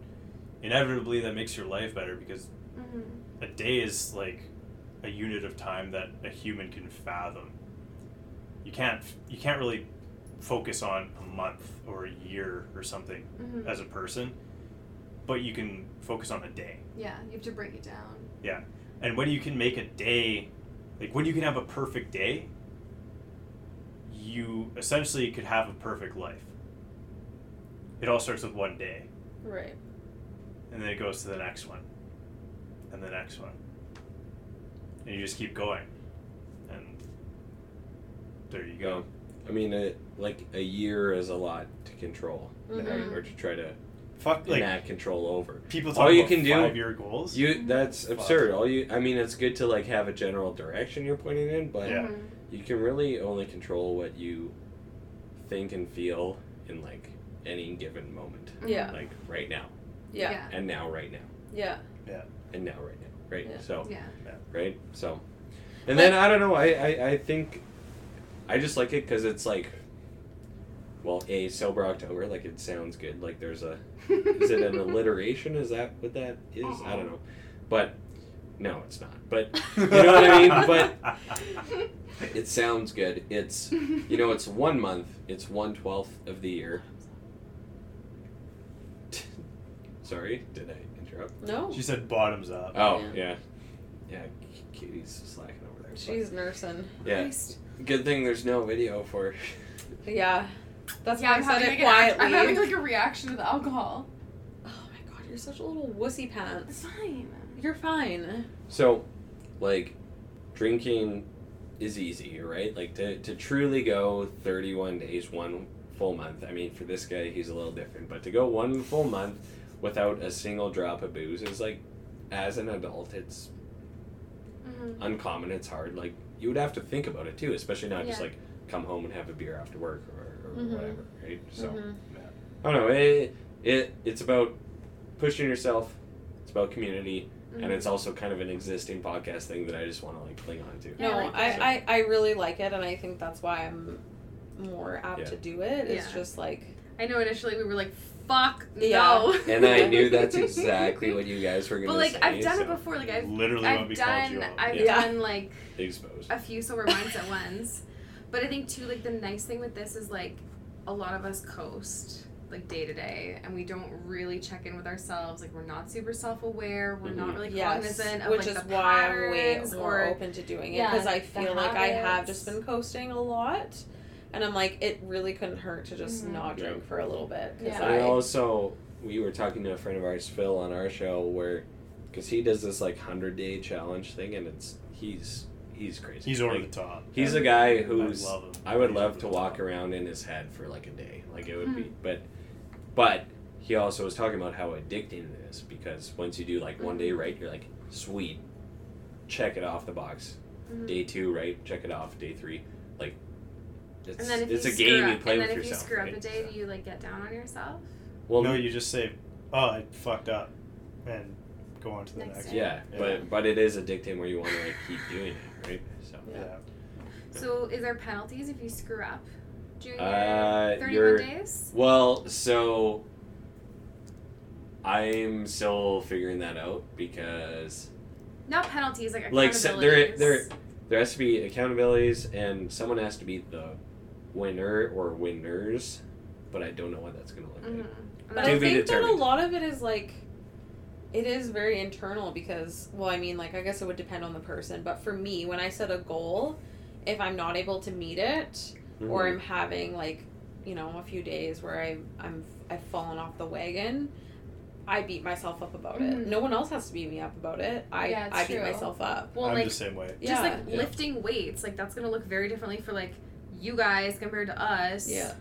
inevitably that makes your life better because Mhm. a day is like a unit of time that a human can fathom. You can't you can't really focus on a month or a year or something Mhm. as a person, but you can focus on a day. Yeah, you have to break it down. Yeah. and when you can make a day like when you can have a perfect day you essentially could have a perfect life it all starts with one day Right. and then it goes to the next one and the next one and you just keep going and there you go go. I mean, a, like a year is a lot to control, right? Mhm. or to try to fuck like enact control over. people talk all you about can do- five year goals You that's Fuck. absurd. All you, I mean, it's good to like have a general direction you're pointing in, Mm-hmm. (laughs) but Yeah. you can really only control what you think and feel in like any given moment, Yeah. like right now Yeah. Yeah. Yeah. and now, right now Yeah. and now, right now, right. Yeah. So Yeah. right? So, and then I don't know. I I, I think I just like it because it's like, well, a sober October. Like it sounds good. Like there's a is it an alliteration? Is that what that is? I don't know, but no, it's not. But you know what I mean? it sounds good. It's you know, it's one month. It's one twelfth of the year. (laughs) Sorry, did I interrupt? No. (laughs) she said bottoms up Oh Yeah. yeah, yeah. Katie's slacking over there. but- She's nursing. yeah. Good thing there's no video for. Yeah. That's Yeah, why I'm I said having, like, it an act- quietly. I'm having like a reaction to the alcohol. oh my god, you're such a little wussy pants. It's fine. You're fine. So, like, drinking is easy, right? Like to to truly go 31 days, one full month. I mean, for this guy, he's a little different, but to go one full month without a single drop of booze is like, as an adult, it's Mm-hmm. uncommon. It's hard. Like you would have to think about it too, especially not just Yeah. like come home and have a beer after work or, or Mhm. whatever, right? Mm-hmm. So. Mhm. I don't know. It, it it's about pushing yourself. It's about community, Mm-hmm. and it's also kind of an existing podcast thing that I just want to like cling on to. No, I like that. I, I, I really like it, and I think that's why I'm more apt Yeah. to do it. It's Yeah. just like, I know initially we were like, fuck no. Yeah. And (laughs) I knew that's exactly what you guys were gonna But like say. I've done so it before. Like I've literally what I've we called you done on. I've Yeah. done like Exposed. a few sober minds at once. But I think too, like the nice thing with this is like a lot of us coast like day to day, and we don't really check in with ourselves. Like we're not super self aware. We're Mhm. not really yes, cognizant of which like is the why I'm way patterns more or open to doing it yeah, because I the feel like I have habits. just been coasting a lot, and I'm like, it really couldn't hurt to just Mhm. not drink for a little bit. 'cause Yeah. I I, also we were talking to a friend of ours, Phil, on our show where, because he does this like hundred day challenge thing, and it's he's he's crazy. he's over Like, the top He's a guy I who's love him. I would He's love over to the walk top. around in his head for like a day. Like it would Hmm. be, but but he also was talking about how addicting it is because once you do like one Hmm. day right, you're like sweet, check it off the box. Hmm. Mm-hmm. Day two right, check it off. Day three, like it's And then if it's you a screw game up, you play and with then if yourself. you screw up right? a day, So- do you like get down on yourself? well, no you just say oh I fucked up and go on to the Next next, day. yeah, Yeah. but but it is addicting where you want to like keep doing it, right? So. yeah, So is there penalties if you screw up during Uh, your 31 you're- days? Well, so I'm still figuring that out because Not penalties, like like so there accountabilities. there there has to be accountabilities and someone has to be the winner or winners, but I don't know what that's gonna look like. Mhm. but To I be think that a determined. lot of it is like, it is very internal because, well, I mean, like, I guess it would depend on the person, but for me, when I set a goal, if I'm not able to meet it, or Mm-hmm. I'm having like, you know, a few days where I I'm I've fallen off the wagon, I beat myself up about Mhm. it. No one else has to beat me up about it. I Yeah, it's I true. beat myself up. Well, I'm like the same way just yeah. like Yeah. lifting weights, like that's gonna look very differently for like you guys compared to us. yeah.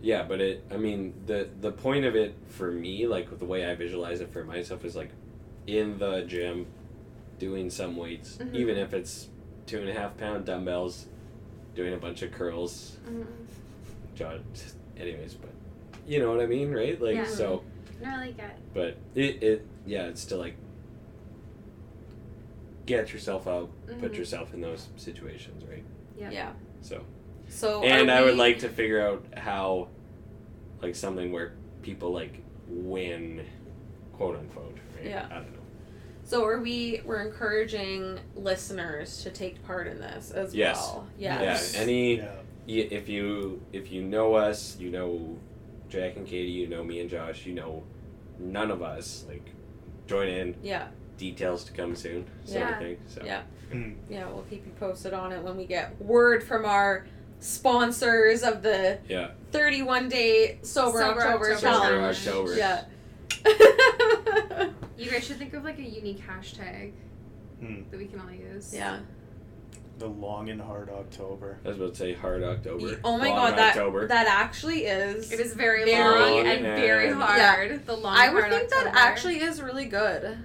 yeah, but it I mean the the point of it for me, like with the way I visualize it for myself is like in the gym doing some weights, Mhm. even if it's two and a half pound dumbbells, doing a bunch of curls, Mhm. John. Anyways, but you know what I mean, right? Like Yeah. so, No, I like it. but it, it yeah, it's to like get yourself out, put Mm-hmm. Mhm. yourself in those situations, right? Yeah. Yeah. So, So and are I would we- like to figure out how, like something where people like win, quote unquote. Right? Yeah. I don't know. So are we we're encouraging listeners to take part in this as Yes. well. Yes. Yeah. Any yeah y- if you if you know us, you know Jack and Katie, you know me and Josh, you know none of us. Like, join in. Yeah. details to come soon. Sort Yeah. of thing. So Yeah. Mm. Yeah, we'll keep you posted on it when we get word from our sponsors of the Yeah. 31 day sober, Sober October, October Sober challenge. (laughs) October. Yeah. You guys should think of like a unique hashtag Hmm. that we can all use. yeah. The long and hard October. I was about to say hard October. Oh my Long god, that October. that actually is. It is very, Very long long and very and- hard. Yeah. The long I would hard think that October. actually is really good.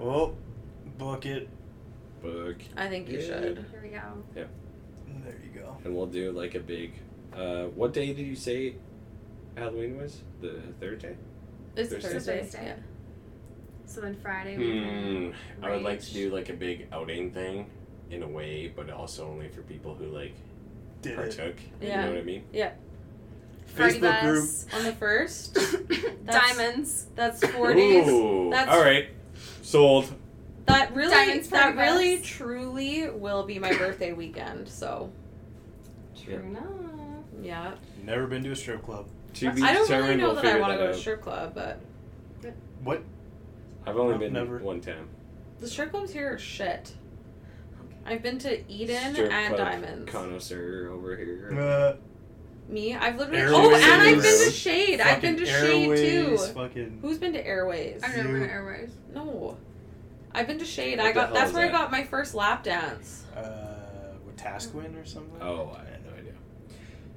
Oh, book it. book. I think you Yeah. should. Here we go. There you go. And we'll do like a big. Uh, what day did you say Halloween was? The Thursday? It's Thursday. Thursday. Thursday. Yeah. So then Friday. we can Hmm. I would like rage. to do like a big outing thing in a way, but also only for people who like Did it. partook. Yeah. You know what I mean? Party Facebook bus. On (laughs) the first, That's- Diamonds. that's four days. Ooh. That's- All right. Sold. That really, Diamonds for that the bus. really, truly will be my birthday weekend. So Yeah. True enough. yeah, Never been to a strip club. To be I don't really determined. know we'll that I figure want to go to out. a strip club, but What? I've only I've been never- one time. the strip clubs here are shit. I've been to Eden Strip and club Diamonds. Connoisseur over here. Uh, Me, I've literally. Airways. Oh, and I've been to Fucking Shade. I've been to fucking Airways, Shade too. Fucking. Who's been to Airways? I've never You- been to Airways. No, I've been to Shade. What I the got. hell That's is where I that? got my first lap dance. Uh, with Tasquin or something. Oh, I had no idea.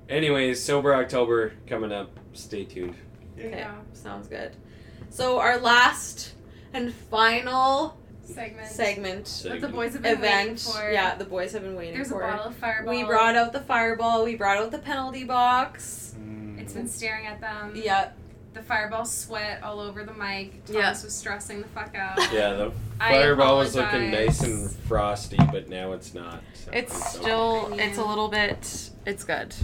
Anyways, sober October coming up. Stay tuned. There you Okay. go. Sounds good. So our last and final Segment. That segment the Segment. boys have been waiting event. for. Yeah, the boys have been waiting There's a for. bottle of fireball. We brought out the fireball. We brought out the penalty box. Mm. It's been staring at them. Yeah. The fireball sweat all over the mic. Thomas Yeah. was stressing the fuck out. Yeah, the I fireball was looking apologize. nice and frosty, but now it's not. so It's okay. still. Yeah. It's a little bit. It's good.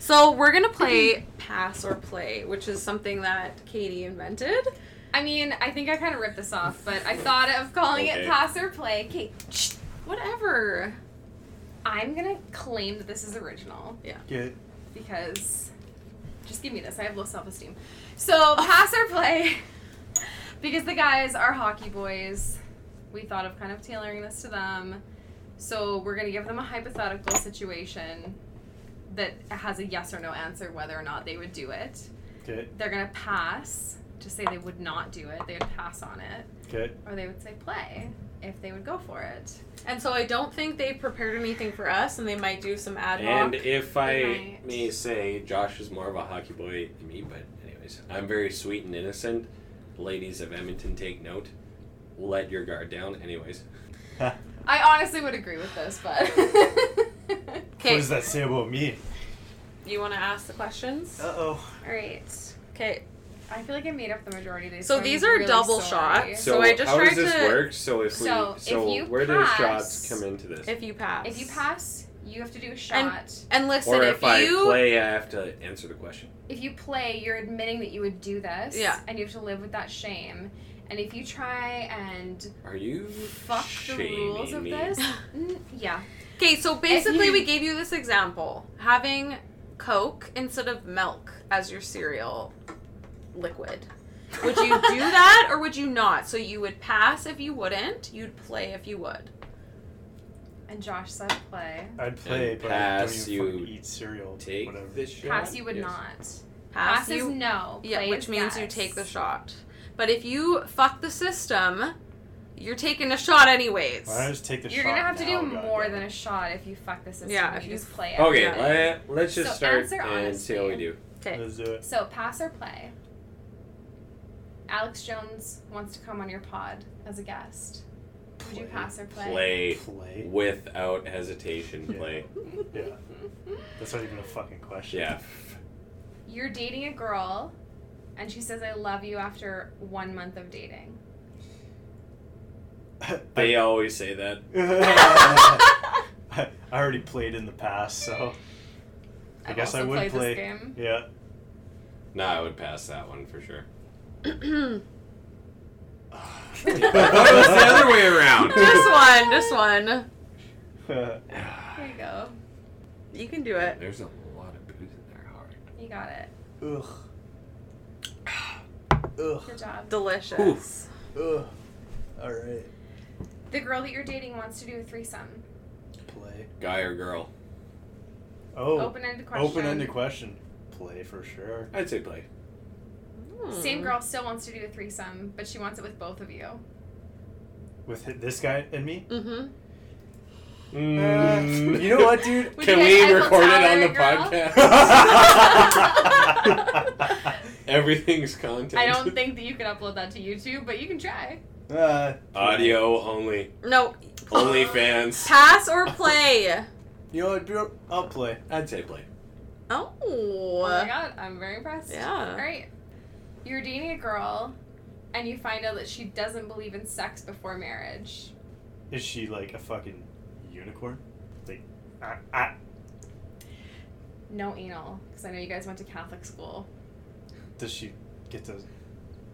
So we're gonna play Mm-hmm. pass or play, which is something that Katie invented. I mean, I think I kind of ripped this off, but I thought of calling it Okay. pass or play. Okay, Whatever. I'm gonna claim that this is original Get because just give me this. I have low self esteem. So pass or play, (laughs) because the guys are hockey boys. We thought of kind of tailoring this to them, so we're gonna give them a hypothetical situation that has a yes or no answer whether or not they would do it. Okay. They're gonna pass to say they would not do it. They would pass on it. Okay. or they would say play if they would go for it. And so I don't think they prepared anything for us, and they might do some ad hoc. And if I Right. may say, Josh is more of a hockey boy than me, but anyways, I'm very sweet and innocent. Ladies of Edmonton, take note. Let your guard down. Anyways, I honestly would agree with this, but (laughs) What Okay, does that say about me? you want to ask the questions? Uh oh. all right. Okay, I feel like I made up the majority of these. So I'm these are really double sorry. shots. so, So I just how tried does this to- work? So if we, So so, if you where pass- do shots come into this? if you pass. If you pass, you have to do a shot. And listen, or if, if, I you play, I have to answer the question. if you play, you're admitting that you would do this, Yeah. and you have to live with that shame. And if you try and Are you fuck the shaming rules of me? this, (laughs) mm, yeah, Okay, so basically, you- we gave you this example having Coke instead of milk as your cereal liquid. Would you (laughs) do that or would you not? So you would pass if you wouldn't, you'd play if you would. and Josh said play. I'd play, And but pass, I don't even you fucking eat cereal. Take whatever. the shot. Pass, you would Yes. not. Pass, Pass is you, no. yeah, play which is means you yes. take the shot. But if you fuck the system, you're taking a shot anyways. Why don't I just take the You're shot gonna have to now, do God more damn than it. a shot if you fuck the system. Yeah, Yeah, if if you- you just play. Okay, everything. let, let's just So start answer and see how we do. Okay. Let's do it. So pass or play. Alex Jones wants to come on your pod as a guest. Would you Play. pass or play? Play Play. without hesitation. (laughs) Yeah. Play. Yeah. That's not even a fucking question. (laughs) Yeah. You're dating a girl, and she says "I love you" after one month of dating. They always say that. (laughs) I already played in the past, so I I've guess I also would played play. This game. (laughs) yeah. (laughs) No, I would pass that one for (laughs) sure. That was the other way around. (laughs) this one, this one. Here you go. You can do it. There's a lot of booze in there, hard. You got it. Ugh. Ugh. Good job. Delicious. Oof. Ugh. All right. The girl that you're dating wants to do a threesome. Play. Guy or girl? Oh. Open-ended question. Open-ended question. Play for sure. I'd say play. Same girl still wants to do a threesome, but she wants it with both of you. With hi- this guy and me? Mm-hmm. (laughs) Mm. you know what, dude? Uh, (laughs) (laughs) Uh, (laughs) Would Can you guys we Eiffel record it Tower on the a girl? (laughs) podcast? (laughs) Everything's content. I don't think that you can upload that to YouTube, but you can try. Uh, (laughs) Audio only. No. (laughs) Only fans. Pass or play. You know what, bro? I'll play. I'd say play. Oh. Oh my god, I'm very impressed. Yeah. All right. You're dating a girl, and you find out that she doesn't believe in sex before marriage. Is she like a fucking unicorn? Like, ah, ah. No anal, because I know you guys went to Catholic school. does she get to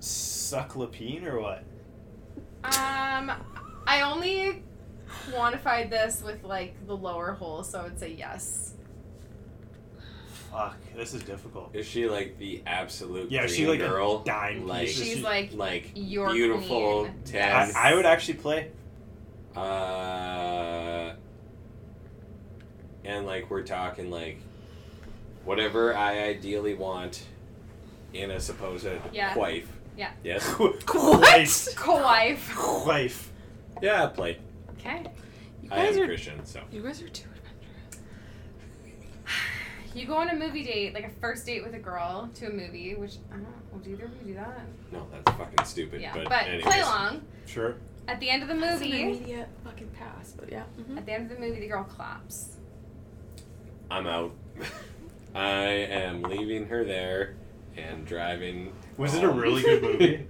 suck lapine or what? Um, I only quantified this with like the lower hole, so I would say yes. Fuck, this is difficult. Is she like the absolute Yeah, is she dream like girl? a dime Like- piece? Is She's she- (laughs) like, like Your beautiful queen. ten. I, I would actually play. Uh, and like we're talking like whatever I ideally want in a supposed Yeah. wife. Yeah. (laughs) Yes. Wife. co-wife. Wife. Yeah, play. Okay. You I guys am are. Christian, so You guys are too adventurous. You go on a movie date, like a first date with a girl to a movie, which I don't know. Well, do either of you do that? no, that's fucking stupid. yeah. But, But, anyways, play along. Sure. At the end of the That's an movie, immediate fucking pass, but yeah. at the end of the movie, the girl claps. I'm out. (laughs) I am leaving her there and driving. Was it a home. really (laughs) good movie?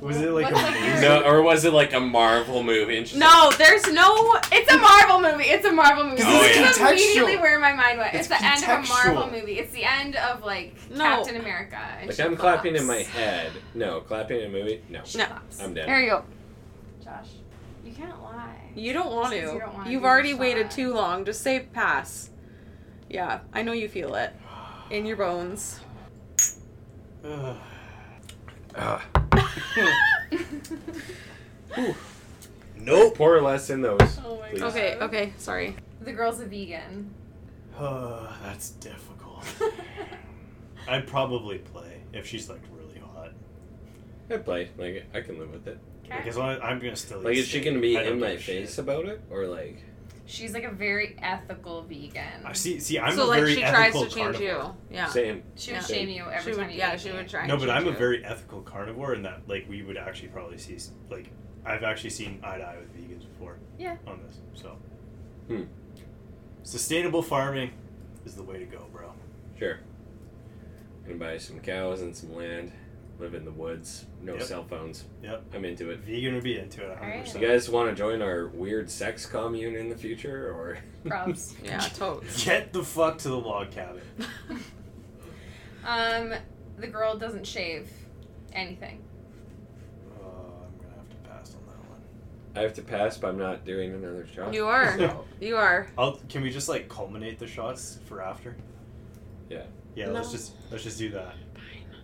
Was it like What's like amazing? your- No, or was it like a Marvel movie? And she's No, there's no. It's a Marvel movie. It's a Marvel movie. Oh, this yeah. is contextual. immediately where my mind went. It's, It's the end of a Marvel contextual. movie. It's the end of like No. Captain America. And Like she I'm clapping in my claps. head. No, clapping in a movie. No, She No. claps. I'm dead. There you go. Josh, you can't lie. You don't want to. Since you don't wanna You've be already shot. waited too long. Just say pass. Yeah, I know you feel it in your bones. Ugh. (laughs) Ugh. Nope. Pour less in those. Oh my please. God. Okay, okay, sorry. The girl's a vegan. Oh, that's (laughs) difficult. I'd probably play if she's like really hot. I play. Like I can live with it. Like okay. as long as I'm gonna still. eat Like is she steak. gonna be I don't in give my a shit. face about it or like? She's like a very ethical vegan. I see. See, I'm so a like very she tries ethical to change carnivore. you. Yeah. Same. She would Yeah. shame you every she time would, you yeah, ate she meat. would try. and No, but change I'm a you. very ethical carnivore, in that like we would actually probably see s- like I've actually seen eye to eye with vegans before. Yeah. On this, so. Hmm. Sustainable farming is the way to go, bro. Sure. Gonna buy some cows and some land. Live in the woods. No Yep. cell phones. Yep. I'm into it. Vegan would be into it. 100%. Alright. You guys want to join our weird sex commune in the future, or Props. (laughs) Yeah, totes. Get the fuck to the log cabin. Um, the girl doesn't shave anything. Oh, I'm gonna have to pass on that one. (laughs) I have to pass, but I'm not doing another job. (laughs) You are. No. You are. I'll, can we just like culminate the shots for after? Yeah. Yeah. No. Let's just let's just do that.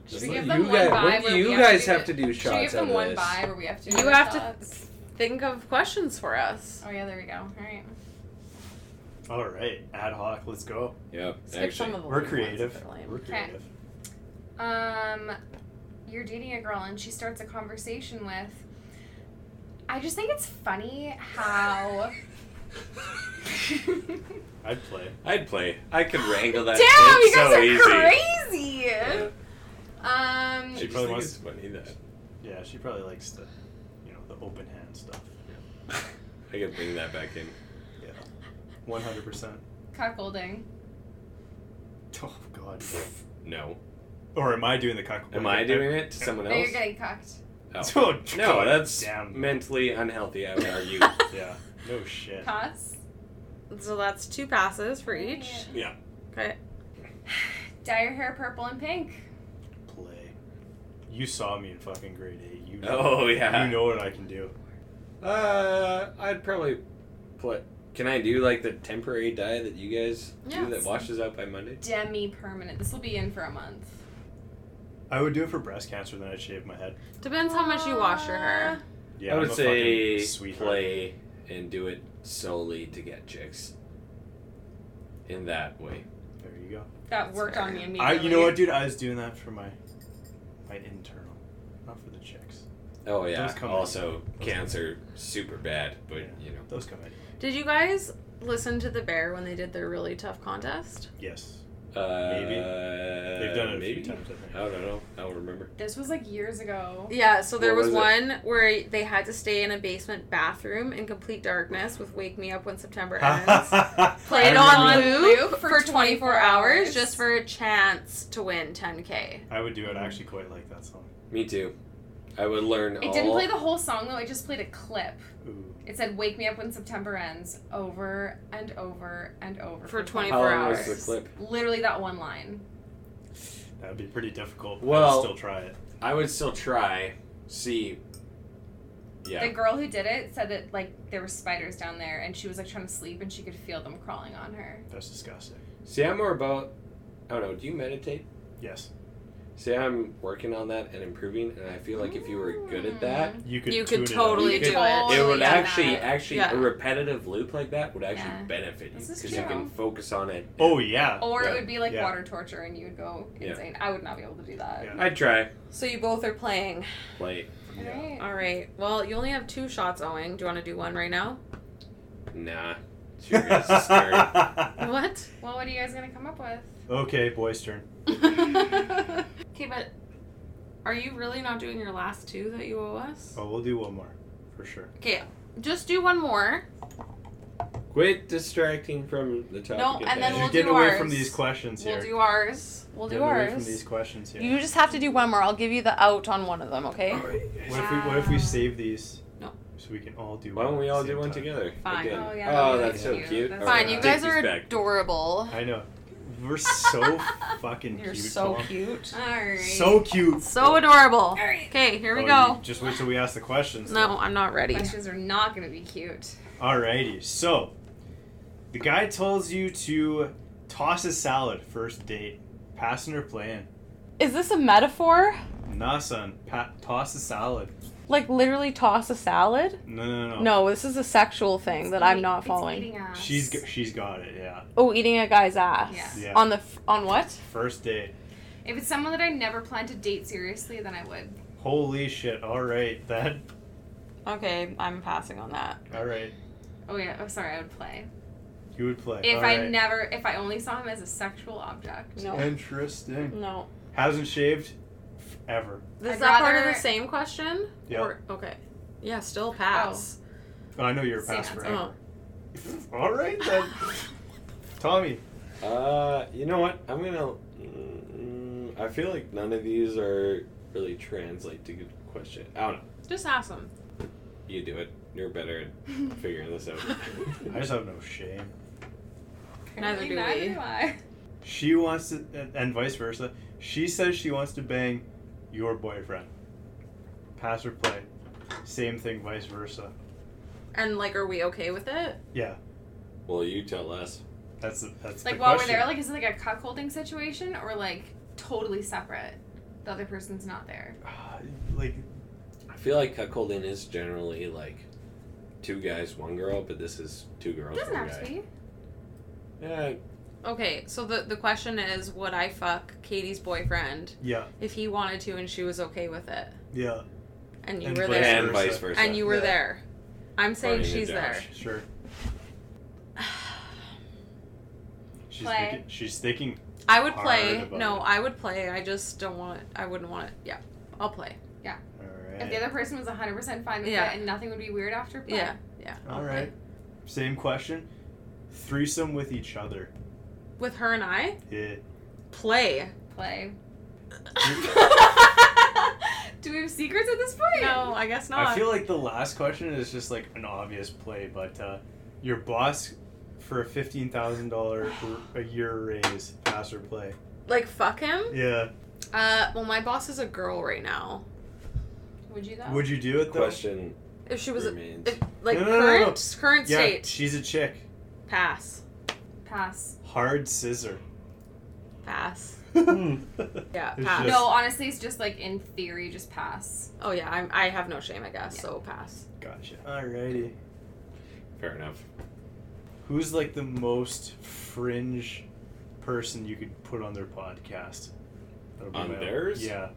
Just Should we let- give them you one guys, buy what where do we you have to guys do have it? to do Should we give shots them of one this? by where we have to? You do have shots? to think of questions for us. Oh yeah, there we go. All right. All right, ad hoc. Let's go. Yep. Skip actually, some of the We're lame ones if creative. they're Oh, lame. We're creative. Um, you're dating a girl and she starts a conversation with. I just think it's funny (laughs) how. Damn, I'd play. I'd play. I could wrangle that. you shit guys so are crazy. easy. Yeah. Um, She just probably think wants it's funny that Yeah, she probably likes the, you know, the open hand stuff. (laughs) I could bring that back in. Yeah. One hundred percent. (laughs) cuckolding. Oh God. No. Or am I doing the cock? Am I doing it to someone No, else? you're getting cucked. Oh. (laughs) Oh, No, God that's damn. mentally unhealthy. I (laughs) would argue. Yeah. No shit. Cuss. So that's two passes for each. Yeah. Okay. Dye your hair purple and pink. Play. You saw me in fucking grade eight. You. Know, (laughs) Oh yeah. You know what I can do. Uh, I'd probably put. Can I do like the temporary dye that you guys Yeah. do that washes out by Monday? Demi permanent. This will be in for a month. I would do it for breast cancer, then I'd shave my head. Depends how much you wash your hair. Yeah, I would am a say fucking sweetheart. play and do it solely to get chicks. In that way, There you go. That worked on me I, immediately. you know what, dude? I was doing that for my, my internal, not for the chicks. oh yeah. Those come Also, in. Those cancer super bad, but Yeah. you know. Those come in. Did you guys listen to the bear when they did their really tough contest? Yes, Uh, Maybe. they've done it a maybe. few times. I (laughs) think. I don't know. I don't remember. This was like years ago. Yeah, so there What was was, it? one where they had to stay in a basement bathroom in complete darkness with Wake Me Up When September (laughs) Ends. Play I it on remember- loop, for 24 hours just for a chance to win 10K. I would do it. I actually quite like that song. Me too. I would learn all. It didn't play the whole song though. I just played a clip. Ooh. It said "Wake Me Up When September Ends" over and over and over 24 For How 24 long was hours. the clip? Literally that one line. That would be pretty difficult. I'd Well- still try it. I would still try. See. Yeah. The girl who did it said that like there were spiders down there, and she was like trying to sleep, and she could feel them crawling on her. That's disgusting. See, I'm more about. I don't know. Do you meditate? Yes, See, I'm working on that and improving, and I feel like if you were good at that, you could. You could tune totally You do could- it. it would done actually, Mm. that. actually, Yeah. a repetitive loop like that would actually Yeah. benefit you This is because you true. can focus on it. It. Oh yeah. (laughs) Or Yeah. it would be like Yeah. water torture, and you would go Yeah. insane. I would not be able to do that. Yeah. I'd try. So you both are playing. Like, Yeah. Right. All right. Well, you only have two shots owing. Do you want to do one right now? nah. It's your (laughs) guys' turn. (laughs) What? (laughs) Well, what are you guys gonna come up with? okay, boy's turn. okay, but are you really not doing your last two that you owe us? Oh, we'll do one more, for sure. Okay, just do one more. Quit distracting from the topic. No, at hand. and then You're we'll getting do away ours. from these questions We'll here. do ours. We'll do getting away from these ours. questions here. You just have to do one more. I'll give you the out on one of them, okay? What if we What if we save these? No. So we can all do. Why one don't we at the all same do one time? together? Fine. Again. Oh, yeah, that'd Oh, be that's so cute. cute. That's All Fine, right, you I'll guys take are these back. adorable. I know. We're so fucking You're cute. so Tom. cute. All right. So cute. So adorable. right. Okay, here we Oh, go. you Just wait till we ask the questions. No, I'm not ready. questions are not gonna be cute. Alrighty, so the guy tells you to toss a salad first date. Passing or playing? Is this a metaphor? Nah, son. Pa- toss a salad. Like literally toss a salad? No, no, no. No, this is a sexual thing that I'm not following. She's g- she's got it. Yeah. Oh, eating a guy's ass. Yeah. Yeah. On the f- on what? First date. If it's someone that I never plan to date seriously, then I would. Holy shit! All right, that. Okay, I'm passing on that. All right, Oh yeah. Oh sorry, I would play. you would play. If All I right. never, if I only saw him as a sexual object. No. Interesting. No. hasn't shaved f- ever. Is I'd that part of rather- the same question? Yeah. Or- okay. Yeah, still pass. Oh, I know you're a Same pass answer. forever. Oh. All right (laughs) then. Tommy, Uh, you know what? I'm gonna. Mm, I feel like none of these are really translate to good question. I don't know. Just ask them. You do it. You're better (laughs) at figuring this out. I just have no shame. Neither do Neither we. do I. She wants to, and- and vice versa. She says she wants to bang your boyfriend. Pass or play. Same thing, vice versa. And like, are we okay with it? Yeah, well, you tell us. that's the, that's Like the while we're question. there, like is it like a cuckolding situation or like totally separate? The other person's not there. Ah, like I feel like cuckolding is generally like two guys, one girl, but this is two girls, doesn't one have to guy. be. Yeah, Okay, so the the question is, would I fuck Katie's boyfriend yeah, if he wanted to and she was okay with it, yeah. and you And were vice there, and vice versa. versa. and you were Yeah. there? I'm saying According to she's there. Josh. Sure. (sighs) She's Play. thinking. She's thinking. I would Hard play. about No, it. I would play. I just don't want. I wouldn't want it. Yeah, I'll play. All right. If the other person was 100% fine with Yeah. it and nothing would be weird after play. Yeah, yeah. I'll All play. right. Same question. Threesome with each other. With her and I Yeah. play. Play. (laughs) no, Do we have secrets at this point? I guess not. I feel like the last question is just like an obvious play, but uh, your boss for a fifteen thousand dollar a year raise, pass or play? like fuck him. Yeah. Uh, well, my boss is a girl right now. Would you though? Would you do it though? Question If she was, a, remains. if, like No, no, no, current no. current Yeah, state, she's a chick. pass, Pass. (laughs) Hard scissor. (laughs) pass. Yeah, It's pass. just- No, honestly, it's just like in theory, just pass. Oh yeah, I'm, I have no shame, I guess. So pass. Gotcha. Alrighty. Fair enough. Who's like the most fringe person you could put on their podcast? That'll be On my- theirs? Yeah,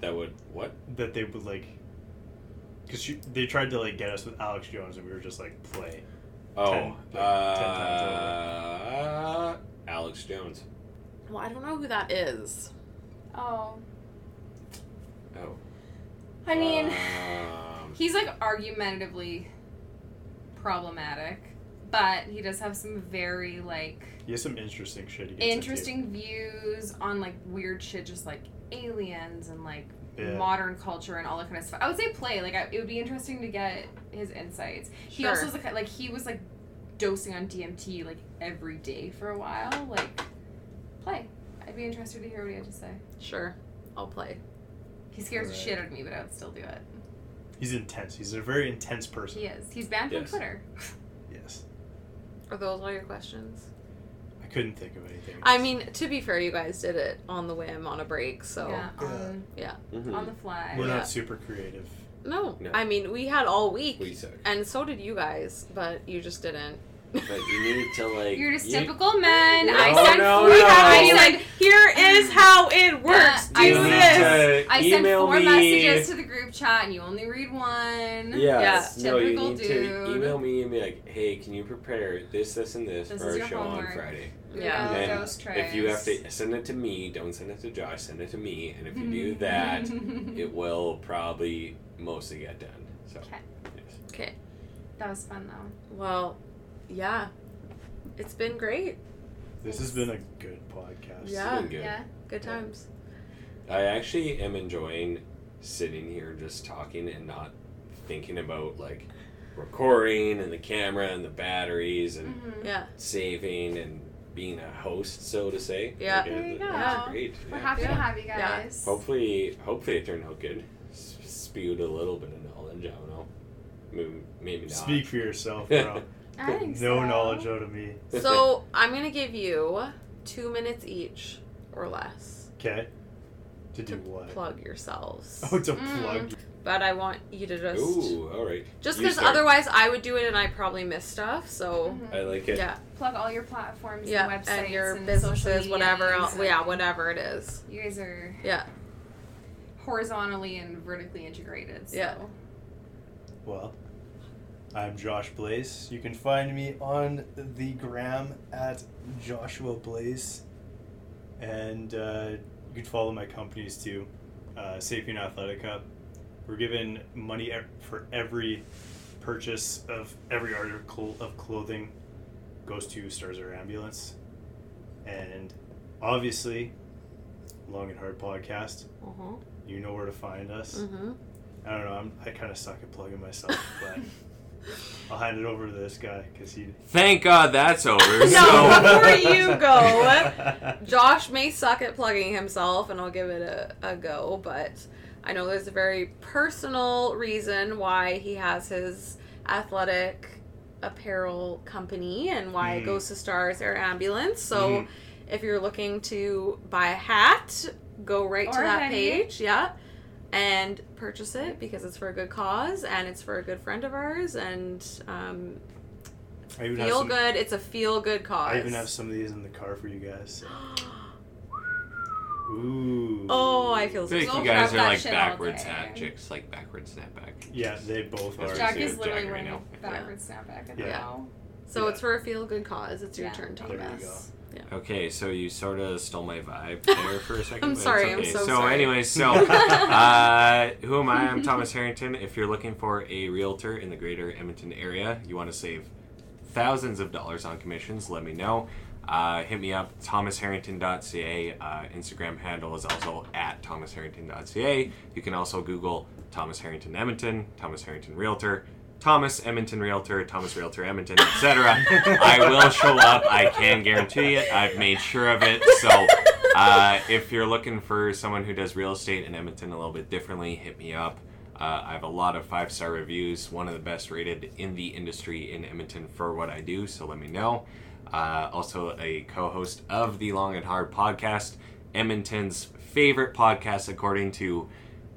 That would what? that they would like. Because they tried to like get us with Alex Jones, and we were just like play. Oh, Ten- like, ten times uh, Alex Jones. Well, I don't know who that is. Oh, Oh, I mean, um, he's like argumentatively problematic, but he does have some very like He has some interesting shit. He gets into. interesting views on like weird shit, just like aliens and like Yeah. modern culture and all that kind of stuff. I would say play. Like I, it would be interesting to get his insights. He Sure. also was like, like he was like dosing on DMT like every day for a while. Like play. I'd be interested to hear what he had to say. Sure, I'll play. He scares the Right. shit out of me, but I would still do it. He's intense. He's a very intense person. He is. He's banned Yes. from Twitter. Yes. Are those all your questions? I couldn't think of anything. I else. mean, to be fair, you guys did it on the whim, on a break. So yeah, Yeah. on, mhm. on the fly. Oh, we're yeah. not super creative. no, No. I mean, we had all week, we suck. and so did you guys, but you just didn't. But you need to like. You're just you- typical men. I No, said, no, we no. I You said, Here is how it works. I you Do said- this. need to I sent email four me. messages to the group chat and you only read one. Yes. Yeah. No, you Typical need to dude. email me and be like, hey, can you prepare this, this, and this This for is our your show homework." Oh, on Friday? Yeah. And then Ghost if you have trays. to send it to me, don't send it to Josh. Send it to me, and if (laughs) you do that, it will probably mostly get done. So. 'Kay. yes. that was fun though. Well, yeah, it's been great. This has been a good podcast. It's Yeah. been good. Yeah. Good times. I actually am enjoying sitting here just talking and not thinking about like recording and the camera and the batteries and Mm-hmm. Yeah. saving and being a host, so to say. Yeah. Like, There you it- go. it's great. We're yeah. happy to have you guys. Hopefully, hopefully it turned out good. S- spewed a little bit of knowledge. I don't know. Maybe, maybe not. Speak for yourself, (laughs) bro. I no think so. knowledge out of me. So I'm gonna give you two minutes each or less Okay. To do to what? plug yourselves. (laughs) Oh, to Mm. plug. But I want you to just Ooh, all right. just You because start. otherwise I would do it and I probably miss stuff. So Mhm. I like it. yeah, Plug all your platforms yeah, and websites and your and social businesses, media whatever. and Else, stuff. yeah, whatever it is. You guys are Yeah. horizontally and vertically integrated. So. Yeah. Well, I'm Josh Blaze. You can find me on the gram at Joshua Blaze. And uh, you can follow my companies too. Uh, Safety and Athletic Hub. We're given money e- for every purchase of every article of clothing goes to Stars Air Ambulance. And obviously, Long and Hard Podcast. Uh-huh. Mhm. You know where to find us. Mm-hmm. I don't know. I'm, I kind of suck at plugging (laughs) myself, but I'll hand it over to this guy because he. Thank God that's over. (laughs) No. so, before you (laughs) go. Josh may suck at plugging himself, and I'll give it a, a go, but I know there's a very personal reason why he has his athletic apparel company and why it Mm. goes to Stars Air Ambulance. So Mhm. if you're looking to buy a hat, go right to Or a that hoodie. page. Yeah. And purchase it because it's for a good cause and it's for a good friend of ours and um, I even have feel some- good. It's a feel good cause. I even have some of these in the car for you guys. (gasps) Ooh. Oh, I feel I so. feel like We'll you guys prep are that like shit all backwards day. hat chicks, like backwards snapback. Yeah, they both That's are. what Jack Jack is right literally wearing now. a backwards snapback at the Yeah. now. So Yeah. it's for a feel good cause. It's your Yeah. turn, There you Thomas. Okay, so you sort of stole my (laughs) vibe there for a second. I'm but it's sorry, I'm okay. so so sorry. (laughs) anyway, so uh, who am I? I'm Thomas Harrington. If you're looking for a realtor in the greater Edmonton area, you want to save thousands of dollars on commissions, let me know. Uh, hit me up, thomasharrington.ca. Uh, Instagram handle is also at thomasharrington.ca. You can also Google Thomas Harrington Edmonton, Thomas Harrington Realtor, Thomas Edmonton Realtor, Thomas Realtor Edmonton, etc. I will show up. I can guarantee it. I've made sure of it. So uh, if you're looking for someone who does real estate in Edmonton a little bit differently, hit me up. Uh, I have a lot of five star reviews, one of the best rated in the industry in Edmonton for what I do, so let me know. Uh, also, a co host of the Long and Hard podcast. Edmonton's favorite podcast, according to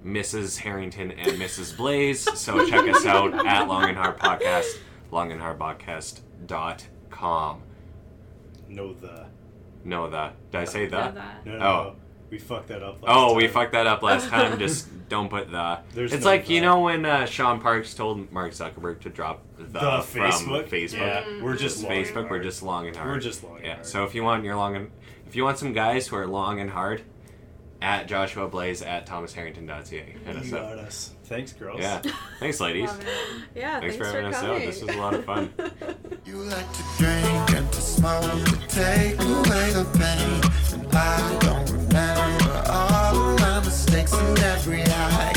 Mrs. Harrington and Mrs. Blaze. So check us out at Long and Hard Podcast, longandhardpodcast.com. No, the. No, the. Did I say Love the? that. No, no, Oh. no. We fucked that up last Oh, we time. fucked that up last time. Just don't put the. There's it's no like, you the. know, when uh, Sean Parks told Mark Zuckerberg to drop the, The from Facebook. Facebook. Yeah, we're just long and Facebook, we're hard. just long and hard. We're just long and Yeah. hard. So if you want your long and if you want some guys who are long and hard, at Joshua Blaze at thomasharrington.ca. Hit us You up. got us. Thanks, girls. Yeah. Thanks, ladies. Love it. Yeah, Thanks thanks, for having us out. coming. This was a lot of fun. You like to drink and to smoke to take away the pain. And I don't remember all of my mistakes and every high